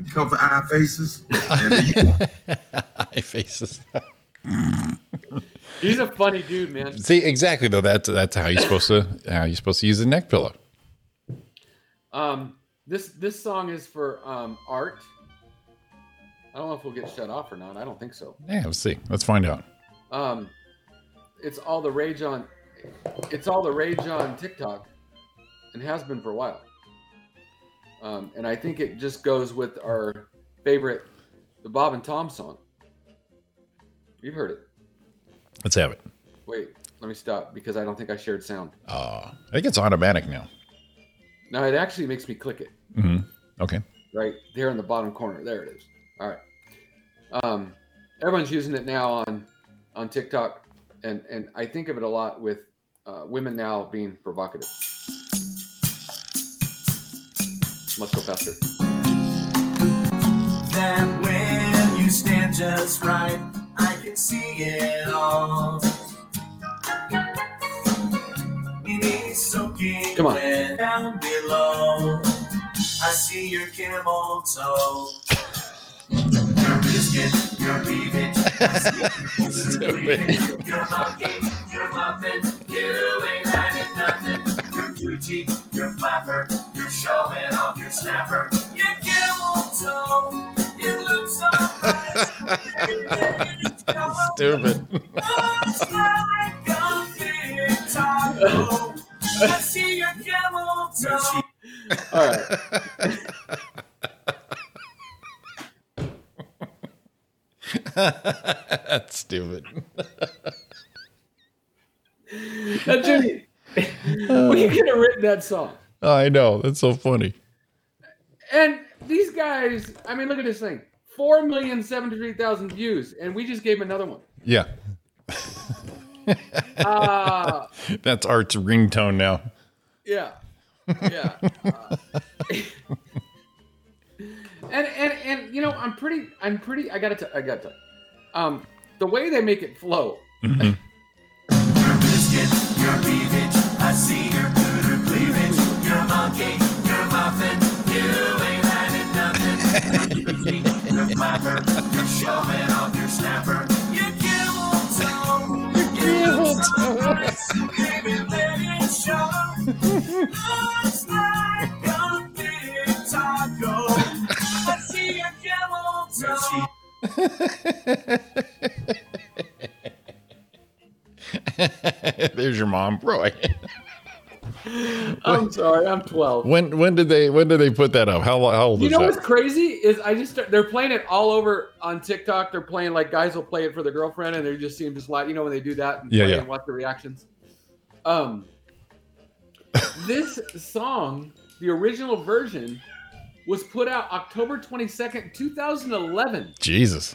Speaker 10: The cover eye faces. And then you-
Speaker 7: Eye faces.
Speaker 6: He's a funny dude, man.
Speaker 7: See, exactly though. That's that's how you're supposed to how you're supposed to use a neck pillow.
Speaker 6: Um, this this song is for um Art. I don't know if we'll get shut off or not. I don't think so.
Speaker 7: Yeah, let's see. Let's find out.
Speaker 6: Um, it's all the rage on. It's all the rage on TikTok, and has been for a while. Um, and I think it just goes with our favorite, the Bob and Tom song. You've heard it.
Speaker 7: Let's have it.
Speaker 6: Wait, let me stop because I don't think I shared sound.
Speaker 7: Uh, I think it's automatic now.
Speaker 6: Now it actually makes me click it.
Speaker 7: hmm Okay.
Speaker 6: right there in the bottom corner. There it is. All right. Um, everyone's using it now on on TikTok, and and I think of it a lot with uh, women now being provocative. Let's go faster.
Speaker 4: that when you stand just right, I can see it all. It is soaking
Speaker 6: Come on.
Speaker 4: wet down below. I see your camel toe. You're biscuit, you're leaving. You're monkey, you're muffin, you ain't having nothing. You're too cheap, you're flapper, you're showing off your snapper. Your camel toe, it looks so nice.
Speaker 7: Stupid.
Speaker 4: Looks like a big taco. I see your camel toe.
Speaker 6: All right.
Speaker 7: That's stupid.
Speaker 6: Now, Jimmy, we could have written that song.
Speaker 7: I know. That's so funny.
Speaker 6: And these guys, I mean, look at this thing. Four million seventy-three thousand views, and we just gave him another one.
Speaker 7: Yeah.
Speaker 6: Uh,
Speaker 7: That's Art's ringtone now.
Speaker 6: Yeah. Yeah. Uh, and and and you know, I'm pretty I'm pretty I got to I got to um the way they make it flow.
Speaker 4: Your biscuit, your cleavage, I see your cooter cleavage. Your monkey, your muffin, you ain't having nothing. Your cheek, your flapper, you're showing off your snapper. Your camel toe, your camel toe. Baby, let it show. Looks like a big taco. I see your camel toe.
Speaker 7: There's your mom, Roy.
Speaker 6: I'm sorry, I'm 12.
Speaker 7: When when did they when did they put that up? How, how old
Speaker 6: You
Speaker 7: is
Speaker 6: know
Speaker 7: that?
Speaker 6: what's crazy is I just start, they're playing it all over on TikTok. They're playing like guys will play it for their girlfriend and they just see them just like you know when they do that and
Speaker 7: Yeah,
Speaker 6: play
Speaker 7: yeah.
Speaker 6: and watch the reactions. Um this song, the original version was put out October 22nd, 2011.
Speaker 7: Jesus.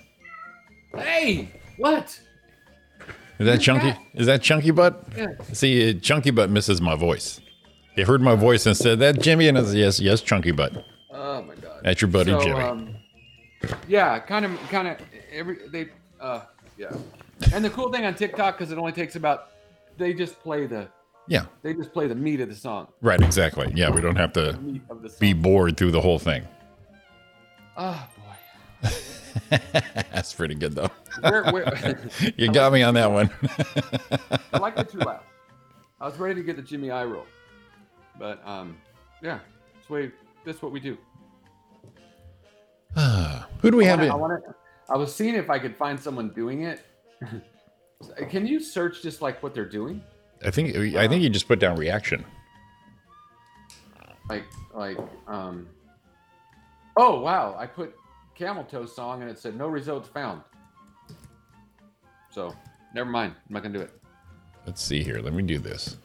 Speaker 6: Hey, what?
Speaker 7: Is that chunky? Is that chunky butt?
Speaker 6: Yeah.
Speaker 7: See, uh, chunky butt misses my voice. They heard my voice and said that Jimmy, and I said, yes, yes, chunky butt.
Speaker 6: Oh my god.
Speaker 7: That's your buddy Jimmy.
Speaker 6: um, yeah, kind of, kind of. Every they, uh, yeah. And the cool thing on TikTok because it only takes about, they just play the,
Speaker 7: yeah,
Speaker 6: they just play the meat of the song,
Speaker 7: right, exactly. Yeah, we don't have to
Speaker 6: meat of the song.
Speaker 7: be bored through the whole thing.
Speaker 6: Oh boy.
Speaker 7: That's pretty good though.
Speaker 6: Where, where,
Speaker 7: You got me on that one.
Speaker 6: I like the two laughs. I was ready to get the Jimmy eye roll, but um, yeah, that's way. That's what we do.
Speaker 7: Who do we
Speaker 6: I
Speaker 7: have?
Speaker 6: wanna-
Speaker 7: in-
Speaker 6: I want to. I was seeing if I could find someone doing it. Can you search just like what they're doing?
Speaker 7: I think I think you just put down reaction.
Speaker 6: like like um oh wow i put camel toe song and it said no results found so never mind i'm not gonna do it
Speaker 7: Let's see here. Let me do this.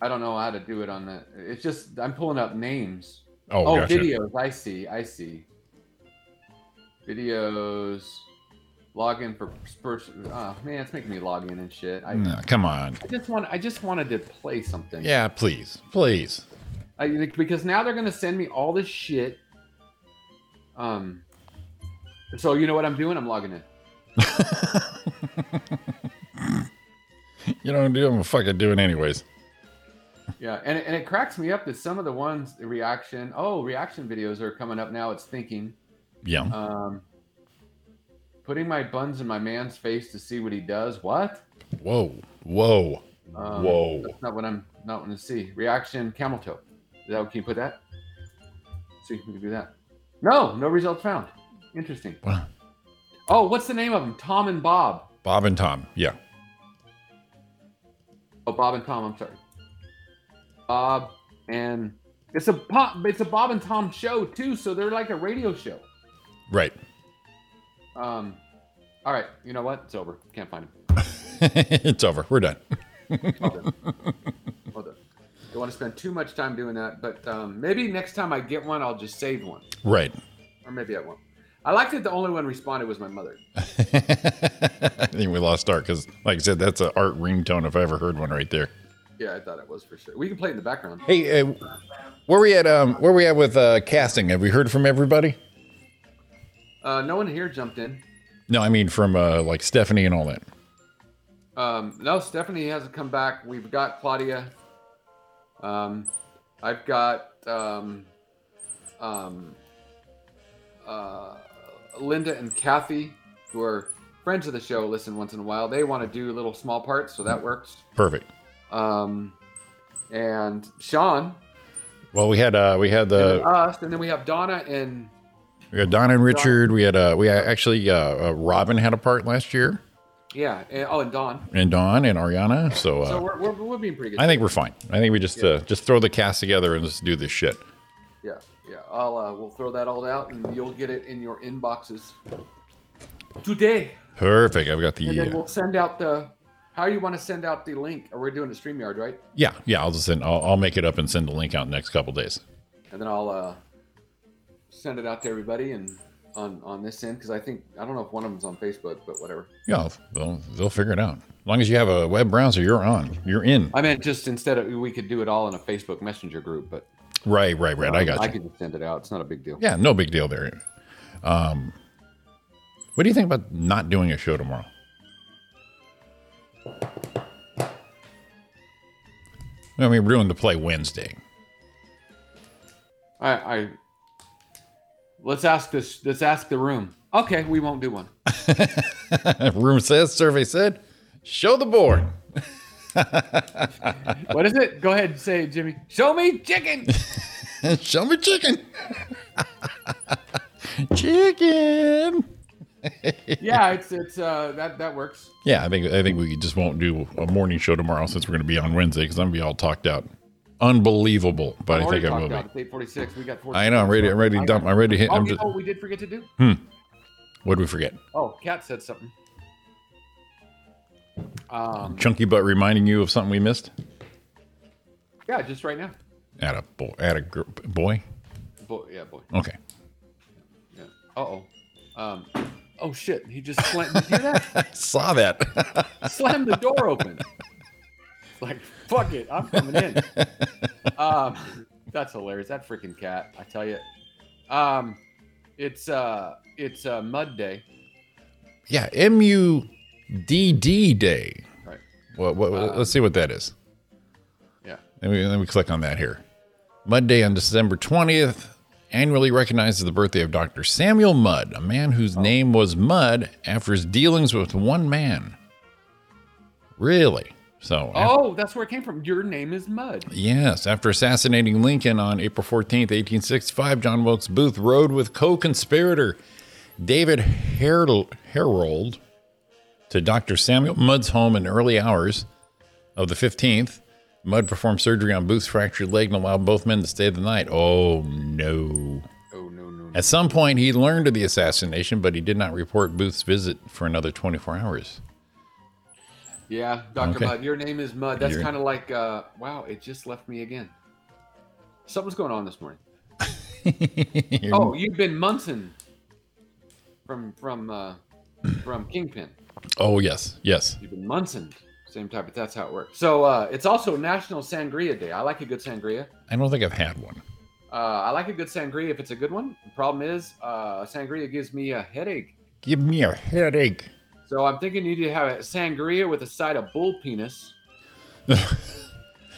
Speaker 6: i don't know how to do it on that it's just i'm pulling up names
Speaker 7: Oh,
Speaker 6: oh
Speaker 7: gotcha.
Speaker 6: videos i see i see videos, log in for spurs. Oh man, it's making me log in and shit. I,
Speaker 7: No, come on.
Speaker 6: I just want. I just wanted to play something.
Speaker 7: Hmm. Yeah, please, please.
Speaker 6: I, because now they're gonna send me all this shit. Um. So you know what I'm doing? I'm logging in.
Speaker 7: You don't do. I'm fucking doing anyways.
Speaker 6: Yeah, and, and it cracks me up that some of the ones the reaction. Oh, reaction videos are coming up now. It's thinking.
Speaker 7: Yeah.
Speaker 6: Um. Putting my buns in my man's face to see what he does. What?
Speaker 7: whoa, whoa,
Speaker 6: Um,
Speaker 7: whoa.
Speaker 6: That's not what I'm not wanting to see. Reaction camel toe. Is that can you put that? See if we can do that. No, no results found. Interesting.
Speaker 7: Wow.
Speaker 6: Oh, what's the name of them? Tom and Bob.
Speaker 7: Bob and Tom. Yeah.
Speaker 6: Oh, Bob and Tom. I'm sorry. Bob and it's a pop. It's a Bob and Tom show too. So they're like a radio show.
Speaker 7: Right.
Speaker 6: Um, all right. You know what? It's over. Can't find him.
Speaker 7: it's over. We're done.
Speaker 6: Well done. Don't want to spend too much time doing that, but um, maybe next time I get one, I'll just save one,
Speaker 7: Right.
Speaker 6: or maybe I won't. I like that the only one responded was my mother.
Speaker 7: I think we lost art because, like I said, that's an art ringtone if I ever heard one right there.
Speaker 6: Yeah, I thought it was for sure. We can play it in the background.
Speaker 7: Hey, uh, where we at? Um, where we at with uh, casting? Have we heard from everybody?
Speaker 6: Uh, no one here jumped in.
Speaker 7: No, I mean from uh, like Stephanie and all that.
Speaker 6: Um, no, Stephanie hasn't come back. We've got Claudia. Um, I've got um, um, uh, Linda and Kathy, who are friends of the show, listen once in a while. They want to do little small parts, so that works.
Speaker 7: Perfect.
Speaker 6: Um, and Sean
Speaker 7: Well, we had uh, we had
Speaker 6: and
Speaker 7: the
Speaker 6: us, and then we have Donna and
Speaker 7: we had Don and Richard. We had uh, we had actually uh, uh, Robin had a part last year,
Speaker 6: yeah, and, oh, and Don.
Speaker 7: and Don and Ariana. So, uh,
Speaker 6: So we're, we're, we're being pretty good.
Speaker 7: I think we're fine. I think we just uh, just throw the cast together and just do this shit.
Speaker 6: Yeah, yeah. I'll uh, we'll throw that all out, and you'll get it in your inboxes today.
Speaker 7: Perfect. I've got the uh,
Speaker 6: And
Speaker 7: yeah.
Speaker 6: then we'll send out the how you want to send out the link. Or we're doing a Streamyard, right?
Speaker 7: yeah, yeah. I'll just send. I'll, I'll make it up and send the link out next couple days.
Speaker 6: And then I'll uh, send it out to everybody and on on this end because I think I don't know if one of them's on Facebook, but whatever.
Speaker 7: Yeah, they'll they'll figure it out. As long as you have a web browser, you're on. You're in.
Speaker 6: I meant just instead of we could do it all in a Facebook Messenger group, but
Speaker 7: Right, right, right. I got
Speaker 6: I
Speaker 7: you.
Speaker 6: could just send it out. It's not a big deal.
Speaker 7: Yeah, no big deal there. Um, what do you think about not doing a show tomorrow? I mean, we're doing the play Wednesday.
Speaker 6: I, I let's ask this. Let's ask the room. Okay, we won't do one.
Speaker 7: Room says, survey said, show the board.
Speaker 6: What is it? Go ahead and say it, Jimmy. Show me chicken.
Speaker 7: show me chicken. chicken.
Speaker 6: yeah, it's it's uh that that works.
Speaker 7: Yeah, I think I think we just won't do a morning show tomorrow since we're going to be on Wednesday because I'm gonna be all talked out, unbelievable. But I think I will be.
Speaker 6: Eight forty-six. We got. 40
Speaker 7: I know. I'm ready. I'm ready to
Speaker 6: I
Speaker 7: dump.
Speaker 6: got-
Speaker 7: I'm ready to hit.
Speaker 6: Oh,
Speaker 7: I'm
Speaker 6: you
Speaker 7: just.
Speaker 6: know what we did forget to do?
Speaker 7: What did we forget?
Speaker 6: Oh, Kat said something. Um,
Speaker 7: Chunky butt reminding you of something we missed.
Speaker 6: yeah, just right now.
Speaker 7: At a boy. At a gr- boy.
Speaker 6: Boy, yeah, boy.
Speaker 7: Okay.
Speaker 6: Yeah. Uh oh. Um. Oh shit! He just slammed. Did you hear that?
Speaker 7: I saw that.
Speaker 6: slammed the door open. It's like, fuck it, I'm coming in. Um, that's hilarious. That freaking cat, I tell you. Um, it's uh, it's uh, Mud Day.
Speaker 7: yeah. M U D D Day.
Speaker 6: Right.
Speaker 7: What? What? let's see what that is.
Speaker 6: Yeah.
Speaker 7: Let me, let me click on that here. Mudd Day on December 20th, annually recognizes the birthday of Dr. Samuel Mudd, a man whose name was Mudd after his dealings with one man. Really? So, af-
Speaker 6: Oh, that's where it came from. Your name is Mud.
Speaker 7: yes, after assassinating Lincoln on April 14th, 1865, John Wilkes Booth rode with co conspirator David Harold, Harold to Dr. Samuel Mudd's home in early hours of the 15th. Mudd performed surgery on Booth's fractured leg and allowed both men to stay the night. Oh, no.
Speaker 6: Oh no no. no.
Speaker 7: At some point, he learned of the assassination, but he did not report Booth's visit for another 24 hours.
Speaker 6: Yeah, Doctor
Speaker 7: Okay.
Speaker 6: Mud. Your name is Mud. That's
Speaker 7: Your-
Speaker 6: kind of like, uh, wow, it just left me again. Something's going on this morning.
Speaker 7: You're-
Speaker 6: Oh, you've been Munson. from from uh, from Kingpin.
Speaker 7: Oh yes, yes.
Speaker 6: Even Munson, same type. But that's how it works. So uh, it's also National Sangria Day. I like a good sangria.
Speaker 7: I don't think I've had one.
Speaker 6: Uh, I like a good sangria if it's a good one. The problem is, uh, sangria gives me a headache.
Speaker 7: Give me a headache.
Speaker 6: So I'm thinking you need to have a sangria with a side of bull penis.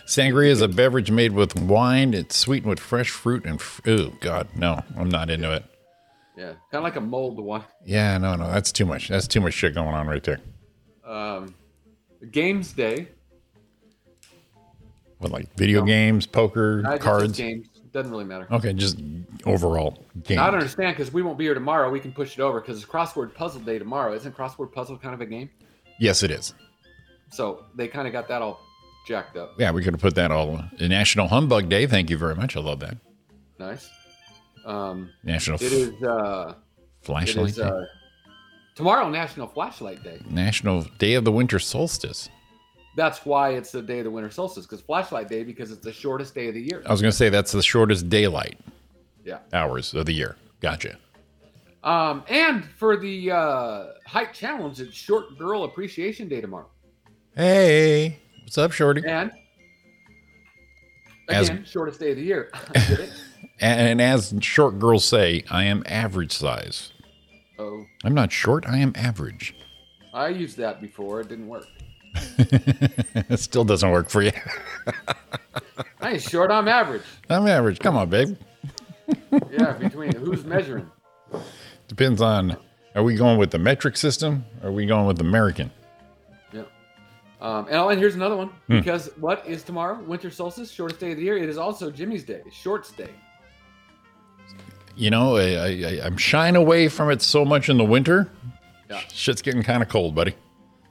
Speaker 7: Sangria is a beverage made with wine. It's sweetened with fresh fruit and f- oh god, no, I'm not into it.
Speaker 6: Yeah, kind of like a mold one.
Speaker 7: Yeah, no, no, that's too much. That's too much shit going on right there.
Speaker 6: Um, games day.
Speaker 7: With like video games, poker,
Speaker 6: I just- just
Speaker 7: cards.
Speaker 6: games doesn't really matter.
Speaker 7: Okay, just overall games.
Speaker 6: I don't understand because we won't be here tomorrow. We can push it over because it's crossword puzzle day tomorrow. Isn't crossword puzzle kind of a game?
Speaker 7: Yes, it is.
Speaker 6: So they kind of got that all jacked up.
Speaker 7: Yeah, we could have put that all. National Humbug Day. Thank you very much. I love that.
Speaker 6: Nice. Um,
Speaker 7: National
Speaker 6: it is. Uh, it
Speaker 7: Flashlight
Speaker 6: is
Speaker 7: Day.
Speaker 6: uh, tomorrow National Flashlight Day.
Speaker 7: National Day of the Winter Solstice.
Speaker 6: That's why it's the day of the winter solstice because Flashlight Day because it's the shortest day of the year.
Speaker 7: I was going to say that's the shortest daylight
Speaker 6: Yeah.
Speaker 7: hours of the year. Gotcha.
Speaker 6: Um, and for the uh, height challenge, it's Short Girl Appreciation Day tomorrow.
Speaker 7: Hey, what's up, Shorty?
Speaker 6: And
Speaker 7: As-
Speaker 6: again, shortest day of the year. Get it?
Speaker 7: And as short girls say, I am average size.
Speaker 6: Oh,
Speaker 7: I'm not short. I am average.
Speaker 6: I used that before. It didn't work.
Speaker 7: it still doesn't work for you.
Speaker 6: I ain't short. I'm average.
Speaker 7: I'm average. Come on, babe.
Speaker 6: Yeah, between who's measuring?
Speaker 7: Depends on are we going with the metric system? Or are we going with the American?
Speaker 6: Yeah. Um, and, oh, and here's another one because what is tomorrow? Winter solstice, shortest day of the year. It is also Jimmy's day, shorts day.
Speaker 7: You know, I, I, I- I'm shying away from it so much in the winter.
Speaker 6: Yeah.
Speaker 7: Shit's getting kind of cold, buddy.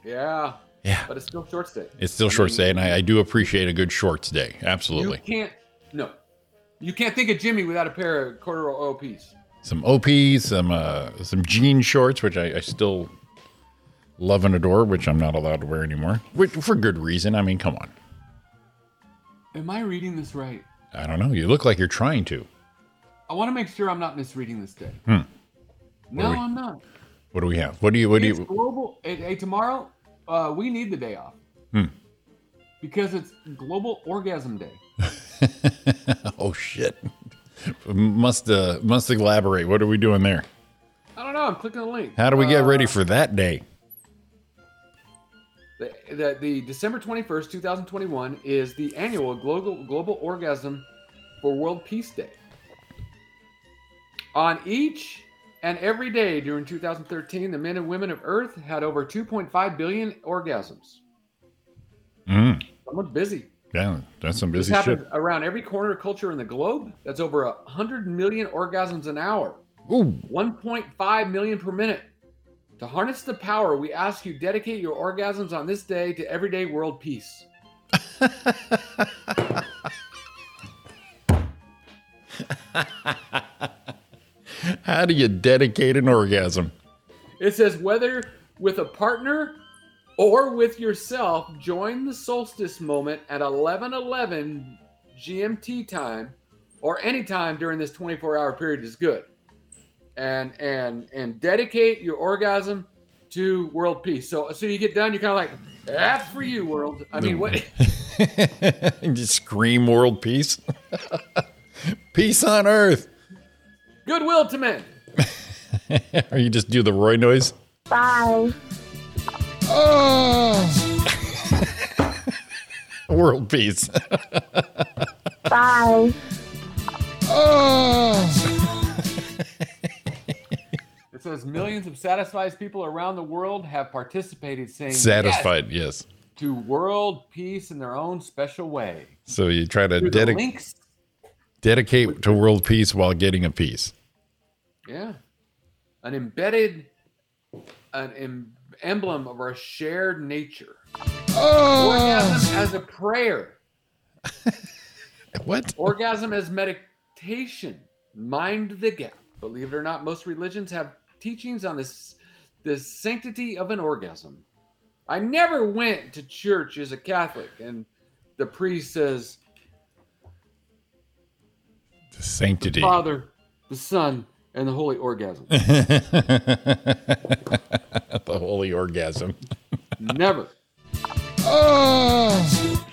Speaker 6: Yeah,
Speaker 7: Yeah.
Speaker 6: but it's still shorts day.
Speaker 7: It's still shorts day, and I, I do appreciate a good shorts day.
Speaker 6: You
Speaker 7: Absolutely.
Speaker 6: can't no, you can't think of Jimmy without a pair of corduroy OPs.
Speaker 7: Some OPs, some uh, some jean shorts, which I, I still love and adore, which I'm not allowed to wear anymore, which for good reason. I mean, come on.
Speaker 6: Am I reading this right?
Speaker 7: I don't know. You look like you're trying to.
Speaker 6: I want to make sure I'm not misreading this day.
Speaker 7: Hmm.
Speaker 6: No,
Speaker 7: What do we-
Speaker 6: I'm not.
Speaker 7: What do we have? What do you? What do
Speaker 6: it's
Speaker 7: you?
Speaker 6: global. Hey, hey, tomorrow, uh, we need the day off
Speaker 7: Hmm.
Speaker 6: because it's Global Orgasm Day.
Speaker 7: oh shit! Must uh, must elaborate. What are we doing there?
Speaker 6: I don't know. I'm clicking the link.
Speaker 7: How do we get
Speaker 6: Uh,
Speaker 7: ready for that day?
Speaker 6: The, the, the December 21st, 2021 is the annual Global, Global Orgasm for World Peace Day. On each and every day during 2013, the men and women of Earth had over 2.5 billion orgasms.
Speaker 7: Mm,
Speaker 6: Someone's busy.
Speaker 7: yeah, that's some
Speaker 6: This
Speaker 7: busy shit.
Speaker 6: happens around every corner of culture in the globe. That's over 100 million orgasms an hour.
Speaker 7: Ooh,
Speaker 6: 1.5 million per minute. To harness the power, we ask you dedicate your orgasms on this day to everyday world peace.
Speaker 7: how do you dedicate an orgasm?
Speaker 6: It says whether with a partner or with yourself, join the solstice moment at 11:11 GMT time or any time during this 24-hour period is good. And and and dedicate your orgasm to world peace. So so you get done, you're kind of like that's for you, world. I mean, what?
Speaker 7: Mm-hmm. Just scream world peace. peace on earth.
Speaker 6: Goodwill to men.
Speaker 7: Or you just do the Roy noise.
Speaker 2: Bye.
Speaker 6: Oh.
Speaker 7: World peace.
Speaker 2: Bye.
Speaker 6: It says millions of satisfied people around the world have participated, saying yes
Speaker 7: Satisfied, yes.
Speaker 6: to world peace in their own special way.
Speaker 7: So you try to
Speaker 6: Through the
Speaker 7: dedic-
Speaker 6: links.
Speaker 7: dedicate to world peace while getting a piece.
Speaker 6: Yeah. An embedded an em- emblem of our shared nature. Oh. Orgasm as a prayer.
Speaker 7: What?
Speaker 6: Orgasm as meditation. Mind the gap. Believe it or not, most religions have teachings on this the sanctity of an orgasm. I never went to church as a Catholic, and the priest says,
Speaker 7: Sanctity.
Speaker 6: Father, the Son, and the holy orgasm.
Speaker 7: the holy orgasm.
Speaker 6: Never.
Speaker 7: Oh.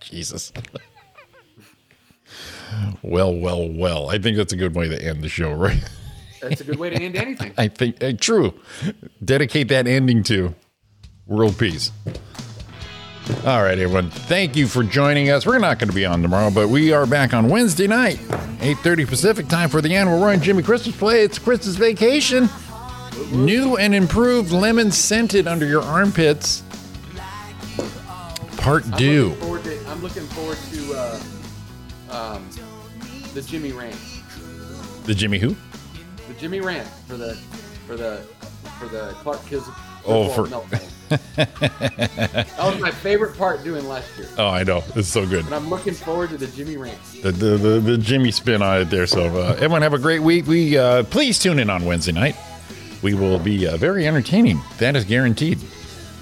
Speaker 7: Jesus. Well, well, well. I think that's a good way to end the show, right?
Speaker 6: That's a good way to end anything.
Speaker 7: I think eh, true. Dedicate that ending to world peace. All right, everyone. Thank you for joining us. We're not going to be on tomorrow, but we are back on Wednesday night, 8:30 Pacific time for the annual Roy and Jimmy Christmas play. It's Christmas vacation. New and improved lemon scented under your armpits. Part
Speaker 6: I'm
Speaker 7: due.
Speaker 6: Looking forward to, I'm looking forward to uh, um, the Jimmy rant.
Speaker 7: The Jimmy who?
Speaker 6: The Jimmy rant for the for the for the Clark Kids.
Speaker 7: Oh,
Speaker 6: football
Speaker 7: for-
Speaker 6: meltdown. that was my favorite part doing last year.
Speaker 7: Oh, I know. It's so good.
Speaker 6: But I'm looking forward to the Jimmy rant.
Speaker 7: the, the, the, the Jimmy spin on it there. So uh, everyone have a great week. We uh, please tune in on Wednesday night. We will be uh, very entertaining. That is guaranteed.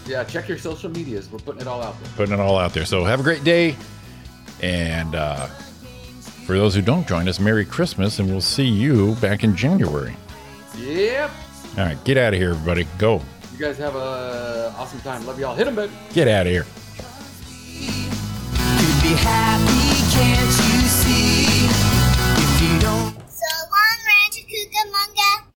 Speaker 6: Yeah, check your social medias. We're putting it all out there.
Speaker 7: Putting it all out there. So have a great day. And uh, for those who don't join us, Merry Christmas, and we'll see you back in January.
Speaker 6: Yep.
Speaker 7: All right, get out of here, everybody. Go.
Speaker 6: You guys have a awesome time. Love y'all. Hit them, baby.
Speaker 7: Get out of here.
Speaker 4: Be happy, can't you?